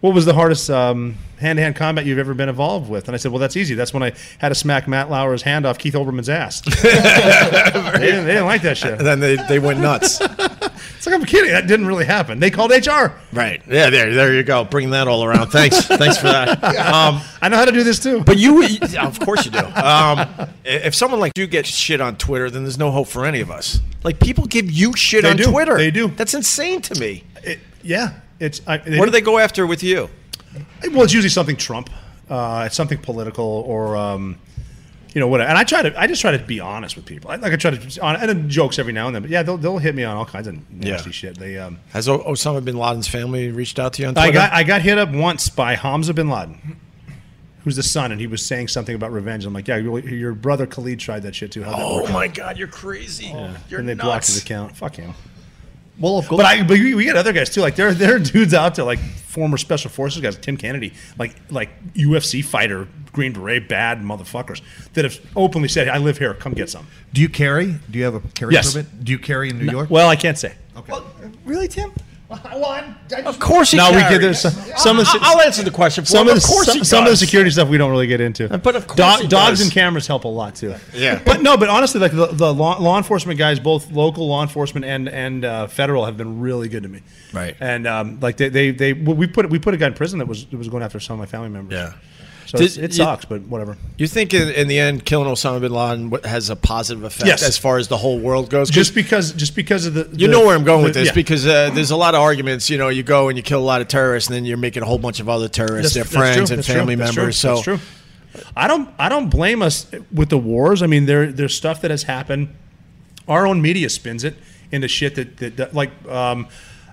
[SPEAKER 1] "What was the hardest hand to hand combat you've ever been involved with?" And I said, "Well, that's easy. That's when I had to smack Matt Lauer's hand off Keith Olbermann's ass." they, didn't, they didn't like that shit.
[SPEAKER 3] and then they, they went nuts.
[SPEAKER 1] It's like I'm kidding. That didn't really happen. They called HR.
[SPEAKER 3] right. Yeah. There. There you go. Bring that all around. Thanks. Thanks for that. Um,
[SPEAKER 1] I know how to do this too.
[SPEAKER 3] But you, you- of course you do. Um, i- if someone like you gets shit on Twitter, then there's no hope for any of us. Like people give you shit
[SPEAKER 1] They
[SPEAKER 3] on
[SPEAKER 1] do.
[SPEAKER 3] Twitter.
[SPEAKER 1] They do.
[SPEAKER 3] That's insane to me.
[SPEAKER 1] It- yeah, it's. I,
[SPEAKER 3] What do they go after with you?
[SPEAKER 1] Well, it's usually something Trump. Uh, it's something political or. Um, you know whatever, and I try to. I just try to be honest with people. I, like I try to, on, and then jokes every now and then. But yeah, they'll, they'll hit me on all kinds of nasty
[SPEAKER 3] Yeah.
[SPEAKER 1] shit. They, um,
[SPEAKER 3] Has o- Osama bin Laden's family reached out to you on Twitter?
[SPEAKER 1] I got I got hit up once by Hamza bin Laden, who's the son, and he was saying something about revenge. I'm like, yeah, your, your brother Khalid tried that shit too. How'd that
[SPEAKER 3] oh
[SPEAKER 1] work?
[SPEAKER 3] my God, you're crazy. You're
[SPEAKER 1] and they
[SPEAKER 3] nuts.
[SPEAKER 1] blocked his account. Fuck him.
[SPEAKER 6] Well, of
[SPEAKER 1] But
[SPEAKER 6] course.
[SPEAKER 1] I, but we, we got other guys too. Like there, there are dudes out there, like former special forces guys, Tim Kennedy, like like UFC fighter, Green Beret, bad motherfuckers that have openly said, "I live here, come get some."
[SPEAKER 4] Do you carry? Do you have a carry
[SPEAKER 1] Yes.
[SPEAKER 4] permit? Do you carry in New York?
[SPEAKER 1] Well, I can't say.
[SPEAKER 3] Really, Tim?
[SPEAKER 2] Well, I'm, I just,
[SPEAKER 3] Of course he
[SPEAKER 1] No, we
[SPEAKER 3] carries.
[SPEAKER 1] get there's some, some of the,
[SPEAKER 3] I'll I'll answer the question for
[SPEAKER 1] some
[SPEAKER 3] him.
[SPEAKER 1] of the
[SPEAKER 3] course
[SPEAKER 1] some,
[SPEAKER 3] he
[SPEAKER 1] some of the
[SPEAKER 3] does.
[SPEAKER 1] security stuff we don't really get into.
[SPEAKER 3] But of course he
[SPEAKER 1] dogs
[SPEAKER 3] does.
[SPEAKER 1] and cameras help a lot too.
[SPEAKER 3] Yeah.
[SPEAKER 1] but no, but honestly, like the, the law, law enforcement guys, both local law enforcement and and uh, federal, have been really good to me.
[SPEAKER 3] Right.
[SPEAKER 1] And um, like they they, they we put we put a guy in prison that was that was going after some of my family members.
[SPEAKER 3] Yeah.
[SPEAKER 1] So
[SPEAKER 3] Did-
[SPEAKER 1] it's- it
[SPEAKER 3] you-
[SPEAKER 1] sucks, but whatever.
[SPEAKER 3] You think in, in the end, killing Osama bin Laden wa- has a positive effect
[SPEAKER 1] Yes.
[SPEAKER 3] as far as the whole world goes? 'Cause
[SPEAKER 1] Just because just because of the
[SPEAKER 3] you
[SPEAKER 1] the-
[SPEAKER 3] know where I'm going with
[SPEAKER 1] the-
[SPEAKER 3] this
[SPEAKER 1] yeah.
[SPEAKER 3] because uh, there's a lot of arguments. You know, you go and you kill a lot of terrorists, and then you're making a whole bunch of other terrorists, their
[SPEAKER 1] That's- that's
[SPEAKER 3] friends
[SPEAKER 1] true,
[SPEAKER 3] and
[SPEAKER 1] that's true,
[SPEAKER 3] family
[SPEAKER 1] that's true,
[SPEAKER 3] members. So
[SPEAKER 1] that's true. I don't I don't blame us with the wars. I mean, there there's stuff that has happened. Our own media spins it into shit that that, that like um,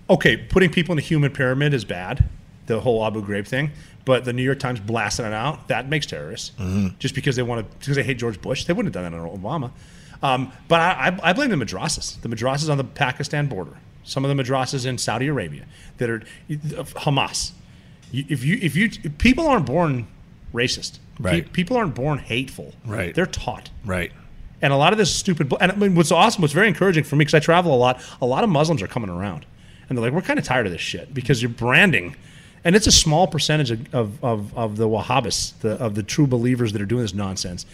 [SPEAKER 1] okay, putting people in a human pyramid is bad. The whole Abu Ghraib thing, but the New York Times blasting it out that makes terrorists
[SPEAKER 3] Mm-hmm.
[SPEAKER 1] just because they want to because they hate George Bush. They wouldn't have done that under Obama. Um, but I, I, I blame the madrasas. The madrasas on the Pakistan border. Some of the madrasas in Saudi Arabia that are uh, Hamas. You- if you if you people aren't born racist
[SPEAKER 3] Right.
[SPEAKER 1] Pe- people aren't born hateful
[SPEAKER 3] Right.
[SPEAKER 1] they're taught
[SPEAKER 3] right,
[SPEAKER 1] and a lot of this stupid bu- and I mean, what's awesome what's very encouraging for me because i travel a lot a lot of muslims are coming around and they're like we're kind of tired of this shit because you're branding and it's a small percentage of, of, of, of the wahhabists the, of the true believers that are doing this nonsense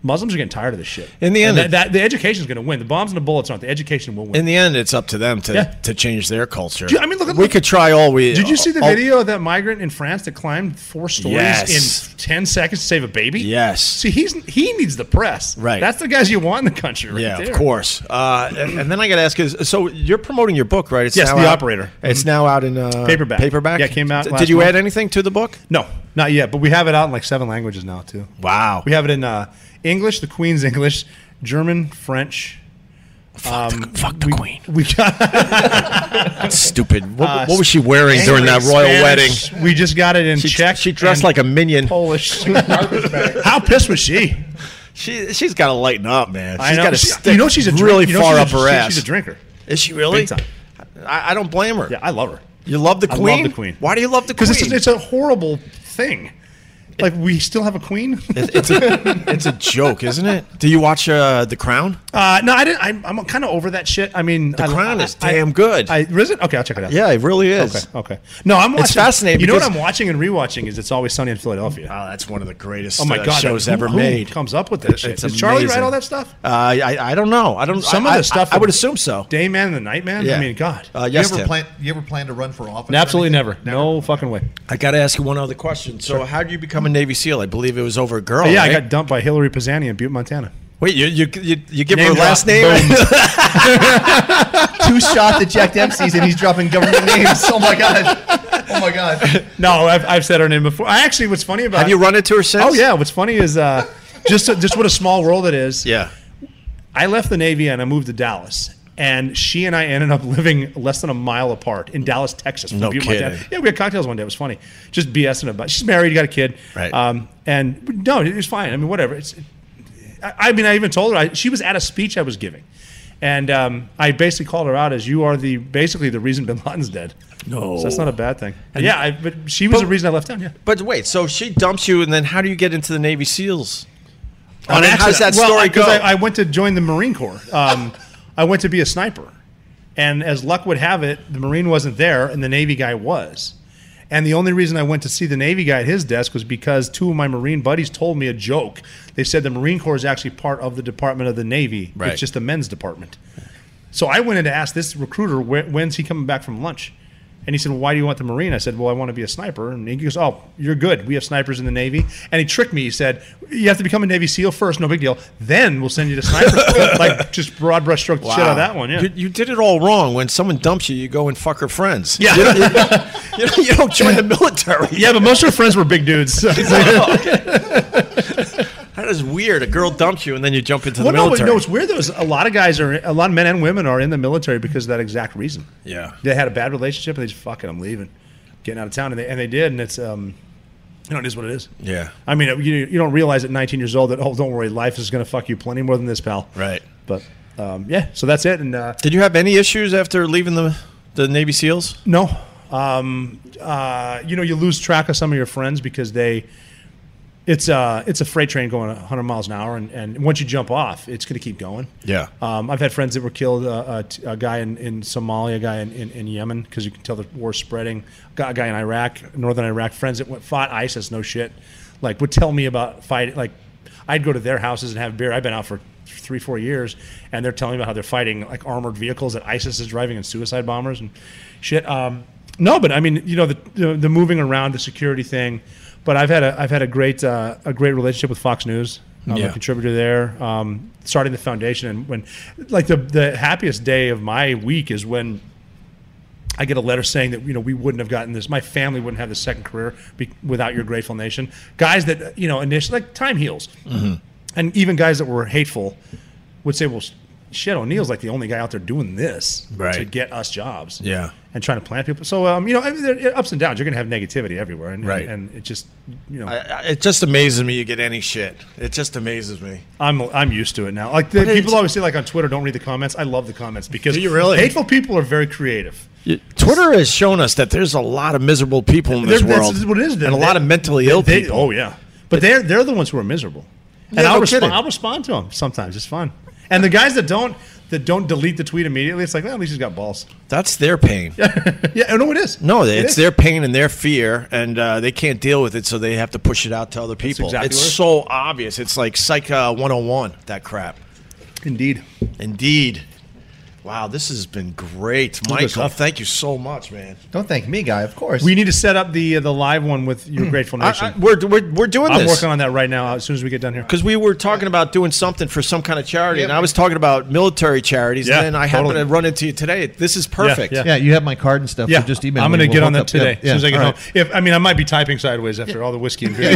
[SPEAKER 1] muslims are getting tired of this shit
[SPEAKER 3] In the
[SPEAKER 1] And
[SPEAKER 3] end,
[SPEAKER 1] that, that, the education is going to win the bombs and the bullets aren't the education will win
[SPEAKER 3] in the end, it's up to them to,
[SPEAKER 1] Yeah.
[SPEAKER 3] to change their culture.
[SPEAKER 1] Do you- I mean, look at-
[SPEAKER 3] we could try all we.
[SPEAKER 1] Did you see the
[SPEAKER 3] all-
[SPEAKER 1] video of that migrant in France that climbed four stories
[SPEAKER 3] Yes.
[SPEAKER 1] in ten seconds to save a baby?
[SPEAKER 3] Yes.
[SPEAKER 1] See, he's he needs the press.
[SPEAKER 3] Right.
[SPEAKER 1] That's the guys you want in the country, right
[SPEAKER 3] Yeah,
[SPEAKER 1] there.
[SPEAKER 3] of course. Uh, and, and then I got to ask: Is so you're promoting your book, right? It's
[SPEAKER 1] Yes,
[SPEAKER 3] now
[SPEAKER 1] The
[SPEAKER 3] out-
[SPEAKER 1] Operator. Mm-hmm.
[SPEAKER 3] It's now out in uh,
[SPEAKER 1] Paperback.
[SPEAKER 3] Paperback.
[SPEAKER 1] Yeah, it came out
[SPEAKER 3] D-
[SPEAKER 1] last
[SPEAKER 3] Did you
[SPEAKER 1] month.
[SPEAKER 3] add anything to the book?
[SPEAKER 1] No, not yet. But we have it out in like seven languages now too.
[SPEAKER 3] Wow.
[SPEAKER 1] We have it in uh, English, the Queen's English, German, French. um,
[SPEAKER 3] Fuck, the, fuck the
[SPEAKER 1] we,
[SPEAKER 3] queen.
[SPEAKER 1] We got
[SPEAKER 3] Stupid. What, what was she wearing during that royal wedding?
[SPEAKER 1] Uh, Spanish. We just got it in
[SPEAKER 3] She,
[SPEAKER 1] Czech.
[SPEAKER 3] she dressed
[SPEAKER 1] and
[SPEAKER 3] like a minion.
[SPEAKER 1] Polish. How pissed was she?
[SPEAKER 3] She she's got to lighten up, man.
[SPEAKER 1] I
[SPEAKER 3] She's
[SPEAKER 1] know.
[SPEAKER 3] got to
[SPEAKER 1] She-
[SPEAKER 3] stick.
[SPEAKER 1] You know she's a drink-
[SPEAKER 3] really
[SPEAKER 1] you know
[SPEAKER 3] far
[SPEAKER 1] she's a-
[SPEAKER 3] up her
[SPEAKER 1] she-
[SPEAKER 3] ass.
[SPEAKER 1] She's a drinker.
[SPEAKER 3] Is she really?
[SPEAKER 1] Big time.
[SPEAKER 3] I, I don't blame her.
[SPEAKER 1] Yeah, I love her.
[SPEAKER 3] You love the
[SPEAKER 1] I love
[SPEAKER 3] queen.
[SPEAKER 1] the queen.
[SPEAKER 3] Why do you love the queen?
[SPEAKER 1] because it's, it's a horrible thing. Like we still have a queen.
[SPEAKER 3] It- it's a it's a joke, isn't it? Do you watch uh, The Crown?
[SPEAKER 1] Uh, no, I didn't. I'm, I'm kind of over that shit. I mean, the I,
[SPEAKER 3] Crown is
[SPEAKER 1] I-
[SPEAKER 3] damn good.
[SPEAKER 1] I, is it? Okay, I'll check it out.
[SPEAKER 3] Yeah, it really is.
[SPEAKER 1] Okay. Okay. No, I'm watching.
[SPEAKER 3] fascinating
[SPEAKER 1] You know what
[SPEAKER 3] because-
[SPEAKER 1] I'm watching and rewatching is It's Always Sunny in Philadelphia.
[SPEAKER 3] Oh, that's one of the greatest
[SPEAKER 1] oh my
[SPEAKER 3] uh,
[SPEAKER 1] god,
[SPEAKER 3] shows
[SPEAKER 1] who-
[SPEAKER 3] ever
[SPEAKER 1] who
[SPEAKER 3] made.
[SPEAKER 1] comes up with that shit?
[SPEAKER 3] It's
[SPEAKER 1] Did Charlie write
[SPEAKER 3] amazing.
[SPEAKER 1] all that stuff?
[SPEAKER 3] Uh, I I don't know. I don't.
[SPEAKER 1] Some
[SPEAKER 3] I-
[SPEAKER 1] of the
[SPEAKER 3] I-
[SPEAKER 1] stuff.
[SPEAKER 3] I, would assume so.
[SPEAKER 1] Day Man and the Night Man.
[SPEAKER 3] Yeah.
[SPEAKER 1] I mean, God.
[SPEAKER 3] Uh, yes,
[SPEAKER 4] you ever
[SPEAKER 3] Tim.
[SPEAKER 4] plan? You ever plan to run for office? or
[SPEAKER 1] Absolutely
[SPEAKER 4] anything?
[SPEAKER 1] never. No fucking way.
[SPEAKER 3] I got to ask you one other question. So, how did you become a Navy SEAL? I believe it was over a girl.
[SPEAKER 1] yeah, I
[SPEAKER 3] right?
[SPEAKER 1] got dumped by Hillary Pisani in Butte, Montana.
[SPEAKER 3] Wait, you you you, you give her
[SPEAKER 1] Name
[SPEAKER 3] last
[SPEAKER 1] drop.
[SPEAKER 3] name?
[SPEAKER 6] Two shots at Jack Dempsey's and he's dropping government names. Oh my god! Oh my god!
[SPEAKER 1] No, I've, I've said her name before. I actually, what's funny about
[SPEAKER 3] Have you run into her since?
[SPEAKER 1] Oh yeah, what's funny is uh, just just what a small world it is.
[SPEAKER 3] Yeah.
[SPEAKER 1] I left the Navy and I moved to Dallas. And she and I ended up living less than a mile apart in Dallas, Texas.
[SPEAKER 3] No
[SPEAKER 1] Butte, Montana.
[SPEAKER 3] kidding.
[SPEAKER 1] Yeah, we had cocktails one day. It was funny. Just BSing about. She's married. You got a kid.
[SPEAKER 3] Right.
[SPEAKER 1] Um, and no, it was fine. I mean, whatever. It's. I, I mean, I even told her I, she was at a speech I was giving, and um, I basically called her out as you are the basically the reason Bin Laden's dead. No, so that's not a bad thing. yeah, I, but she was the reason I left town. Yeah.
[SPEAKER 3] But wait, so she dumps you, and then how do you get into the Navy SEAls? I mean,
[SPEAKER 1] An
[SPEAKER 3] how's that
[SPEAKER 1] accident. well,
[SPEAKER 3] story
[SPEAKER 1] I- 'cause
[SPEAKER 3] go?
[SPEAKER 1] I, I went to join the Marine Corps. Um, I went to be a sniper, and as luck would have it, the Marine wasn't there, and the Navy guy was. And the only reason I went to see the Navy guy at his desk was because two of my Marine buddies told me a joke. They said the Marine Corps is actually part of the Department of the Navy.
[SPEAKER 3] Right.
[SPEAKER 1] It's just the men's department. So I went in to ask this recruiter, "Wh- when's he coming back from lunch? And he said, why do you want the Marine? I said, well, I want to be a sniper. And he goes, oh, you're good. We have snipers in the Navy. And he tricked me. He said, you have to become a Navy SEAL first. No big deal. Then we'll send you to sniper school. like, just broad brush stroke the shit out of that one. Yeah.
[SPEAKER 3] You, you did it all wrong. When someone dumps you, you go and fuck her friends. Yeah. You don't, you don't- you don't- you don't join the military.
[SPEAKER 1] yeah, but most of her friends were big dudes. so-
[SPEAKER 3] That is weird. A girl dumps you, and then you jump into
[SPEAKER 1] well,
[SPEAKER 3] the
[SPEAKER 1] no, but
[SPEAKER 3] military.
[SPEAKER 1] no, it's weird though. is A lot of guys are, a lot of men and women are in the military because of that exact reason.
[SPEAKER 3] Yeah.
[SPEAKER 1] They had a bad relationship and they just, fuck it, I'm leaving, getting out of town. And they, and they did. And it's, um, you know, it is what it is.
[SPEAKER 3] Yeah.
[SPEAKER 1] I mean, you, you don't realize at 19 years old that, oh, don't worry, life is going to fuck you plenty more than this, pal.
[SPEAKER 3] Right.
[SPEAKER 1] But um, yeah, so that's it. And uh,
[SPEAKER 3] Did you have any issues after leaving the the Navy SEALs?
[SPEAKER 1] no, um, uh, you know, you lose track of some of your friends because they, it's a, it's a freight train going 100 miles an hour. And, and once you jump off, it's going to keep going.
[SPEAKER 3] Yeah.
[SPEAKER 1] Um, I've had friends that were killed. Uh, a, t- a guy in, in Somalia, a guy in, in, in Yemen, because you can tell the war's spreading. Got a guy in Iraq, northern Iraq. Friends that went fought ISIS, no shit. Like would tell me about fighting. Like I'd go to their houses and have beer. I've been out for three, four years, and they're telling me about how they're fighting like armored vehicles that ISIS is driving and suicide bombers and shit. Um, no, but I mean, you know, the, the the moving around, the security thing. But I've had a I've had a great uh, a great relationship with Fox News. I'm
[SPEAKER 3] Yeah.
[SPEAKER 1] a contributor there, um, starting the foundation. And when, like, the, the happiest day of my week is when I get a letter saying that, you know, we wouldn't have gotten this. My family wouldn't have this second career be, without your grateful nation. Guys that, you know, initially, like, time heals.
[SPEAKER 3] Mm-hmm.
[SPEAKER 1] And even guys that were hateful would say, well, shit, O'Neill's like the only guy out there doing this to
[SPEAKER 3] Right.
[SPEAKER 1] get us jobs
[SPEAKER 3] Yeah.
[SPEAKER 1] and trying to plant people. So, um, you know, I mean, there- ups and downs. You're going to have negativity everywhere. And,
[SPEAKER 3] Right.
[SPEAKER 1] And, it just, you know.
[SPEAKER 3] I- I- Uh, It just amazes me you get any shit. It just amazes me.
[SPEAKER 1] I'm I'm used to it now. Like the,
[SPEAKER 3] it's-
[SPEAKER 1] people always say, like on Twitter, don't read the comments. I love the comments because
[SPEAKER 3] Do you really?
[SPEAKER 1] hateful people are very creative.
[SPEAKER 3] Twitter has shown us that there's a lot of miserable people in this
[SPEAKER 1] They're-
[SPEAKER 3] world,
[SPEAKER 1] That's what it is.
[SPEAKER 3] and a lot of mentally ill
[SPEAKER 1] They,
[SPEAKER 3] people.
[SPEAKER 1] oh yeah, but they're they're the ones who are miserable. And
[SPEAKER 3] Yeah,
[SPEAKER 1] I'll
[SPEAKER 3] no
[SPEAKER 1] respond.
[SPEAKER 3] kidding.
[SPEAKER 1] I'll respond to them sometimes. It's fun. And the guys that don't that don't delete the tweet immediately, it's like, well, at least he's got balls.
[SPEAKER 3] That's their pain.
[SPEAKER 1] yeah, no, it is.
[SPEAKER 3] No,
[SPEAKER 1] It
[SPEAKER 3] it's
[SPEAKER 1] is.
[SPEAKER 3] their pain and their fear, and uh, they can't deal with it, so they have to push it out to other people.
[SPEAKER 1] exactly
[SPEAKER 3] it's
[SPEAKER 1] what it is.
[SPEAKER 3] so obvious. It's like Psych uh, 101, that crap.
[SPEAKER 1] indeed.
[SPEAKER 3] Indeed. Wow, this has been great. Michael,
[SPEAKER 1] up.
[SPEAKER 3] thank you so much, man.
[SPEAKER 6] Don't thank me, guy. Of course.
[SPEAKER 1] We need to set up the uh, the live one with your grateful
[SPEAKER 3] Mm. I-
[SPEAKER 1] nation.
[SPEAKER 3] I- we're, we're, we're doing
[SPEAKER 1] I'm
[SPEAKER 3] this.
[SPEAKER 1] working on that right now. As soon as we get done here,
[SPEAKER 3] because we were talking about doing something for some kind of charity, and
[SPEAKER 2] Yeah.
[SPEAKER 3] I was talking about military charities,
[SPEAKER 1] Yeah,
[SPEAKER 3] and then I happened
[SPEAKER 1] totally.
[SPEAKER 3] to run into you today. This is perfect.
[SPEAKER 1] yeah.
[SPEAKER 4] Yeah, you have my card and stuff.
[SPEAKER 1] Yeah,
[SPEAKER 4] so just email.
[SPEAKER 1] I'm going
[SPEAKER 4] me
[SPEAKER 1] to
[SPEAKER 4] and
[SPEAKER 1] get
[SPEAKER 4] we'll
[SPEAKER 1] on
[SPEAKER 4] hook
[SPEAKER 1] that
[SPEAKER 4] up.
[SPEAKER 1] today
[SPEAKER 4] Yeah, yeah.
[SPEAKER 1] as soon as I get
[SPEAKER 4] All right.
[SPEAKER 1] home. If I mean, I might be typing sideways after all the whiskey and beer.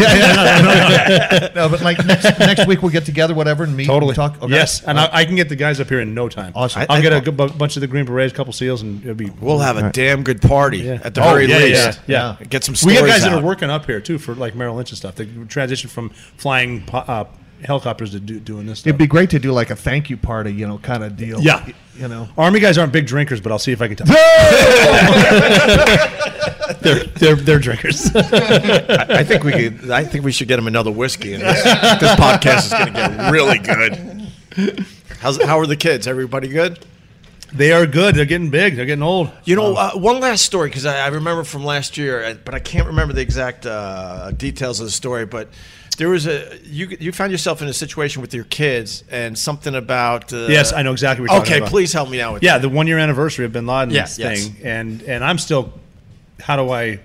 [SPEAKER 4] No, but like next, next week we'll get together, whatever, and meet.
[SPEAKER 1] Totally.
[SPEAKER 4] And talk. okay?
[SPEAKER 1] Yes, and I, I can get the guys up here in no time.
[SPEAKER 4] Awesome.
[SPEAKER 1] I'll
[SPEAKER 4] I-
[SPEAKER 1] get a good bu- bunch of the Green Berets, couple seals, and it'll be.
[SPEAKER 3] We'll have a damn good party at the
[SPEAKER 1] Oh,
[SPEAKER 3] very
[SPEAKER 1] yeah,
[SPEAKER 3] least.
[SPEAKER 1] Yeah, yeah.
[SPEAKER 3] Get some
[SPEAKER 1] we
[SPEAKER 3] stories
[SPEAKER 1] have guys
[SPEAKER 3] out.
[SPEAKER 1] that are working up here too for like Merrill Lynch and stuff. They transition from flying po- uh, helicopters to do, doing this. Stuff.
[SPEAKER 4] It'd be great to do like a thank you party, you know, kind of deal.
[SPEAKER 1] yeah,
[SPEAKER 4] You know.
[SPEAKER 1] Army guys aren't big drinkers, but I'll see if I can tell. they're they're they're drinkers.
[SPEAKER 3] I think we could. I think we should get him another whiskey, and this, this podcast is going to get really good. How's, how are the kids? Everybody good?
[SPEAKER 1] they are good. They're getting big. They're getting old.
[SPEAKER 3] You know, uh, one last story because I, I remember from last year, uh, but I can't remember the exact uh, details of the story. But there was a you you found yourself in a situation with your kids and something about. Uh,
[SPEAKER 1] Yes, I know exactly what you're talking
[SPEAKER 3] okay,
[SPEAKER 1] about.
[SPEAKER 3] please help me out with
[SPEAKER 1] yeah,
[SPEAKER 3] that.
[SPEAKER 1] the one year anniversary of Bin Laden's
[SPEAKER 3] Yeah,
[SPEAKER 1] thing,
[SPEAKER 3] yes.
[SPEAKER 1] and and I'm still, how do I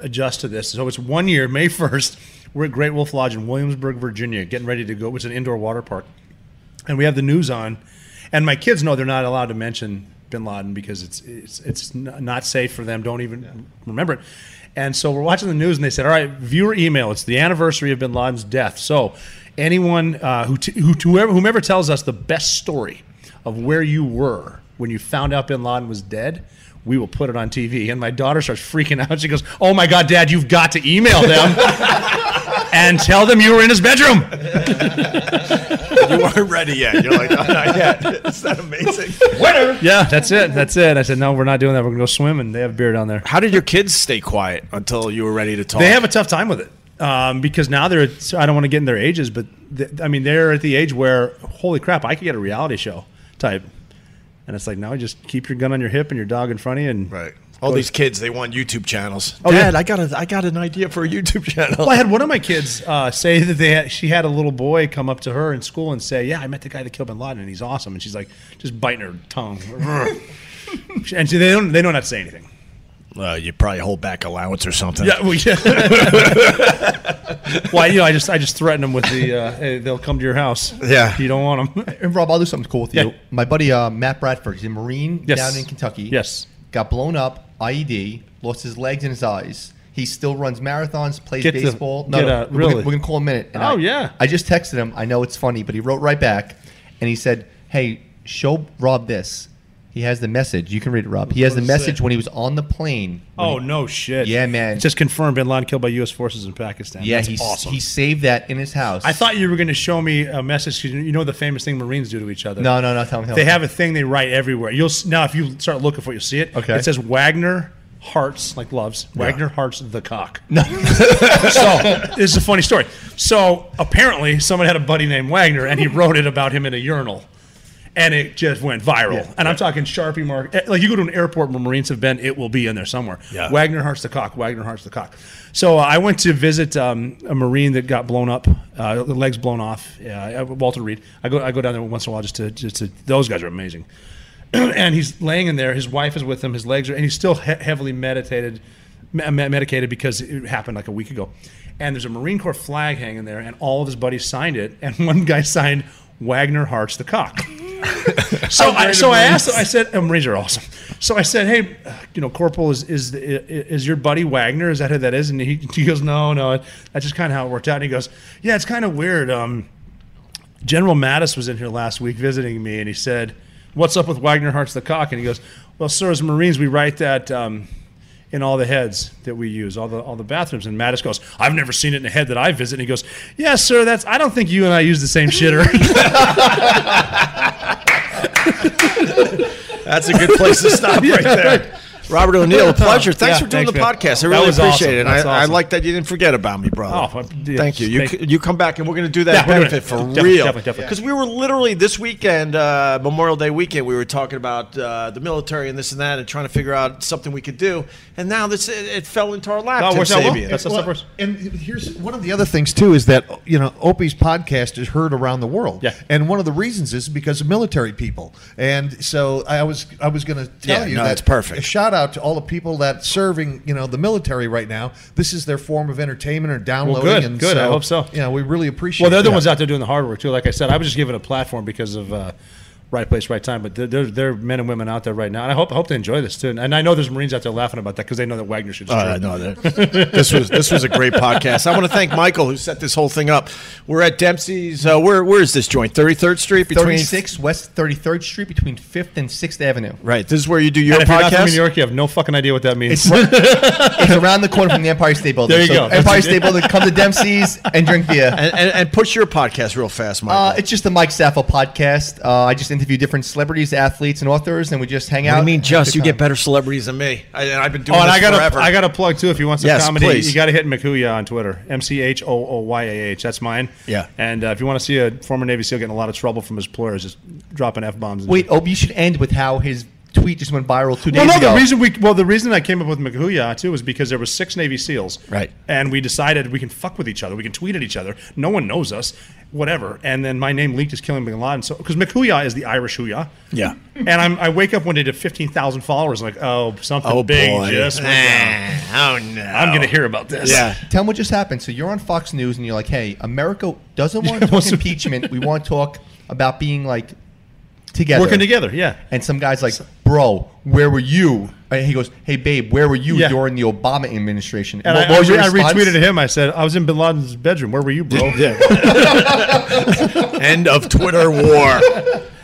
[SPEAKER 1] adjust to this? So it's one year, May first. We're at Great Wolf Lodge in Williamsburg, Virginia, getting ready to go. It's an indoor water park, and we have the news on, and my kids know they're not allowed to mention Bin Laden because it's it's it's n- not safe for them. Don't even remember it. And so we're watching the news, and they said, "All right, viewer email. It's the anniversary of Bin Laden's death. So, anyone uh, who, t- who whoever whomever tells us the best story of where you were when you found out Bin Laden was dead." We will put it on TV. And my daughter starts freaking out. She goes, Oh my God, Dad, you've got to email them and tell them you were in his bedroom.
[SPEAKER 3] you aren't ready yet. You're like, "Oh, not yet. It's that amazing.
[SPEAKER 1] Yeah, that's it. That's it. I said, no, we're not doing that. We're going to go swim, and they have beer down there.
[SPEAKER 3] How did your kids stay quiet until you were ready to talk?
[SPEAKER 1] They have a tough time with it um, because now they're. At, I don't want to get in their ages, but th I mean, they're at the age where holy crap, I could get a reality show type, and it's like no, just keep your gun on your hip and your dog in front of you, and
[SPEAKER 3] Right. All these kids, they want YouTube channels.
[SPEAKER 1] Oh, yeah.
[SPEAKER 3] Dad, I got a, I got an idea for a YouTube channel.
[SPEAKER 1] Well, I had one of my kids uh, say that they had, she had a little boy come up to her in school and say, "Yeah, I met the guy that killed Bin Laden, and he's awesome." And she's like, just biting her tongue, and so they don't they don't have to say anything.
[SPEAKER 3] Uh, you probably hold back allowance or something.
[SPEAKER 1] Yeah, well, yeah. well, you know, I just I just threaten them with the uh, hey, they'll come to your house.
[SPEAKER 3] Yeah.
[SPEAKER 1] if you don't want them.
[SPEAKER 6] And Rob, I'll do something cool with you.
[SPEAKER 1] Yeah.
[SPEAKER 6] My buddy uh, Matt Bradford, he's a Marine
[SPEAKER 1] Yes.
[SPEAKER 6] down in Kentucky.
[SPEAKER 1] Yes.
[SPEAKER 6] Got blown up, IED, lost his legs and his eyes. He still runs marathons, plays
[SPEAKER 1] Get the-
[SPEAKER 6] baseball.
[SPEAKER 1] get
[SPEAKER 6] no,
[SPEAKER 1] out,
[SPEAKER 6] we're gonna-
[SPEAKER 1] really?
[SPEAKER 6] We're going to call him a minute. And
[SPEAKER 1] Oh,
[SPEAKER 6] I-
[SPEAKER 1] yeah.
[SPEAKER 6] I just texted him. I know it's funny, but he wrote right back and he said, Hey, show Rob this. He has the message. You can read it, Rob. He has the
[SPEAKER 1] does it say?
[SPEAKER 6] message when he was on the plane. when
[SPEAKER 1] Oh no shit.
[SPEAKER 6] Yeah, man.
[SPEAKER 1] It just confirmed Bin Laden killed by U.S. forces in Pakistan.
[SPEAKER 6] Yeah,
[SPEAKER 1] That's
[SPEAKER 6] he,
[SPEAKER 1] awesome.
[SPEAKER 6] he saved that in his house.
[SPEAKER 1] I thought you were going to show me a message. 'cause You know the famous thing Marines do to each other.
[SPEAKER 6] No, no, no. Tell him. tell
[SPEAKER 1] They
[SPEAKER 6] him.
[SPEAKER 1] have a thing they write everywhere. You'll s- now if you start looking for it, you'll see it.
[SPEAKER 6] Okay.
[SPEAKER 1] It says Wagner hearts like loves Wagner hearts the cock. No. so this is a funny story. So apparently someone had a buddy named Wagner and he wrote it about him in a urinal. And it just went viral. and I'm talking Sharpie mark. eh, Like you go to an airport where Marines have been, it will be in there somewhere.
[SPEAKER 3] Yeah.
[SPEAKER 1] Wagner hearts the cock. Wagner hearts the cock. So uh, I went to visit um, a Marine that got blown up, uh, the legs blown off. Yeah, uh, Walter Reed. I go I go down there once in a while just to just to. Those guys are amazing and he's laying in there. His wife is with him. His legs are, and he's still he- heavily meditated, me- me- medicated because it happened like a week ago. And there's a Marine Corps flag hanging there, and all of his buddies signed it, and one guy signed Wagner Hearts the cock. so I, so I asked, him, I said, and Marines are awesome. So I said, hey, uh, you know, Corporal is is the- i- i- is your buddy Wagner? Is that who that is? And he, he goes, no, no, that's just kind of how it worked out. And he goes, yeah, it's kind of weird. Um, General Mattis was in here last week visiting me, and he said, "What's up with Wagner Hearts the Cock?" And he goes, "Well, sir, as Marines, we write that um, in all the heads that we use, all the all the bathrooms." And Mattis goes, "I've never seen it in a head that I visit." And he goes, "Yes, sir. That's I don't think you and I use the same shitter."
[SPEAKER 3] That's a good place to stop right there. Robert O'Neill, a pleasure. Thanks
[SPEAKER 1] Yeah,
[SPEAKER 3] for doing
[SPEAKER 1] thanks,
[SPEAKER 3] the
[SPEAKER 1] man.
[SPEAKER 3] podcast.
[SPEAKER 1] That
[SPEAKER 3] I really
[SPEAKER 1] was
[SPEAKER 3] appreciate
[SPEAKER 1] awesome.
[SPEAKER 3] it. And
[SPEAKER 1] That's
[SPEAKER 3] I, I
[SPEAKER 1] awesome.
[SPEAKER 3] like that you didn't forget about me, brother.
[SPEAKER 1] Oh, I- yeah,
[SPEAKER 3] Thank you. You,
[SPEAKER 1] thank-
[SPEAKER 3] c- you come back and we're going to do
[SPEAKER 1] Yeah,
[SPEAKER 3] that
[SPEAKER 1] we're doing
[SPEAKER 3] benefit
[SPEAKER 1] it.
[SPEAKER 3] for
[SPEAKER 1] Definitely,
[SPEAKER 3] real.
[SPEAKER 1] definitely, definitely.
[SPEAKER 3] Because we were literally this weekend, uh, Memorial Day weekend, we were talking about uh, the military and this and that and trying to figure out something we could do. And now this it, it fell into our lap.
[SPEAKER 1] No, it
[SPEAKER 3] Tim
[SPEAKER 1] works out well.
[SPEAKER 3] Sabian.
[SPEAKER 1] That's-
[SPEAKER 4] Well,
[SPEAKER 1] the first.
[SPEAKER 4] And here's one of the other things too is that you know Opie's podcast is heard around the world.
[SPEAKER 1] Yeah.
[SPEAKER 4] And one of the reasons is because of military people. And so I was I was going to tell
[SPEAKER 3] Yeah,
[SPEAKER 4] you
[SPEAKER 3] no,
[SPEAKER 4] that
[SPEAKER 3] that's perfect.
[SPEAKER 4] A shout out to all the people that serving you know the military right now. This is their form of entertainment or downloading.
[SPEAKER 1] good,
[SPEAKER 4] and
[SPEAKER 1] good. I hope so.
[SPEAKER 4] Yeah, we really appreciate.
[SPEAKER 1] well, they're the
[SPEAKER 4] that.
[SPEAKER 1] ones out there doing the hard work too. Like I said, I was just given a platform because of. Uh, Right place, right time. But there, there, there are men and women out there right now, and I hope, I hope they enjoy this too. And I know there's Marines out there laughing about that because they know that Wagner shoots.
[SPEAKER 3] All
[SPEAKER 1] true.
[SPEAKER 3] right, Uh, no, that- this was this was a great podcast. I want to thank Michael who set this whole thing up. We're at Dempsey's. Uh, where where is this joint? Thirty third Street between
[SPEAKER 6] 36 West 33rd Street between 5th and 6th Avenue.
[SPEAKER 3] Right, this is where you do your
[SPEAKER 1] And if you're not from
[SPEAKER 3] podcast.
[SPEAKER 1] New York, you have no fucking idea what that means.
[SPEAKER 6] It's, it's around the corner from the Empire State Building.
[SPEAKER 1] There you go.
[SPEAKER 6] Empire State Building, come to Dempsey's and drink beer.
[SPEAKER 3] and, and, and push your podcast real fast, Michael.
[SPEAKER 6] Uh, it's just the Mike Saffo podcast. Uh, I just interview different celebrities, athletes, and authors, and we just hang out.
[SPEAKER 3] I mean, just you
[SPEAKER 6] Good
[SPEAKER 3] get
[SPEAKER 6] time.
[SPEAKER 3] better celebrities than me. I, and I've been doing
[SPEAKER 1] Oh, and
[SPEAKER 3] this
[SPEAKER 1] I got
[SPEAKER 3] forever.
[SPEAKER 1] I got a plug too. If you want some
[SPEAKER 3] Yes,
[SPEAKER 1] comedy,
[SPEAKER 3] please.
[SPEAKER 1] you got to hit Makuya on Twitter. M C H O O Y A H. That's mine.
[SPEAKER 3] Yeah.
[SPEAKER 1] And uh, if you want to see a former Navy SEAL getting a lot of trouble from his employers, just dropping f bombs.
[SPEAKER 6] Wait, Ob, you should oh, end with how his tweet just went viral two
[SPEAKER 1] Well,
[SPEAKER 6] days
[SPEAKER 1] no,
[SPEAKER 6] ago.
[SPEAKER 1] the reason we well the reason I came up with Makuya too was because there were six Navy SEALs,
[SPEAKER 3] Right.
[SPEAKER 1] And we decided we can fuck with each other, we can tweet at each other. No one knows us, whatever. And then my name leaked as Killing Bin Laden, so because Makuya is the Irish Huya.
[SPEAKER 3] Yeah.
[SPEAKER 1] And I'm, I wake up one day to fifteen thousand followers, like oh something
[SPEAKER 3] Oh
[SPEAKER 1] big
[SPEAKER 3] boy.
[SPEAKER 1] just went down.
[SPEAKER 3] Ah, oh no.
[SPEAKER 1] I'm gonna hear about this.
[SPEAKER 3] Yeah.
[SPEAKER 6] Tell them what just happened. So you're on Fox News and you're like, hey, America doesn't want to talk impeachment. We want to talk about being like together.
[SPEAKER 1] working together. Yeah.
[SPEAKER 6] And some guy's like, bro, where were you? And he goes, hey, babe, where were you
[SPEAKER 1] Yeah.
[SPEAKER 6] during the Obama administration?
[SPEAKER 1] And
[SPEAKER 6] What
[SPEAKER 1] I, I,
[SPEAKER 6] was your
[SPEAKER 1] re- I
[SPEAKER 6] response?
[SPEAKER 1] retweeted him. I said, "I was in Bin Laden's bedroom. Where were you, bro?" yeah.
[SPEAKER 3] End of Twitter war.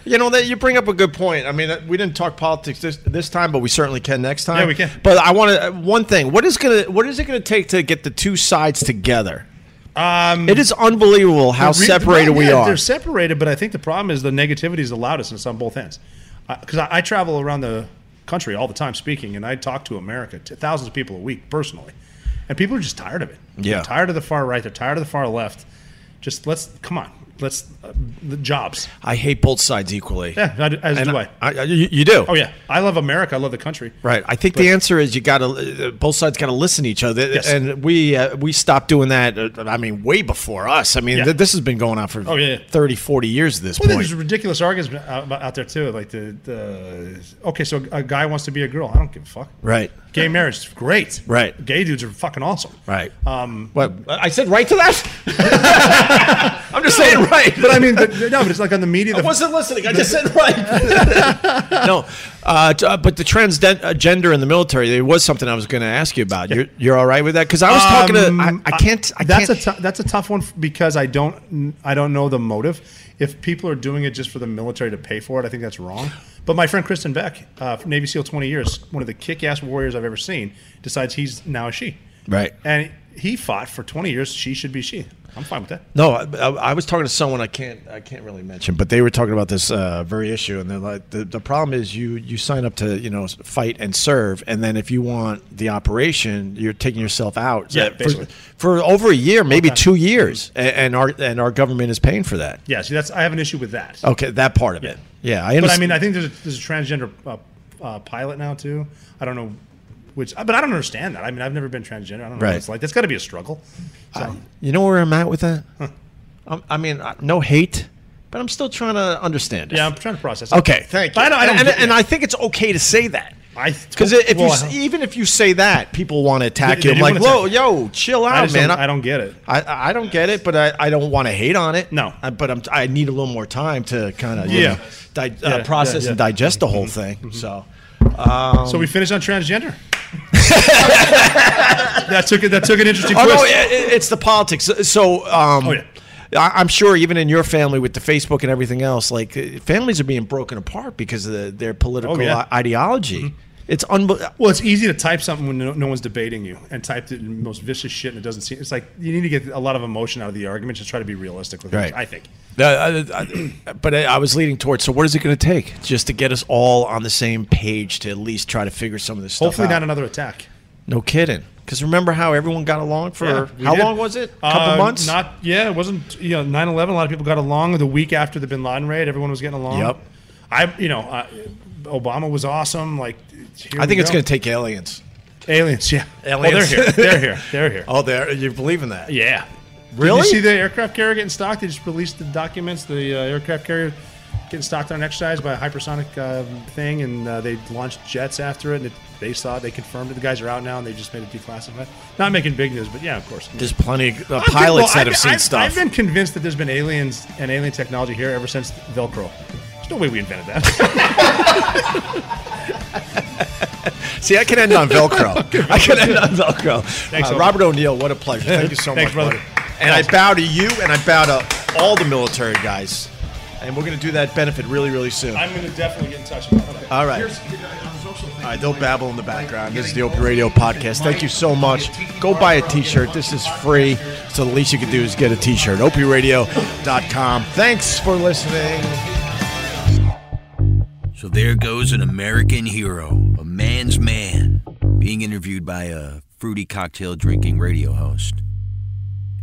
[SPEAKER 3] You know that you bring up a good point. I mean, that- we didn't talk politics this this time, but we certainly can next time.
[SPEAKER 1] Yeah, we can.
[SPEAKER 3] But I want to one thing. What is gonna What is it gonna take to get the two sides together? Um, it is unbelievable how
[SPEAKER 1] re-
[SPEAKER 3] separated
[SPEAKER 1] yeah,
[SPEAKER 3] we are.
[SPEAKER 1] They're separated, but I think the problem is the negativity is the loudest, and it's on both ends. Because I, I travel around the country all the time speaking, and I talk to America, to thousands of people a week personally, and people are just tired of it.
[SPEAKER 3] Yeah.
[SPEAKER 1] they're tired of the far right. They're tired of the far left. Just let's come on. Let's uh, the jobs.
[SPEAKER 3] I hate both sides equally.
[SPEAKER 1] Yeah, I do- as
[SPEAKER 3] And
[SPEAKER 1] do
[SPEAKER 3] I-
[SPEAKER 1] I.
[SPEAKER 3] I- you, you do.
[SPEAKER 1] Oh yeah, I love America. I love the country.
[SPEAKER 3] Right. I think the answer is you got to both sides got to listen to each other,
[SPEAKER 1] Yes.
[SPEAKER 3] and we uh, we stopped doing that. Uh, I mean, way before us. I mean,
[SPEAKER 1] Yeah.
[SPEAKER 3] th- this has been going on for
[SPEAKER 1] Oh, yeah, yeah.
[SPEAKER 3] 30, 40 years at this
[SPEAKER 1] Well,
[SPEAKER 3] point.
[SPEAKER 1] there's ridiculous arguments out, out there too. Like the, the okay, so a guy wants to be a girl. I don't give a fuck.
[SPEAKER 3] Right.
[SPEAKER 1] Gay marriage is great.
[SPEAKER 3] Right.
[SPEAKER 1] Gay dudes are fucking awesome.
[SPEAKER 3] Right. Um. What I said right to that. I'm just saying right.
[SPEAKER 1] But I mean, but, no, but it's like on the media. The,
[SPEAKER 3] I wasn't listening. I just said right. no, uh, t- uh, but the transgender uh, gender in the military. There was something I was going to ask you about. You're you're all right with that? Because I was talking to.
[SPEAKER 1] Um,
[SPEAKER 3] I, I can't. I
[SPEAKER 1] that's
[SPEAKER 3] can't,
[SPEAKER 1] a t- that's a tough one f- because I don't I don't know the motive. If people are doing it just for the military to pay for it, I think that's wrong. But my friend Kristen Beck, uh, Navy SEAL, twenty years, one of the kick-ass warriors I've ever seen, decides he's now a she.
[SPEAKER 3] Right.
[SPEAKER 1] And he fought for twenty years. She should be she. I'm fine with that.
[SPEAKER 3] No, I, I- I was talking to someone I can't I can't really mention, but they were talking about this uh, very issue, and they're like, the, the problem is you you sign up to you know fight and serve, and then if you want the operation, you're taking yourself out.
[SPEAKER 1] Yeah,
[SPEAKER 3] for-
[SPEAKER 1] basically.
[SPEAKER 3] for, over a year, maybe two years, and, and our and our government is paying for that.
[SPEAKER 1] Yeah. See, that's I have an issue with that.
[SPEAKER 3] Okay, that part of it. Yeah, I
[SPEAKER 1] But I
[SPEAKER 3] understand.
[SPEAKER 1] mean, I think there's a, there's a transgender uh, uh, pilot now too. I don't know which, but I don't understand that. I mean, I've never been transgender. I don't know
[SPEAKER 3] Right. Um,
[SPEAKER 1] what it's like. That's got to be a struggle. So,
[SPEAKER 3] you know where I'm at with that. I'm, I mean, I- no hate, but I'm still trying to understand it.
[SPEAKER 1] yeah, I'm trying to process. it.
[SPEAKER 3] Okay, thank you.
[SPEAKER 1] But I don't, I don't
[SPEAKER 3] and,
[SPEAKER 1] get
[SPEAKER 3] and
[SPEAKER 1] it.
[SPEAKER 3] I think it's okay to say that.
[SPEAKER 1] I
[SPEAKER 3] Because if you
[SPEAKER 1] well,
[SPEAKER 3] s- even if you say that, people want to attack
[SPEAKER 1] They-
[SPEAKER 3] you.
[SPEAKER 1] they
[SPEAKER 3] I'm
[SPEAKER 1] do
[SPEAKER 3] like,
[SPEAKER 1] wanna
[SPEAKER 3] whoa,
[SPEAKER 1] attack
[SPEAKER 3] yo, chill
[SPEAKER 1] I,
[SPEAKER 3] out,
[SPEAKER 1] just
[SPEAKER 3] man.
[SPEAKER 1] don't, I don't get it.
[SPEAKER 3] I, I don't get it, but I, I don't want to hate on it.
[SPEAKER 1] No.
[SPEAKER 3] I, but I'm, I need a little more time to kind of
[SPEAKER 1] Yeah.
[SPEAKER 3] di-
[SPEAKER 1] Yeah,
[SPEAKER 3] uh,
[SPEAKER 1] yeah,
[SPEAKER 3] process
[SPEAKER 1] yeah. Mm-hmm.
[SPEAKER 3] and digest the whole thing. So Um,
[SPEAKER 1] so we finished on transgender. that took it. That took an interesting
[SPEAKER 3] oh
[SPEAKER 1] twist.
[SPEAKER 3] no, it, it- it's the politics. So um,
[SPEAKER 1] Oh, yeah.
[SPEAKER 3] I, I'm sure even in your family with the Facebook and everything else, like uh, families are being broken apart because of the, their political
[SPEAKER 1] Oh, yeah.
[SPEAKER 3] i- ideology. It's unbelievable.
[SPEAKER 1] Well, it's easy to type something when no, no one's debating you, and type the most vicious shit, and it doesn't seem. It's like you need to get a lot of emotion out of the argument. Just try to be realistic with
[SPEAKER 3] Right.
[SPEAKER 1] it. I think.
[SPEAKER 3] Uh, I- I- but I I was leading towards. So, what is it going to take just to get us all on the same page to at least try to figure some of this
[SPEAKER 1] Hopefully,
[SPEAKER 3] stuff out?
[SPEAKER 1] not another attack.
[SPEAKER 3] no kidding. Because remember how everyone got along for
[SPEAKER 1] Yeah, we
[SPEAKER 3] how
[SPEAKER 1] did.
[SPEAKER 3] long was it? A couple
[SPEAKER 1] Uh,
[SPEAKER 3] months.
[SPEAKER 1] Not yeah, it wasn't. You know, 9-11, A lot of people got along. The week after the Bin Laden raid, everyone was getting along.
[SPEAKER 3] Yep.
[SPEAKER 1] I you know, I, Obama was awesome. Like here
[SPEAKER 3] I
[SPEAKER 1] we
[SPEAKER 3] think it's
[SPEAKER 1] go.
[SPEAKER 3] going to take aliens.
[SPEAKER 1] aliens. Yeah,
[SPEAKER 3] Aliens.
[SPEAKER 1] Well, they're here. They're here. They're here.
[SPEAKER 3] Oh, there you believe in that?
[SPEAKER 1] Yeah.
[SPEAKER 3] Really?
[SPEAKER 1] Did you see the aircraft carrier getting stocked? They just released the documents. The uh, aircraft carrier getting stocked on an exercise by a hypersonic uh, thing, and uh, they launched jets after it. And it, they saw it. They confirmed it. The guys are out now, and they just made it declassified. Not making big news, but yeah, of course.
[SPEAKER 3] There's plenty of uh,
[SPEAKER 1] I've been- well, I've
[SPEAKER 3] pilots that have
[SPEAKER 1] been-
[SPEAKER 3] seen
[SPEAKER 1] I've-
[SPEAKER 3] stuff.
[SPEAKER 1] I've been convinced that there's been aliens and alien technology here ever since Velcro. There's no way we invented that.
[SPEAKER 3] See, I can end on Velcro. I can end on Velcro.
[SPEAKER 1] Thanks,
[SPEAKER 3] Uh,
[SPEAKER 1] Owen.
[SPEAKER 3] Robert O'Neill, what a pleasure. Thank you so
[SPEAKER 1] Thanks,
[SPEAKER 3] much,
[SPEAKER 1] brother.
[SPEAKER 3] buddy. And I bow to you, and I bow to all the military guys. And we're going to do that benefit really, really soon.
[SPEAKER 1] I'm going to definitely get in touch with that.
[SPEAKER 3] all right. All right, don't babble in the background. This is the Open Radio Podcast. Thank you so much. Go buy a t-shirt. This is free. So the least you can do is get a t-shirt. OpieRadio.com. Thanks for listening.
[SPEAKER 9] So there goes an American hero, a man's man, being interviewed by a fruity cocktail drinking radio host.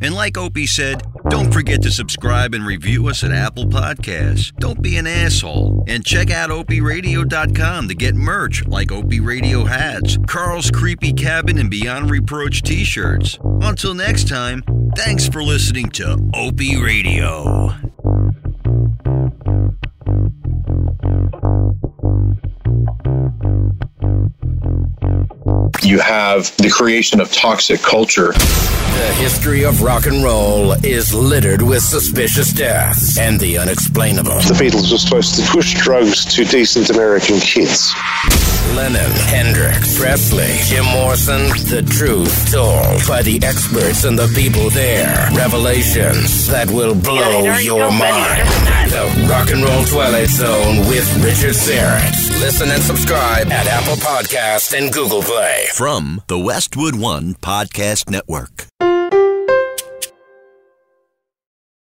[SPEAKER 9] And like Opie said, Don't forget to subscribe and review us at Apple Podcasts. Don't be an asshole. And check out opradio.com to get merch like Opie Radio hats, Carl's Creepy Cabin and Beyond Reproach t shirts. Until next time, thanks for listening to Opie Radio.
[SPEAKER 10] you have the creation of toxic culture.
[SPEAKER 11] The history of rock and roll is littered with suspicious deaths and the unexplainable.
[SPEAKER 12] The Beatles were supposed to push drugs to decent American kids.
[SPEAKER 11] Lennon, Hendrix, Presley, Jim Morrison, the truth told by the experts and the people there. Revelations that will blow your mind. The Rock and Roll Twilight Zone with Richard Serrett. Listen and subscribe at Apple Podcast and Google Play.
[SPEAKER 9] From the Westwood One Podcast Network.